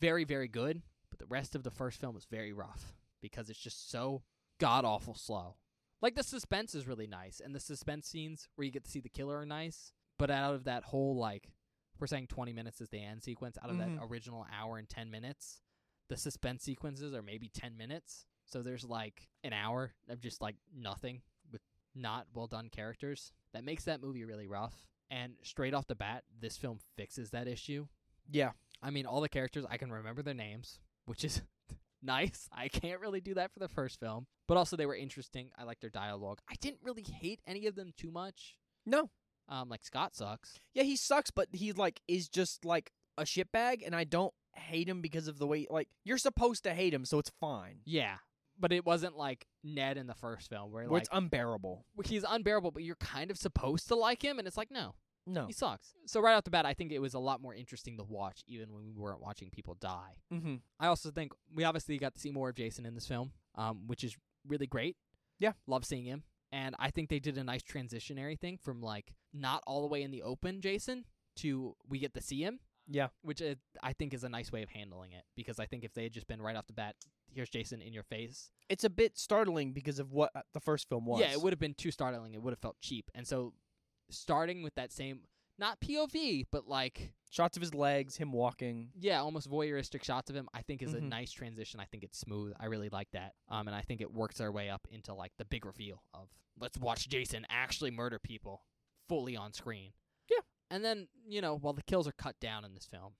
very, very good. But the rest of the first film is very rough because it's just so god awful slow. Like the suspense is really nice, and the suspense scenes where you get to see the killer are nice. But out of that whole like, we're saying 20 minutes is the end sequence. Out of Mhm. that original hour and 10 minutes, the suspense sequences are maybe 10 minutes. So there's like an hour of just like nothing with not well done characters. That makes that movie really rough. And straight off the bat, this film fixes that issue. Yeah. I mean, all the characters, I can remember their names, which is nice. I can't really do that for the first film. But also, they were interesting. I liked their dialogue. I didn't really hate any of them too much. No. Um, like, Scott sucks. Yeah, he sucks, but he like is just like a shitbag and I don't hate him because of the way like you're supposed to hate him, so it's fine. Yeah. But it wasn't like Ned in the first film, where Where like it's unbearable. he's unbearable, but you're kind of supposed to like him, and it's like no, No. he sucks. So right off the bat, I think it was a lot more interesting to watch, even when we weren't watching people die. Mm-hmm. I also think we obviously got to see more of Jason in this film, um, which is really great. Yeah. love seeing him, and I think they did a nice transitionary thing from like not all the way in the open Jason to we get to see him. Yeah. which it, I think is a nice way of handling it because I think if they had just been right off the bat, here's Jason in your face, It's a bit startling because of what uh, the first film was. yeah, it would have been too startling. It would have felt cheap. And so starting with that same not POV, but like Shots of his legs, him walking. Um, yeah, almost voyeuristic shots of him, I think is a Mhm. nice transition. I think it's smooth. I really like that. Um and I think it works our way up into like the big reveal of let's watch Jason actually murder people fully on screen. Yeah. And then, you know, while the kills are cut down in this film,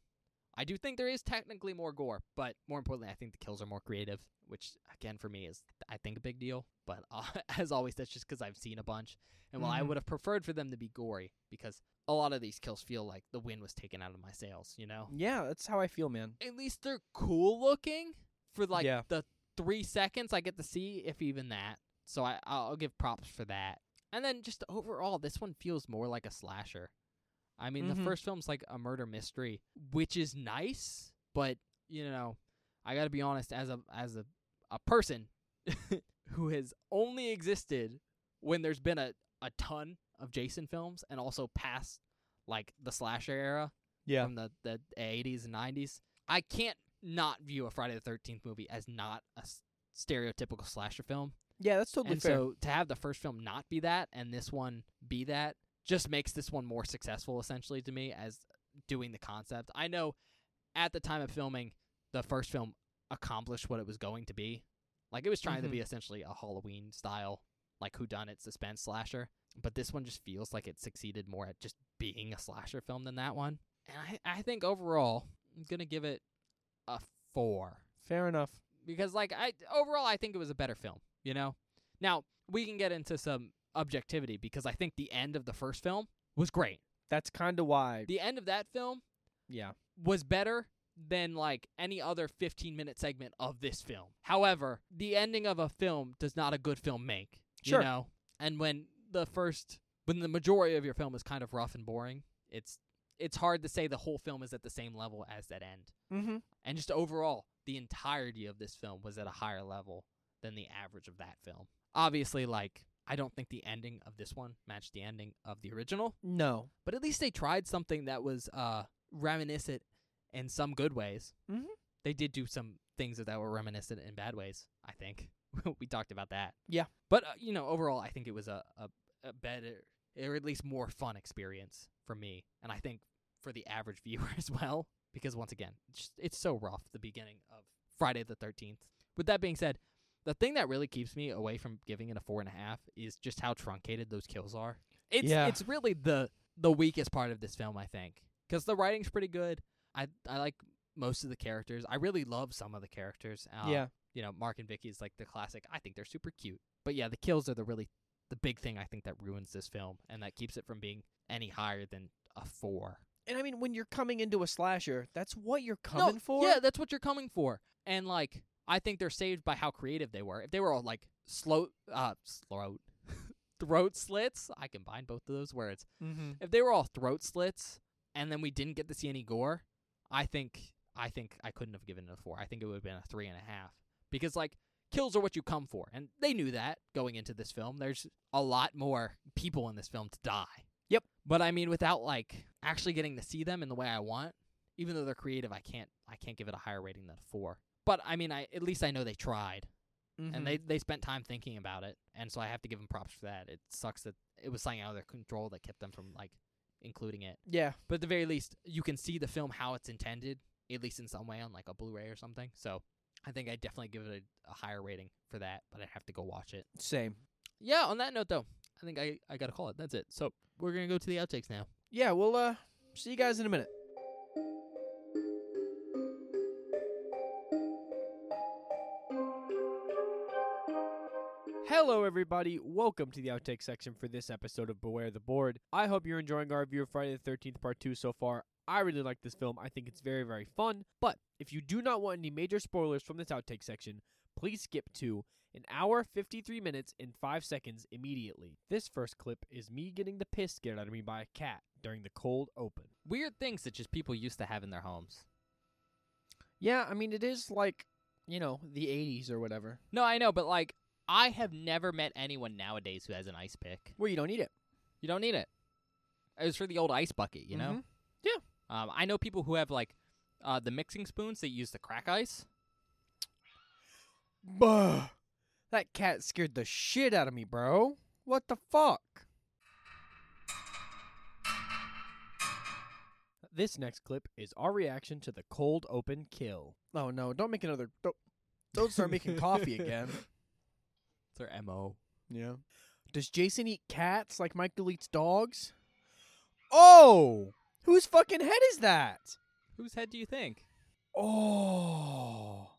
I do think there is technically more gore, but more importantly, I think the kills are more creative, which again for me is I think a big deal. But uh, as always, that's just 'cause I've seen a bunch, and while I Mhm. would have preferred for them to be gory, because a lot of these kills feel like the wind was taken out of my sails, you know. Yeah, that's how I feel, man. At least they're cool looking for like Yeah. the three seconds I get to see, if even that. So I I'll give props for that. And then just overall, this one feels more like a slasher. I mean, the Mhm. first film's like a murder mystery, which is nice, but you know, I got to be honest as a as a a person who has only existed when there's been a a ton of Jason films and also past like the slasher era Yeah. from the the 80s and 90s. I can't not view a Friday the 13th movie as not a s- stereotypical slasher film Yeah, that's totally and fair. so to have the first film not be that and this one be that just makes this one more successful essentially to me as doing the concept. I know at the time of filming, the first film accomplished what it was going to be. Like it was trying to Mhm. be essentially a Halloween style, like whodunit suspense slasher. But this one just feels like it succeeded more at just being a slasher film than that one. And I, I think overall, I'm gonna give it a four fair enough. because like I overall I think it was a better film, you know. Now, we can get into some objectivity because I think the end of the first film was great. That's kind of why. The end of that film yeah. was better than like any other 15-minute segment of this film. However, the ending of a film does not a good film make, Sure. you know. And when the first when the majority of your film is kind of rough and boring, it's it's hard to say the whole film is at the same level as that end Mm-hmm. and just overall the entirety of this film was at a higher level than the average of that film obviously like i don't think the ending of this one matched the ending of the original No. but at least they tried something that was uh reminiscent in some good ways Mhm. they did do some things that were reminiscent in bad ways i think we talked about that Yeah. but uh, you know overall i think it was a, a, a better or at least more fun experience for me and i think for the average viewer as well because once again it's just, it's so rough the beginning of friday the 13th with that being said the thing that really keeps me away from giving it a four and a half is just how truncated those kills are it's Yeah. it's really the the weakest part of this film i think because the writing's pretty good i i like most of the characters i really love some of the characters uh, yeah. you know, Mark and Vicky is like the classic. I think they're super cute. But yeah, the kills are the really the big thing I think that ruins this film and that keeps it from being any higher than a four. And I mean, when you're coming into a slasher, that's what you're coming for. Yeah, that's what you're coming for. And like I think they're saved by how creative they were. If they were all like slow uh slow throat slits, I combine both of those words. Mm-hmm. If they were all throat slits and then we didn't get to see any gore, I think I think I couldn't have given it a four. I think it would have been a three and a half. Because like kills are what you come for, and they knew that going into this film. There's a lot more people in this film to die. Yep. But I mean without like actually getting to see them in the way I want, even though they're creative, I can't I can't give it a higher rating than a four. But I mean I at least I know they tried Mm-hmm. and they they spent time thinking about it, and so I have to give them props for that. It sucks that it was something out of their control that kept them from like including it. Mm-hmm. yeah. But at the very least, you can see the film how it's intended, at least in some way on like a Blu-ray or something. So I think I definitely give it a, a higher rating for that, but I have to go watch it. Same. Yeah. On that note, though, I think I I gotta call it. That's it. So we're gonna go to the outtakes now. Yeah. We'll uh, see you guys in a minute. Hello, everybody. Welcome to the outtake section for this episode of Beware the Board. I hope you're enjoying our review of Friday the 13th Part 2 so far. I really like this film. I think it's very, very fun. But if you do not want any major spoilers from this outtake section, please skip to an hour, 53 minutes, and 5 seconds immediately. This first clip is me getting the piss scared out of me by a cat during the cold open. Weird things that just people used to have in their homes. Yeah, I mean, it is like, you know, the 80s or whatever, No, I know, but like I have never met anyone nowadays who has an ice pick. where you don't need it. Mm-hmm. You don't need it. It was for the old ice bucket, you know? Yeah. Um, I know people who have like uh, the mixing spoons they use to crack ice. Bah. That cat scared the shit out of me, bro. What the fuck? This next clip is our reaction to the cold open kill. Oh no, don't make another don't, don't start making coffee again. It's their mo. Yeah. Does Jason eat cats like Michael eats dogs? Oh! Whose fucking head is that? Whose head do you think? Oh.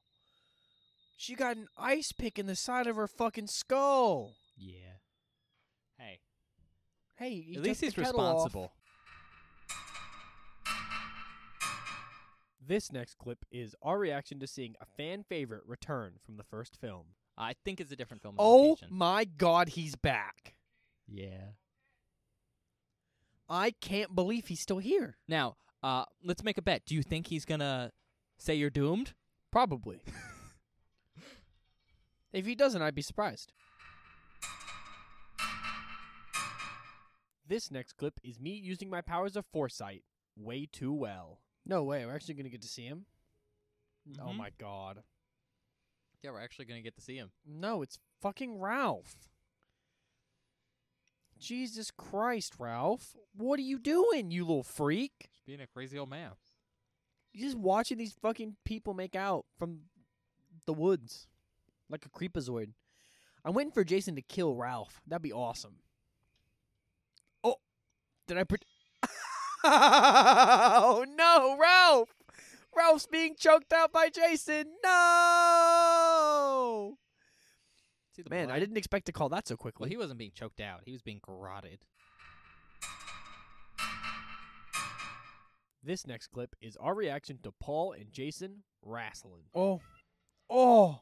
She got an ice pick in the side of her fucking skull. Yeah. Hey, Hey, he at least took he's the kettle off. responsible. This next clip is our reaction to seeing a fan favorite return from the first film. I think it's a different film. Oh location. my god, he's back. yeah. I can't believe he's still here. Now, uh, let's make a bet. Do you think he's gonna say you're doomed? Probably. if he doesn't, I'd be surprised. This next clip is me using my powers of foresight way too well. No way, we're actually going to get to see him? Oh Mhm. my god. Yeah, we're actually gonna get to see him. No, it's fucking Ralph. Jesus Christ, Ralph. What are you doing, you little freak? He's being a crazy old man. You're just watching these fucking people make out from the woods like a creepazoid. I'm waiting for Jason to kill Ralph. That'd be awesome. Oh, did I? Pre- oh no, Ralph! Ralph's being choked out by Jason. No, See the man, I blood? didn't expect to call that so quickly. Well, he wasn't being choked out. He was being garroted. This next clip is our reaction to Paul and Jason wrestling. Oh. Oh.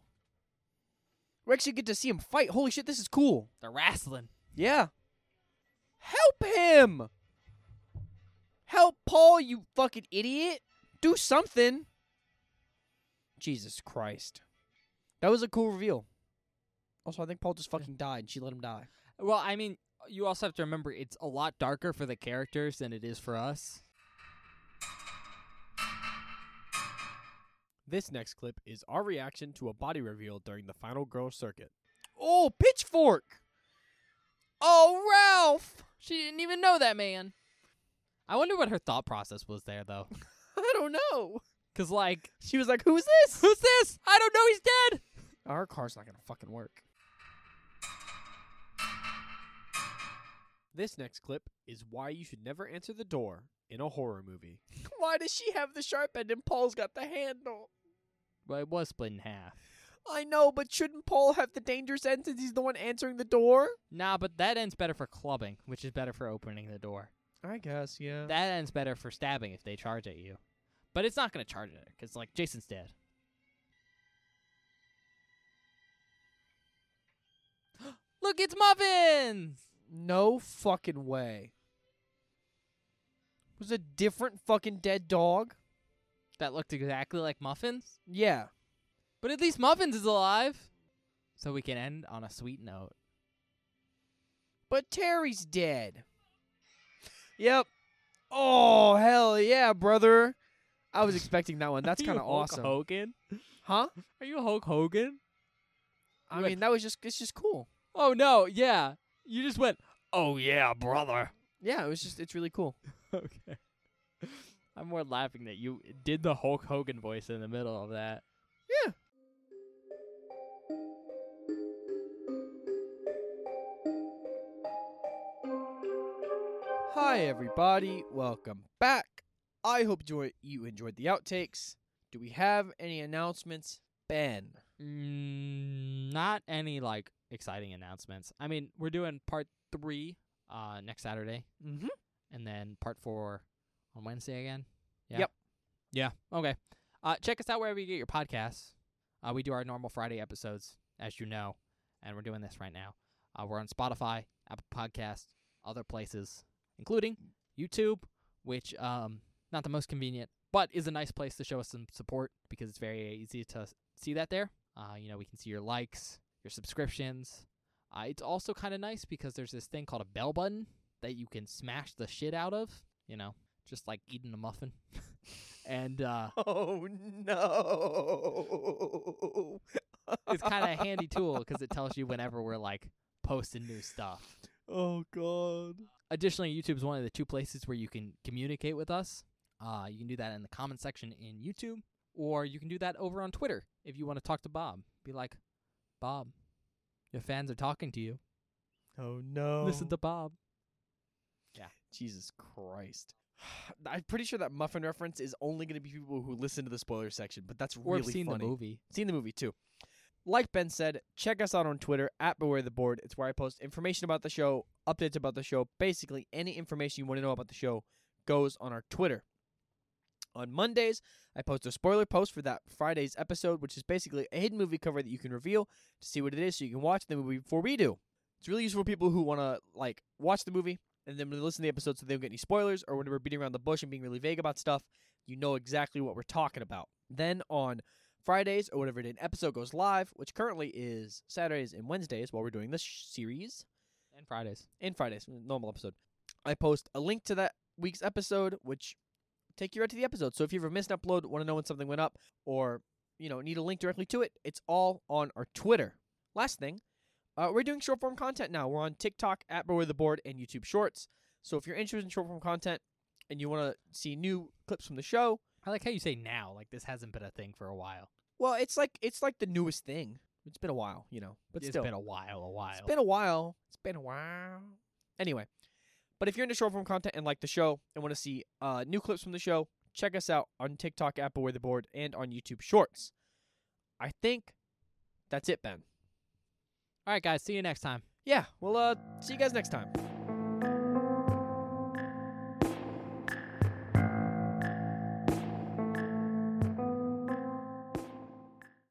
We actually get to see him fight. Holy shit, this is cool. They're wrestling. Yeah. Help him! Help Paul, you fucking idiot! Do something! Jesus Christ. That was a cool reveal. Also, I think Paul just fucking died. She let him die. Well, I mean, you also have to remember it's a lot darker for the characters than it is for us. This next clip is our reaction to a body reveal during the final girl circuit. Oh, pitchfork! Oh, Ralph! She didn't even know that man. I wonder what her thought process was there, though. I don't know. Because, like, She was like, "Who's this?" who's this? I don't know. He's dead. Our car's not gonna fucking work. This next clip is why you should never answer the door in a horror movie. why does she have the sharp end and Paul's got the handle? Well, it was split in half. I know, but shouldn't Paul have the dangerous end since he's the one answering the door? Nah, but that ends better for clubbing, which is better for opening the door. I guess, yeah. That ends better for stabbing if they charge at you. But it's not going to charge at her because, like, Jason's dead. Look, it's Muffins! no fucking way. was a different fucking dead dog. That looked exactly like Muffins. Yeah. But at least Muffins is alive. So we can end on a sweet note. But Terry's dead. Yep. Oh, hell yeah, brother. I was expecting that one. That's Are you kind of Hulk awesome. Hogan? Huh? Are you Hulk Hogan? I You went- mean, that was just it's just cool. Oh no, yeah. You just went, "Oh yeah, brother." Yeah, it was just it's really cool. Okay. I'm more laughing that you did the Hulk Hogan voice in the middle of that. Yeah. Hi everybody. Welcome back. I hope joy- you enjoyed the outtakes. Do we have any announcements, Ben? Mm, not any like exciting announcements. I mean, we're doing part 3 uh next Saturday Mhm. and then part 4 on Wednesday again. Yep. Yeah. Okay. Uh, check us out wherever you get your podcasts. Uh, we do our normal Friday episodes, as you know, and we're doing this right now. Uh, we're on Spotify, Apple Podcasts, other places, including YouTube, which um not the most convenient, but is a nice place to show us some support because it's very easy to s- see that there. Uh, you know, we can see your likes, your subscriptions. Uh, it's also kind of nice because there's this thing called a bell button that you can smash the shit out of. You know, just like eating a muffin. and uh, Oh no! it's kind of a handy tool because it tells you whenever we're like posting new stuff. Oh god. Additionally, YouTube is one of the two places where you can communicate with us. Uh, you can do that in the comment section in YouTube, or you can do that over on Twitter if you want to talk to Bob. Be like, Bob, your fans are talking to you. Oh no. Listen to Bob. Jesus Christ. I'm pretty sure that muffin reference is only going to be people who listen to the spoiler section, but that's Or really have seen funny. the movie. Seen the movie too. Like Ben said, check us out on Twitter at Beware the Board. It's where I post information about the show, updates about the show. Basically, any information you want to know about the show goes on our Twitter. On Mondays, I post a spoiler post for that Friday's episode, which is basically a hidden movie cover that you can reveal to see what it is so you can watch the movie before we do. It's really useful for people who want to like watch the movie and then listen to the episode so they don't get any spoilers or when we're beating around the bush and being really vague about stuff, you know exactly what we're talking about. Then on Fridays or whatever it is, an episode goes live, which currently is Saturdays and Wednesdays while we're doing this sh- series And Fridays. and Fridays, normal episode. I post a link to that week's episode, which take you right to the episode. So if you ever missed an upload, want to know when something went up, or you know need a link directly to it, it's all on our Twitter. Last thing, uh, we're doing short form content now. We're on TikTok at Beware the Board and YouTube Shorts. So if you're interested in short form content and you want to see new clips from the show, I like how you say now, like this hasn't been a thing for a while. well, it's like it's like the newest thing. It's been a while, you know, but it's still, been a while, a while. It's been a while. It's been a while. Anyway, but if you're into short form content and like the show and want to see uh, new clips from the show, check us out on TikTok, Apple Where the Board, and on YouTube Shorts. I think that's it, Ben. All right, guys, see you next time. Yeah, well, uh, see you guys next time.